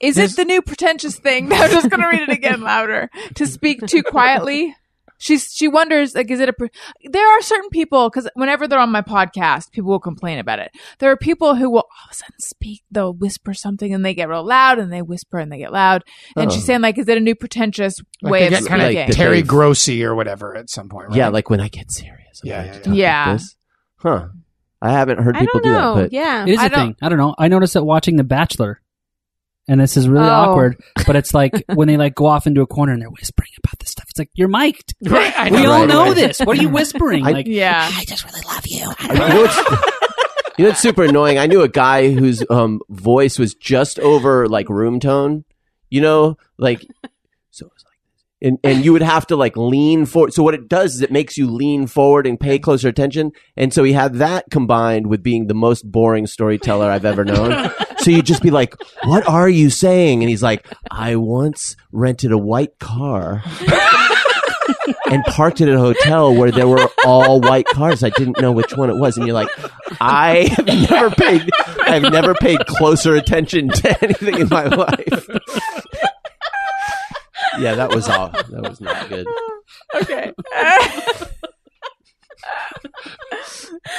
Speaker 3: Is
Speaker 4: There's-
Speaker 3: it the new pretentious thing? I'm just going to read it again louder. To speak too quietly. She's she wonders like is it a pre- there are certain people because whenever they're on my podcast people will complain about it. There are people who will all of a sudden speak they'll whisper something and they get real loud and they whisper and they get loud and
Speaker 1: Oh.
Speaker 3: she's saying like is it a new pretentious
Speaker 4: like
Speaker 3: way
Speaker 4: they
Speaker 3: of
Speaker 4: get
Speaker 3: speaking?
Speaker 4: kind of
Speaker 1: Like the-
Speaker 4: Terry
Speaker 1: Dave.
Speaker 4: Grossy or whatever at some point. Right?
Speaker 1: Yeah, like when I get serious. I'm
Speaker 4: Yeah,
Speaker 1: like,
Speaker 4: yeah,
Speaker 1: "Talk
Speaker 3: yeah.
Speaker 1: like
Speaker 3: Yeah.
Speaker 1: this?" Huh. I haven't heard
Speaker 7: I
Speaker 1: people
Speaker 7: don't
Speaker 1: do
Speaker 7: know.
Speaker 1: that, but
Speaker 7: yeah.
Speaker 5: It is a
Speaker 3: I don't-
Speaker 5: thing. I don't know. I noticed that watching The Bachelor, and this is really
Speaker 7: Oh.
Speaker 5: awkward. But it's like when they like go off into a corner and they're whispering about this stuff. It's like you're mic'd.
Speaker 4: Right, I
Speaker 5: we
Speaker 4: know,
Speaker 5: all
Speaker 4: right,
Speaker 5: know
Speaker 4: right.
Speaker 5: this. What are you whispering?
Speaker 1: I-
Speaker 5: like
Speaker 3: yeah.
Speaker 5: I just really love you.
Speaker 1: you know what's, you know what's super annoying? I knew a guy whose um, voice was just over like room tone. You know, like so it was like and and you would have to like lean forward. So what it does is it makes you lean forward and pay closer attention. And so he had that combined with being the most boring storyteller I've ever known. So you'd just be like, "What are you saying?" And he's like, "I once rented a white car." and parked it at a hotel where there were all white cars. I didn't know which one it was, and you're like, I have never paid, I've never paid closer attention to anything in my life. yeah, that was all. That was not good.
Speaker 3: Okay.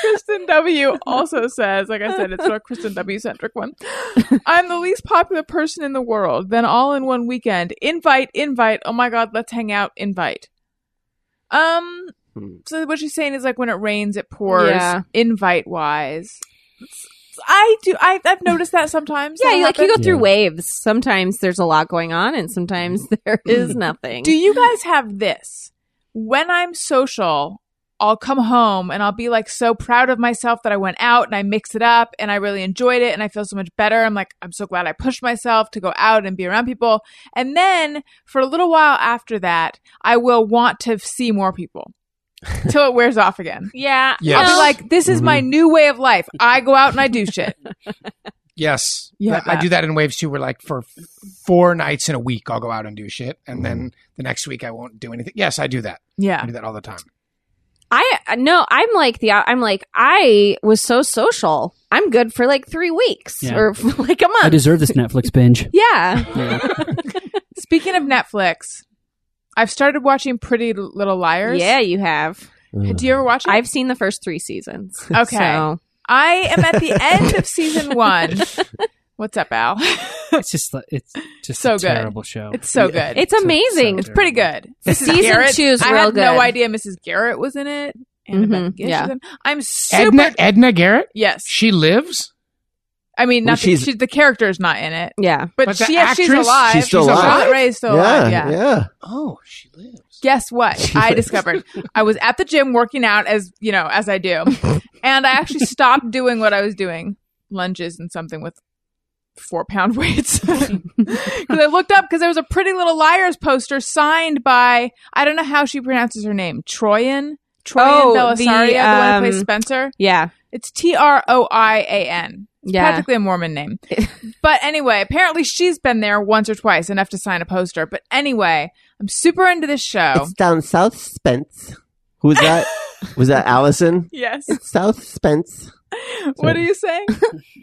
Speaker 3: Kristen W also says, like I said, it's a Kristen W centric one. I'm the least popular person in the world. Then all in one weekend. Invite, invite. Oh my god, let's hang out. Invite. Um.
Speaker 1: Hmm.
Speaker 3: So what she's saying is like when it rains, it pours.
Speaker 7: Yeah.
Speaker 3: Invite wise, I do. I, I've noticed that sometimes.
Speaker 7: Yeah,
Speaker 3: that'll
Speaker 7: you- like you
Speaker 3: happen.
Speaker 7: go through
Speaker 1: Yeah.
Speaker 7: waves. Sometimes there's a lot going on, and sometimes there
Speaker 4: Mm.
Speaker 7: is nothing.
Speaker 3: Do you guys have this? When I'm social, I'll come home and I'll be like so proud of myself that I went out and I mixed it up and I really enjoyed it and I feel so much better. I'm like, I'm so glad I pushed myself to go out and be around people. And then for a little while after that, I will want to see more people till it wears off again.
Speaker 7: yeah, Mm-hmm.
Speaker 4: Yes.
Speaker 3: I'll
Speaker 7: well,
Speaker 3: be like, this is my new way of life. I go out and I do shit.
Speaker 4: Yes.
Speaker 3: You
Speaker 4: Yeah.
Speaker 3: have
Speaker 4: I
Speaker 3: that.
Speaker 4: do that in waves too, where like for f- four nights in a week, I'll go out and do shit. And
Speaker 6: Mm-hmm.
Speaker 4: then the next week, I won't do anything. Yes, I do that. I
Speaker 3: Yeah.
Speaker 4: do that all the time.
Speaker 7: I no, I'm like the I'm like I was so social. I'm good for like three weeks
Speaker 5: Yeah.
Speaker 7: or like a month.
Speaker 5: I deserve this Netflix binge.
Speaker 7: yeah,
Speaker 3: Speaking of Netflix, I've started watching Pretty Little Liars.
Speaker 7: yeah, you have.
Speaker 3: Do you ever watch it?
Speaker 7: I've seen the first three seasons.
Speaker 3: Okay.
Speaker 7: So-
Speaker 3: I am at the end of season one. What's up, Al?
Speaker 5: It's just li- it's just
Speaker 3: So
Speaker 5: a
Speaker 3: good.
Speaker 5: terrible show.
Speaker 3: It's so good. It's,
Speaker 7: it's amazing.
Speaker 5: so
Speaker 3: pretty good. Mrs.
Speaker 7: season
Speaker 3: Garrett,
Speaker 7: two's
Speaker 3: I
Speaker 7: real
Speaker 3: had no
Speaker 7: good.
Speaker 3: idea Mrs. Garrett was in it.
Speaker 7: Mhm,
Speaker 3: Annabeth
Speaker 7: yeah.
Speaker 3: Gibson. I'm super.
Speaker 4: Edna, Edna Garrett,
Speaker 3: yes.
Speaker 4: she lives.
Speaker 3: I mean, not
Speaker 1: Well,
Speaker 3: that
Speaker 1: she's-
Speaker 3: she, the character is not in it,
Speaker 7: yeah,
Speaker 3: but,
Speaker 4: But the
Speaker 3: she, yeah, she's
Speaker 4: actress,
Speaker 3: alive.
Speaker 1: she's still
Speaker 4: alive?
Speaker 3: Charlotte Ray is still alive. uh, Yeah.
Speaker 1: yeah, yeah.
Speaker 4: Oh, she lives.
Speaker 3: Guess what?
Speaker 1: She
Speaker 3: I
Speaker 1: lives.
Speaker 3: discovered I was at the gym working out as you know as I do, and I actually stopped doing what I was doing lunges and something with four pound weights because I looked up because there was a Pretty Little Liars poster signed by I don't know how she pronounces her name Troyan Troyan
Speaker 7: Oh,
Speaker 3: Belisario the,
Speaker 7: the,
Speaker 3: one who plays
Speaker 7: um,
Speaker 3: Spencer.
Speaker 7: yeah,
Speaker 3: It's T R O I A N.
Speaker 7: yeah.
Speaker 3: Practically a Mormon name. but anyway, apparently she's been there once or twice enough to sign a poster. But anyway, I'm super into this show.
Speaker 1: It's down South Spence. Who was that? was that Allison?
Speaker 3: Yes.
Speaker 1: It's South Spence.
Speaker 3: What are you saying?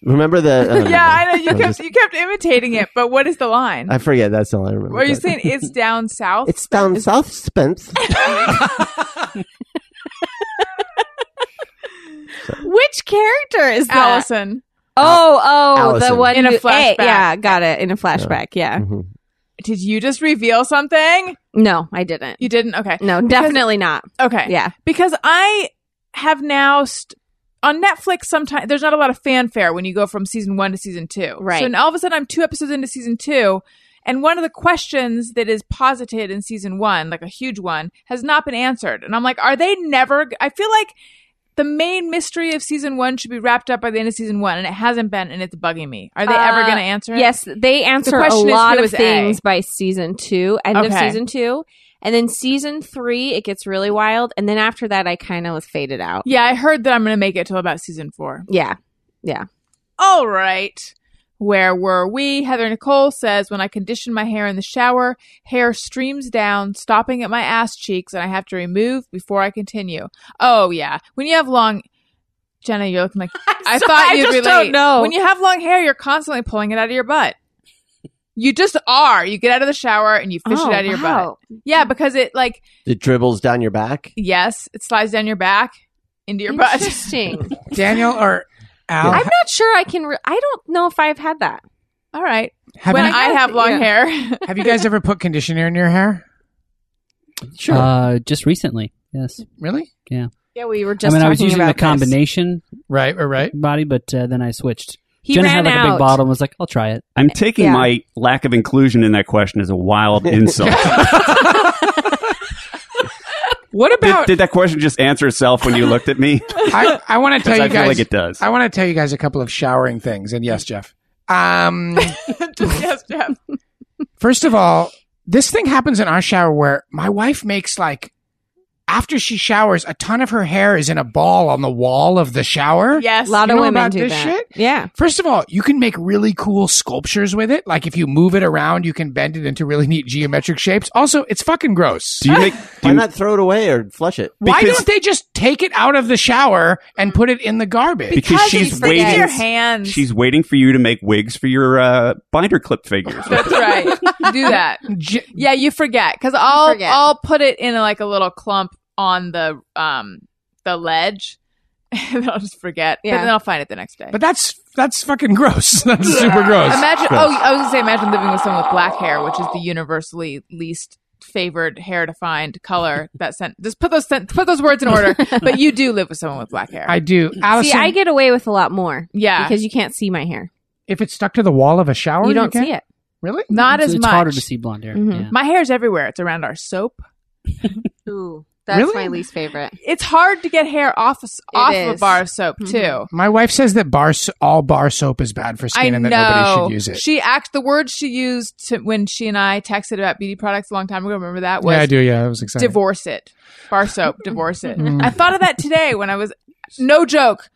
Speaker 1: Remember the? I don't
Speaker 3: yeah, I know you
Speaker 1: I'm
Speaker 3: kept
Speaker 1: just-
Speaker 3: you kept imitating it, but what is the line?
Speaker 1: I forget. That's all I remember.
Speaker 3: Were you
Speaker 1: But-
Speaker 3: saying it's down south?
Speaker 1: It's down South Spence.
Speaker 7: Which character is that?
Speaker 3: Allison.
Speaker 7: Oh, oh, the
Speaker 1: Allison.
Speaker 7: one
Speaker 3: In a
Speaker 7: who- eh,
Speaker 3: flashback.
Speaker 7: yeah, got it. In a flashback. Yeah.
Speaker 1: Mhm.
Speaker 3: Did you just reveal something?
Speaker 7: No, I didn't.
Speaker 3: You didn't. Okay.
Speaker 7: No, definitely not.
Speaker 3: Okay.
Speaker 7: Yeah.
Speaker 3: Because I have now st- on Netflix, sometimes there's not a lot of fanfare when you go from season one to season two.
Speaker 7: Right.
Speaker 3: So and all of a sudden, I'm two episodes into season two, and one of the questions that is posited in season one, like a huge one, has not been answered. And I'm like, are they never? I feel like the main mystery of season one should be wrapped up by the end of season one, and it hasn't been, and it's bugging me. Are they ever
Speaker 7: Uh,
Speaker 3: going to answer it?
Speaker 7: Yes, they answer a
Speaker 3: question is,
Speaker 7: lot
Speaker 3: who
Speaker 7: of
Speaker 3: is A?
Speaker 7: things by season two, end of
Speaker 3: Okay.
Speaker 7: season two. And then season three, it gets really wild. And then after that, I kind of was faded out.
Speaker 3: Yeah, I heard that I'm going to make it till about season four.
Speaker 7: Yeah. Yeah.
Speaker 3: All right. Where were we? Heather Nicole says, When I condition my hair in the shower, hair streams down, stopping at my ass cheeks, and I have to remove before I continue. Oh, yeah. When you have long. Jenna, you're looking like. I
Speaker 7: so-
Speaker 3: thought
Speaker 7: I
Speaker 3: you'd
Speaker 7: just
Speaker 3: relate.
Speaker 7: don't know.
Speaker 3: When you have long hair, you're constantly pulling it out of your butt. You just are. You get out of the shower and you fish
Speaker 7: Oh,
Speaker 3: it out of your
Speaker 7: wow.
Speaker 3: butt. Yeah, because it, like,
Speaker 1: It dribbles down your back.
Speaker 3: yes, it slides down your back into your butt.
Speaker 7: Interesting.
Speaker 4: Daniel or Al,
Speaker 7: I'm not sure I can. Re- I don't know if I've had that.
Speaker 3: All right.
Speaker 4: have
Speaker 3: when
Speaker 4: you
Speaker 3: I have long
Speaker 7: yeah.
Speaker 3: hair.
Speaker 4: have you guys ever put conditioner in your hair?
Speaker 1: Sure.
Speaker 5: Uh, just recently, yes.
Speaker 4: Really?
Speaker 7: Yeah, we were
Speaker 5: I
Speaker 7: just.
Speaker 5: mean, I was
Speaker 7: talking
Speaker 5: using the
Speaker 7: about this.
Speaker 5: combination
Speaker 4: Right, right, right.
Speaker 5: body, but uh, then I switched.
Speaker 7: He
Speaker 5: Jenna
Speaker 7: ran
Speaker 5: had like
Speaker 7: out.
Speaker 5: a big bottle and was like, "I'll try it."
Speaker 6: I'm taking
Speaker 7: Yeah.
Speaker 6: my lack of inclusion in that question as a wild insult.
Speaker 4: What
Speaker 6: did,
Speaker 4: about?
Speaker 6: did that question just answer itself when you looked at me?
Speaker 4: I, I want to tell
Speaker 6: Because
Speaker 4: you
Speaker 6: I
Speaker 4: guys.
Speaker 6: feel like it does.
Speaker 4: I want to tell you guys a couple of showering things. And yes, Jeff. Um,
Speaker 3: Just yes, Jeff.
Speaker 4: first of all, this thing happens in our shower where my wife makes like after she showers, a ton of her hair is in a ball on the wall of the shower.
Speaker 3: Yes.
Speaker 7: A lot
Speaker 4: You
Speaker 7: of
Speaker 4: know
Speaker 7: women
Speaker 4: about
Speaker 7: do
Speaker 4: this
Speaker 7: that.
Speaker 4: shit?
Speaker 7: Yeah.
Speaker 4: First of all, you can make really cool sculptures with it. Like if you move it around, you can bend it into really neat geometric shapes. Also, it's fucking gross.
Speaker 6: Do you make? Do
Speaker 1: Why
Speaker 6: you,
Speaker 1: not throw it away or flush it?
Speaker 4: Why
Speaker 6: because-
Speaker 4: don't they just take it out of the shower and put it in the garbage?
Speaker 6: because she's
Speaker 3: it's like in your
Speaker 6: waiting.
Speaker 3: hands.
Speaker 6: She's waiting for you to make wigs for your uh, binder clip figures.
Speaker 3: That's right. Do that.
Speaker 4: J-
Speaker 3: Yeah, you forget because I'll
Speaker 7: forget.
Speaker 3: I'll put it in like a little clump on the um the ledge, and then I'll just forget. Yeah.
Speaker 7: Yeah.
Speaker 3: But then I'll find it the next day.
Speaker 4: but that's that's fucking gross. That's super gross.
Speaker 3: imagine. Oh, I was gonna say, imagine living with someone with black hair, which is the universally least favored hair to find color. That sent just put those sen- put those words in order. but you do live with someone with black hair.
Speaker 4: I do, Allison.
Speaker 7: See, I get away with a lot more
Speaker 3: yeah,
Speaker 7: because you can't see my hair.
Speaker 4: if it's stuck to the wall of a shower,
Speaker 7: you don't
Speaker 4: can?
Speaker 7: see it.
Speaker 4: Really?
Speaker 3: not
Speaker 5: It's-
Speaker 3: as
Speaker 5: it's
Speaker 3: much.
Speaker 5: harder to see blonde hair.
Speaker 7: Mhm.
Speaker 5: Yeah.
Speaker 3: My hair's everywhere. It's around our soap.
Speaker 7: Ooh,
Speaker 4: that's Really? my
Speaker 7: least favorite.
Speaker 3: It's hard to get hair off off of a
Speaker 7: is.
Speaker 3: bar of soap too.
Speaker 4: My wife says that bar so- all bar soap is bad for skin
Speaker 3: I
Speaker 4: and that
Speaker 3: know.
Speaker 4: nobody should use it.
Speaker 3: She act the words she used to, when she and I texted about beauty products a long time ago. Remember that was
Speaker 4: yeah, I do. Yeah, I was excited.
Speaker 3: divorce it, bar soap, divorce it. I thought of that today when I was no joke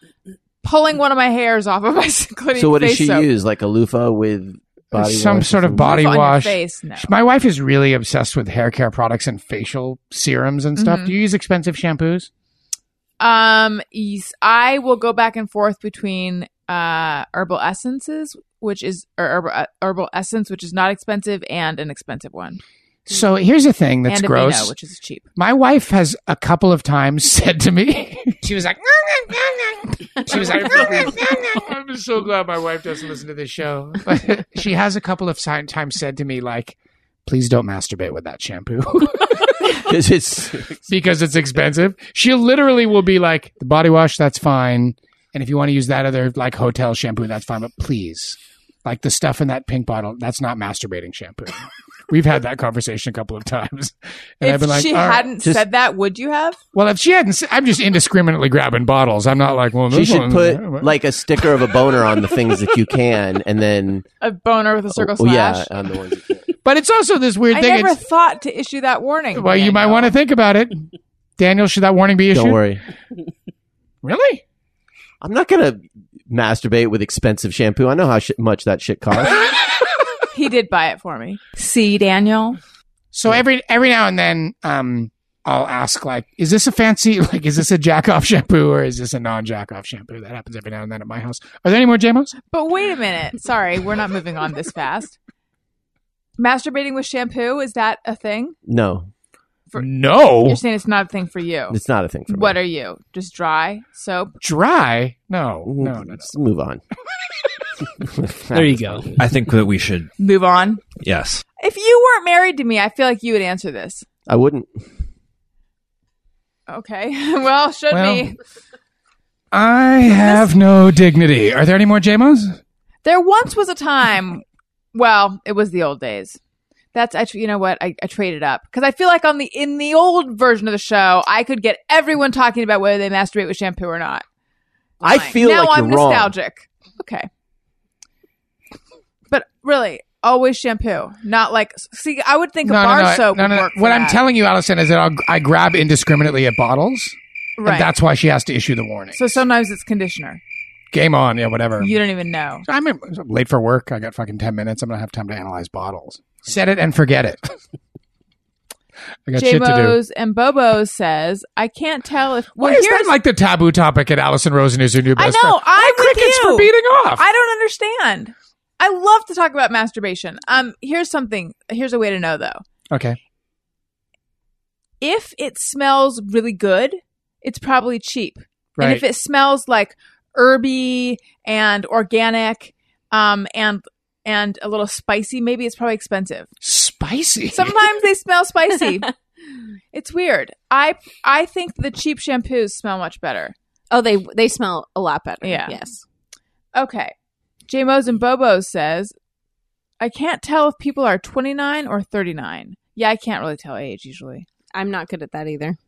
Speaker 3: pulling one of my hairs off of my Clinique
Speaker 1: So what does
Speaker 3: face
Speaker 1: she
Speaker 3: soap.
Speaker 1: use? Like a loofah with body
Speaker 4: Some
Speaker 1: wash or
Speaker 4: sort of
Speaker 1: something?
Speaker 4: body
Speaker 3: on your
Speaker 4: wash.
Speaker 3: face? No.
Speaker 4: My wife is really obsessed with hair care products and facial serums and stuff.
Speaker 3: Mhm.
Speaker 4: Do you use expensive shampoos?
Speaker 3: Um, yes, I will go back and forth between uh herbal essences, which is or herbal, uh, herbal essence, which is not expensive, and an expensive one,
Speaker 4: So here's the thing that's
Speaker 3: and
Speaker 4: gross.
Speaker 3: a Aveeno, which is cheap.
Speaker 4: My wife has a couple of times said to me, she was like, "Nom, nom, nom, nom." she was like, "Nom, nom, nom, nom." I'm so glad my wife doesn't listen to this show. But she has a couple of si- times said to me, like, please don't masturbate with that shampoo
Speaker 1: 'Cause it's
Speaker 4: because it's expensive. She literally will be like, the body wash, that's fine. And if you want to use that other like hotel shampoo, that's fine. But please, like the stuff in that pink bottle, that's not masturbating shampoo. We've had that conversation a couple of times. And I've
Speaker 3: If
Speaker 4: been like,
Speaker 3: she
Speaker 4: "All right."
Speaker 3: hadn't
Speaker 1: just-
Speaker 3: said that, would you have?
Speaker 4: Well, if she hadn't, s- I'm just indiscriminately grabbing bottles. I'm not like, well,
Speaker 1: she
Speaker 4: this
Speaker 1: should
Speaker 4: one-
Speaker 1: put like a sticker of a boner on the things that you can, and then
Speaker 3: a boner with a circle
Speaker 1: oh, yeah,
Speaker 3: slash.
Speaker 1: on the ones. You can.
Speaker 4: But it's also this weird
Speaker 3: I
Speaker 4: thing.
Speaker 3: never
Speaker 4: it's-
Speaker 3: thought to issue that warning.
Speaker 4: well, you might want to think about it, Daniel. Should that warning be issued?
Speaker 1: Don't worry,
Speaker 4: Really?
Speaker 1: I'm not gonna masturbate with expensive shampoo. I know how sh- much that shit costs.
Speaker 3: He did buy it for me. See, Daniel.
Speaker 4: So every every now and then, um, I'll ask like, is this a fancy? Like, is this a jack off shampoo or is this a non jack off shampoo? That happens every now and then at my house. Are there any more JMOs?
Speaker 3: But wait a minute. Sorry, we're not moving on this fast. Masturbating with shampoo is that a thing?
Speaker 1: No,
Speaker 3: For-
Speaker 4: no,
Speaker 3: You're saying it's not a thing for you.
Speaker 1: it's not a thing for me.
Speaker 3: What are you? Just dry soap?
Speaker 4: dry. No, no, no, no.
Speaker 1: Mm, Let's move on.
Speaker 5: There you go.
Speaker 10: I think that we should.
Speaker 3: Move on.
Speaker 10: Yes.
Speaker 3: If you weren't married to me, I feel like you would answer this.
Speaker 1: I wouldn't.
Speaker 3: Okay. well, should
Speaker 4: Well,
Speaker 3: me.
Speaker 4: I have no dignity. Are there any more JMOs?
Speaker 3: There once was a time, well, it was the old days. That's actually, you know what? I, I traded up because I feel like on the in the old version of the show, I could get everyone talking about whether they masturbate with shampoo or not.
Speaker 1: I
Speaker 3: Fine.
Speaker 1: feel
Speaker 3: now
Speaker 1: like
Speaker 3: I'm
Speaker 1: you're wrong.
Speaker 3: nostalgic. Okay, but really, always shampoo, not like. See, I would think a bar soap. would work for
Speaker 4: What I'm
Speaker 3: that.
Speaker 4: telling you, Allison, is that I'll, I grab indiscriminately at bottles,
Speaker 3: Right.
Speaker 4: and that's why she has to issue the warning.
Speaker 3: So sometimes it's conditioner.
Speaker 4: Game on, yeah, whatever.
Speaker 3: You don't even know.
Speaker 4: I'm late for work. I got fucking ten minutes. I'm gonna have time to analyze bottles. Set it and forget it. I got shit to do.
Speaker 3: Jmos and Bobos says, I can't tell if
Speaker 4: Why
Speaker 3: well,
Speaker 4: is
Speaker 3: here's
Speaker 4: that like the taboo topic at Allison Rosen is your new
Speaker 3: I know.
Speaker 4: best friend?
Speaker 3: I'm with
Speaker 4: crickets
Speaker 3: you.
Speaker 4: for beating off?
Speaker 3: I don't understand. I love to talk about masturbation. Um, here's something. Here's a way to know though.
Speaker 4: Okay.
Speaker 3: If it smells really good, it's probably cheap. And if
Speaker 4: Right.
Speaker 3: it smells like herby and organic, um, and and a little spicy, maybe it's probably expensive.
Speaker 4: Spicy.
Speaker 3: Sometimes they smell spicy. It's weird. I I think the cheap shampoos smell much better.
Speaker 7: Oh, they they smell a lot better.
Speaker 3: Yeah.
Speaker 7: Yes.
Speaker 3: Okay. JMOs and Bobos says, I can't tell if people are 29 or 39. Yeah, I can't really tell age usually.
Speaker 7: I'm not good at that either.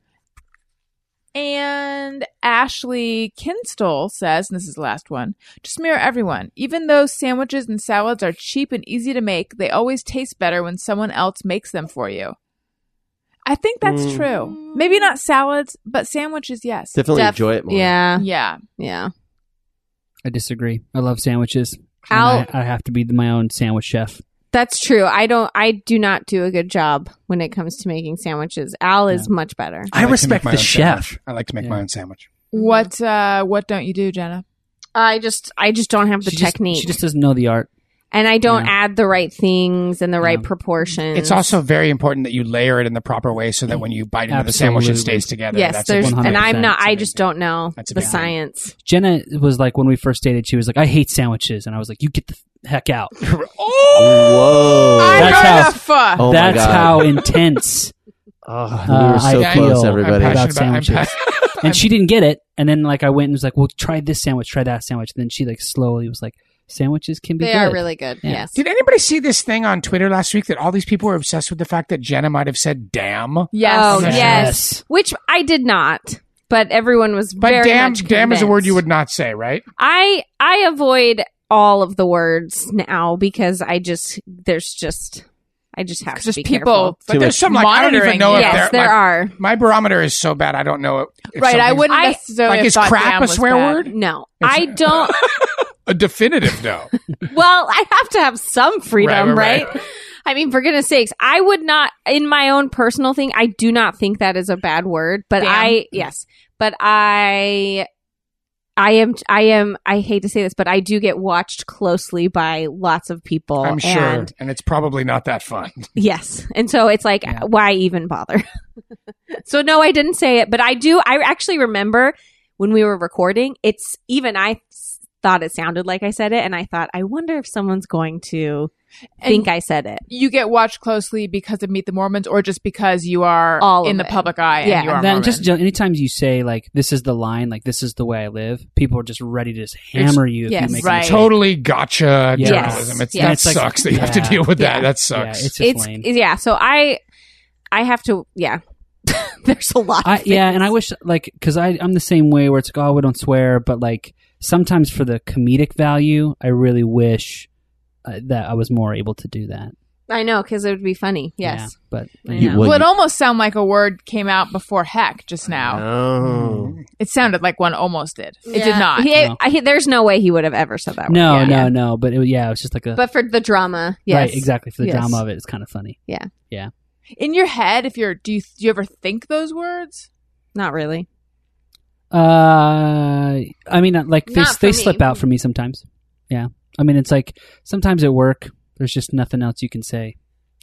Speaker 3: And Ashley Kinstall says, and this is the last one, just mirror everyone. Even though sandwiches and salads are cheap and easy to make, they always taste better when someone else makes them for you. I think that's
Speaker 1: Mm.
Speaker 3: true. Maybe not salads, but sandwiches, yes.
Speaker 1: Definitely
Speaker 7: Def- Hmm.
Speaker 1: enjoy it more.
Speaker 7: Yeah.
Speaker 3: Yeah.
Speaker 7: Yeah.
Speaker 5: I disagree. I love sandwiches. And
Speaker 7: I'll-
Speaker 5: I, I have to be my own sandwich chef.
Speaker 7: That's true. I don't I do not do a good job when it comes to making sandwiches. Al is much better.
Speaker 5: I
Speaker 4: like to make
Speaker 5: respect
Speaker 4: my
Speaker 5: the
Speaker 4: own
Speaker 5: chef.
Speaker 4: sandwich. I like to make
Speaker 5: Yeah.
Speaker 4: my own sandwich.
Speaker 3: What uh what don't you do, Jenna?
Speaker 7: I just I just don't have the
Speaker 5: She just-
Speaker 7: technique.
Speaker 5: she just doesn't know the art.
Speaker 7: and I don't
Speaker 5: Yeah.
Speaker 7: add the right things and the right
Speaker 5: Yeah.
Speaker 7: proportions.
Speaker 4: It's also very important that you layer it in the proper way so that when you bite into the sandwich, it
Speaker 5: Absolutely.
Speaker 4: stays together.
Speaker 7: Yes,
Speaker 4: That's a
Speaker 7: there's
Speaker 4: big
Speaker 7: and
Speaker 4: thing.
Speaker 7: I'm not I
Speaker 4: It's
Speaker 7: just
Speaker 4: amazing.
Speaker 7: don't know
Speaker 4: That's a
Speaker 7: the
Speaker 4: big thing.
Speaker 7: science.
Speaker 5: Jenna was like when we first dated. She was like, "I hate sandwiches," and I was like, "You get the heck out."
Speaker 4: Oh,
Speaker 1: Whoa.
Speaker 3: I
Speaker 5: That's
Speaker 3: heard
Speaker 5: how-
Speaker 3: a fuh.
Speaker 1: oh
Speaker 5: That's
Speaker 1: my God.
Speaker 5: how intense.
Speaker 1: Oh, we
Speaker 5: uh,
Speaker 1: were so
Speaker 5: I
Speaker 1: close,
Speaker 5: feel
Speaker 1: everybody.
Speaker 5: about
Speaker 4: passionate about- I'm
Speaker 5: sandwiches. and she didn't get it. And then like I went and was like, "Well, try this sandwich, try that sandwich." And then she like slowly was like, "Sandwiches can be
Speaker 7: They
Speaker 5: good."
Speaker 7: are really good.
Speaker 5: Yeah.
Speaker 7: Yes.
Speaker 4: Did anybody see this thing on Twitter last week that all these people were obsessed with the fact that Jenna might have said damn?
Speaker 3: Yes.
Speaker 7: Oh,
Speaker 4: Yes.
Speaker 7: yes. Which I did not, but everyone was
Speaker 4: But
Speaker 7: very
Speaker 4: damn,
Speaker 7: much
Speaker 4: damn is a word you
Speaker 7: convinced.
Speaker 4: would not say, right?
Speaker 7: I I avoid all of the words now because I just there's just I just have to
Speaker 3: Just
Speaker 7: be
Speaker 3: people
Speaker 7: careful.
Speaker 1: Too
Speaker 4: But
Speaker 1: much
Speaker 4: there's some like I don't even
Speaker 3: monitoring
Speaker 4: know
Speaker 3: you.
Speaker 4: Oh, if
Speaker 7: Yes,
Speaker 4: they're,
Speaker 7: there
Speaker 4: like,
Speaker 7: are.
Speaker 4: My barometer is so bad I don't know. If
Speaker 3: right. I
Speaker 4: something's
Speaker 3: wouldn't
Speaker 7: I-
Speaker 3: necessarily
Speaker 4: like,
Speaker 3: have
Speaker 4: is
Speaker 3: thought
Speaker 4: crap
Speaker 3: damn
Speaker 4: a
Speaker 3: was
Speaker 4: swear
Speaker 3: bad.
Speaker 4: word?
Speaker 7: No,
Speaker 4: It's-
Speaker 7: I don't.
Speaker 4: a definitive no.
Speaker 7: well, I have to have some freedom,
Speaker 4: Right,
Speaker 7: right,
Speaker 4: right,
Speaker 7: I mean, for goodness sakes, I would not, in my own personal thing, I do not think that is a bad word, but
Speaker 3: Damn.
Speaker 7: I, yes, but I. I am, I am, I hate to say this, but I do get watched closely by lots of people.
Speaker 4: I'm sure,
Speaker 7: And
Speaker 4: and it's probably not that fun.
Speaker 7: Yes. And so it's like,
Speaker 5: Yeah.
Speaker 7: why even bother? so, no, I didn't say it, but I do. I actually remember when we were recording, it's even I s- thought it sounded like I said it. And I thought, I wonder if someone's going to
Speaker 3: And
Speaker 7: think I said it.
Speaker 3: you get watched closely because of Meet the Mormons, or just because you are
Speaker 7: All of
Speaker 3: in the
Speaker 7: it.
Speaker 3: public eye
Speaker 7: Yeah.
Speaker 3: and you are
Speaker 5: And then
Speaker 3: Mormon.
Speaker 5: just gen- anytime you say like, "This is the line," like, "This is the way I live," people are just ready to just hammer you. If
Speaker 7: yes.
Speaker 5: you make a
Speaker 3: Right.
Speaker 5: mistake.
Speaker 4: Totally gotcha
Speaker 5: Yes.
Speaker 4: journalism. It's,
Speaker 7: Yeah.
Speaker 4: That
Speaker 5: It's like-
Speaker 4: sucks that you have to
Speaker 5: yeah.
Speaker 4: deal with that.
Speaker 7: Yeah.
Speaker 4: That
Speaker 5: Yeah,
Speaker 4: sucks.
Speaker 5: it's just
Speaker 7: It's,
Speaker 5: lame.
Speaker 7: yeah. So I, I have to, yeah. There's a lot.
Speaker 5: I,
Speaker 7: of
Speaker 5: yeah, and I
Speaker 7: things.
Speaker 5: wish like because I I'm the same way where it's like oh we don't swear, but like sometimes for the comedic value, I really wish uh, that I was more able to do that.
Speaker 7: I know because it would be funny.
Speaker 5: Yeah,
Speaker 7: Yes.
Speaker 5: but
Speaker 7: I
Speaker 1: You-
Speaker 7: know.
Speaker 1: well,
Speaker 3: well, it
Speaker 1: you-
Speaker 3: almost sounded like a word came out before heck just now.
Speaker 1: Oh.
Speaker 4: Mm.
Speaker 3: It sounded like one almost did. It did
Speaker 7: Yeah.
Speaker 3: not.
Speaker 7: He-
Speaker 5: No.
Speaker 7: I- he- there's no way he would have ever said that. word.
Speaker 5: no,
Speaker 7: Yeah.
Speaker 5: no, no. But it, yeah, it was just like a
Speaker 7: But for the drama, yes,
Speaker 5: right exactly for the
Speaker 7: Yes.
Speaker 5: drama of it. It's kind of funny.
Speaker 3: In your head, if you're, do you, do you ever think those words?
Speaker 7: Not really.
Speaker 5: Uh, I mean, uh, like they
Speaker 7: Not for
Speaker 5: they
Speaker 7: me.
Speaker 5: slip out for me sometimes. Yeah, I mean, it's like sometimes at work, there's just nothing else you can say.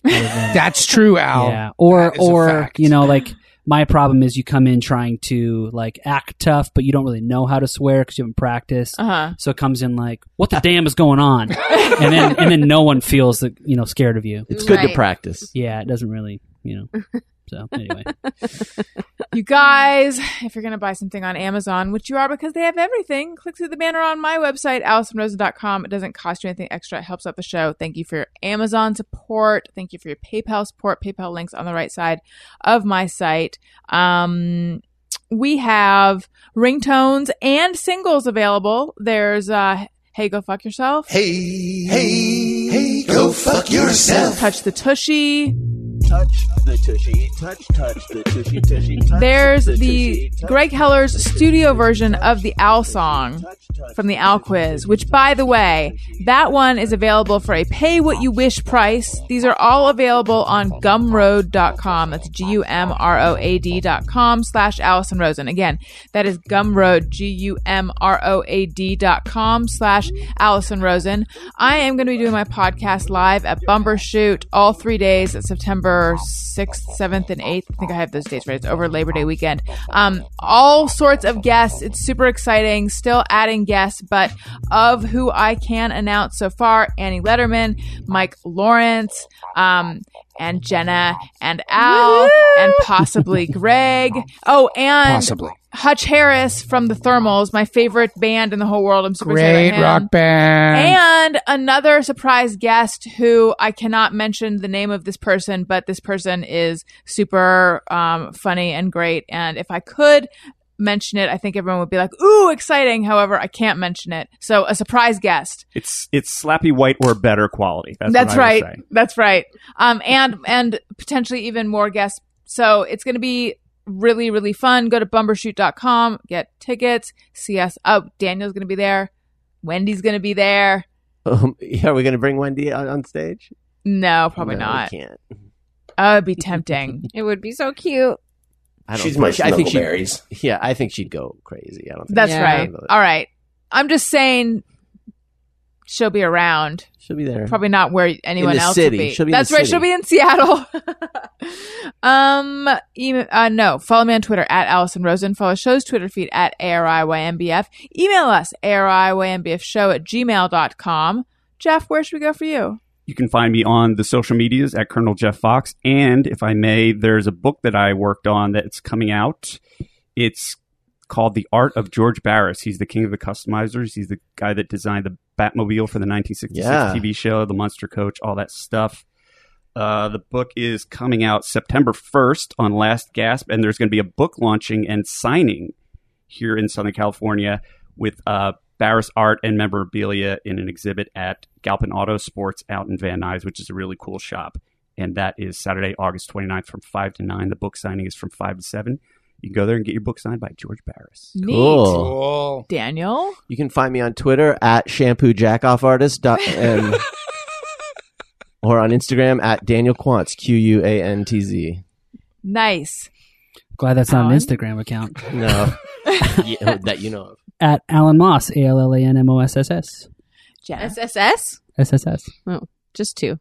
Speaker 5: other than-
Speaker 4: That's true, Al.
Speaker 5: yeah, or
Speaker 4: That is a
Speaker 5: or
Speaker 4: fact.
Speaker 5: you know, like my problem is you come in trying to like act tough, but you don't really know how to swear because you haven't practiced.
Speaker 7: Uh-huh.
Speaker 3: Uh huh.
Speaker 5: So it comes in like, what the damn is going on? and then and then no one feels that you know scared of you.
Speaker 1: It's good to
Speaker 7: Right.
Speaker 1: practice.
Speaker 5: Yeah, it doesn't really. you know. So anyway,
Speaker 3: You guys, if you're going to buy something on Amazon, which you are because they have everything, click through the banner on my website, AllisonRosen.com. It doesn't cost you anything extra. It helps out the show. Thank you for your Amazon support. Thank you for your PayPal support. PayPal links on the right side of my site. Um, we have ringtones and singles available. There's uh, Hey Go Fuck Yourself.
Speaker 2: Hey, hey, hey, go fuck yourself.
Speaker 3: Touch the Tushy.
Speaker 11: Touch the tushy, touch, touch the tushy, tushy, touch
Speaker 3: There's
Speaker 11: the
Speaker 3: the
Speaker 11: tushy, touch
Speaker 3: Greg Heller's studio version of the Owl song from the Owl Quiz, which, by the way, that one is available for a pay what you wish price. These are all available on gumroad.com. That's G U M R O A D.com slash Allison Rosen. Again, that is gumroad, G U M R O A D.com slash Allison Rosen. I am going to be doing my podcast live at Bumbershoot all three days at September 6th, 7th, and 8th. I think I have those dates right. It's over Labor Day weekend. Um, all sorts of guests. It's super exciting. Still adding guests, but of who I can announce so far Annie Letterman, Mike Lawrence, um, and Jenna, and Al, and possibly Greg. Oh, and
Speaker 4: Possibly.
Speaker 3: Hutch Harris from the Thermals, my favorite band in the whole world. I'm super excited
Speaker 4: Great
Speaker 3: about him.
Speaker 4: rock band.
Speaker 3: And another surprise guest who I cannot mention the name of this person, but this person is super um, funny and great. And if I could mention it, I think everyone would be like, ooh, exciting. However, I can't mention it. So a surprise guest.
Speaker 6: It's it's slappy white or better quality. That's,
Speaker 3: That's,
Speaker 6: what I would
Speaker 3: right.
Speaker 6: say.
Speaker 3: That's right. Um, and and potentially even more guests. So it's going to be really really fun. Go to bumbershoot.com, get tickets, see us up. Daniel's going to be there. Wendy's going to be there.
Speaker 1: Um, are we going to bring Wendy on, on stage?
Speaker 3: No, probably
Speaker 1: No, we
Speaker 3: not.
Speaker 1: can't.
Speaker 3: Oh, it'd be tempting.
Speaker 7: It would be so cute.
Speaker 1: I don't
Speaker 11: She's
Speaker 1: think-
Speaker 11: my
Speaker 1: I think
Speaker 11: Snuggleberries.
Speaker 1: she, Yeah, I think she'd go crazy. I don't. Think
Speaker 3: That's
Speaker 1: she'd
Speaker 3: right.
Speaker 1: handle it.
Speaker 3: All right. I'm just saying she'll be around.
Speaker 1: She'll be there.
Speaker 3: Probably not where anyone
Speaker 1: the
Speaker 3: else
Speaker 1: city.
Speaker 3: will be.
Speaker 1: She'll be in
Speaker 3: That's
Speaker 1: the
Speaker 3: right.
Speaker 1: city.
Speaker 3: She'll be in Seattle. um, email, uh, no. Follow me on Twitter at Allison Rosen. Follow the show's Twitter feed at ARIYMBF. Email us ARIYMBFshow at gmail.com. Jeff, where should we go for you?
Speaker 6: You can find me on the social medias at Colonel Jeff Fox. And if I may, there's a book that I worked on that's coming out. It's called The Art of George Barris. He's the king of the customizers. He's the guy that designed the Batmobile for the 1966
Speaker 1: Yeah.
Speaker 6: TV show, The Monster Coach, all that stuff. Uh, the book is coming out September 1st on Last Gasp, and there's going to be a book launching and signing here in Southern California with uh, Barris art and memorabilia in an exhibit at Galpin Auto Sports out in Van Nuys, which is a really cool shop. And that is Saturday, August 29th from 5 to 9. The book signing is from 5 to 7. You can go there and get your book signed by George Barris.
Speaker 3: Neat.
Speaker 1: Cool.
Speaker 4: Cool.
Speaker 3: Daniel?
Speaker 1: You can find me on Twitter at shampoojackoffartist dot- um, or on Instagram at Daniel Quantz Q U A N T Z.
Speaker 3: Nice.
Speaker 5: glad that's not an
Speaker 3: Alan?
Speaker 5: Instagram account
Speaker 1: No, Yeah, that you know of.
Speaker 5: at Alan Moss A L L A N M O S S S
Speaker 3: Jenna?
Speaker 7: SSS?
Speaker 5: S S S.
Speaker 7: Just two.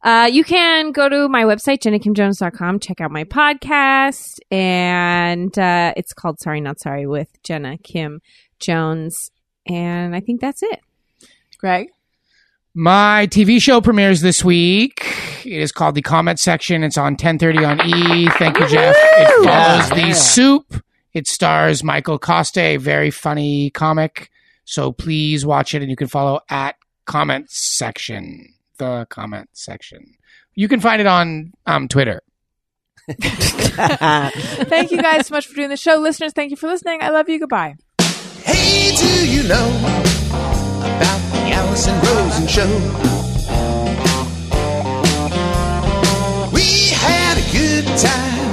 Speaker 7: Uh, you can go to my website, jennakimjones.com, check out my podcast, and uh, it's called Sorry Not Sorry with Jenna Kim Jones. And I think that's it.
Speaker 3: Greg?
Speaker 4: My TV show premieres this week. It is called The Comment Section. It's on 1030 on E. Thank you, Jeff. It follows
Speaker 1: Yeah.
Speaker 4: The
Speaker 1: Yeah.
Speaker 4: Soup. It stars Michael Coste, very funny comic. So please watch it and you can follow at Comment Section. The Comment Section. You can find it on um, Twitter.
Speaker 3: thank you guys so much for doing the show. Listeners, thank you for listening. I love you. Goodbye.
Speaker 2: Hey, do you know about the Allison Rosen show? We had a good time,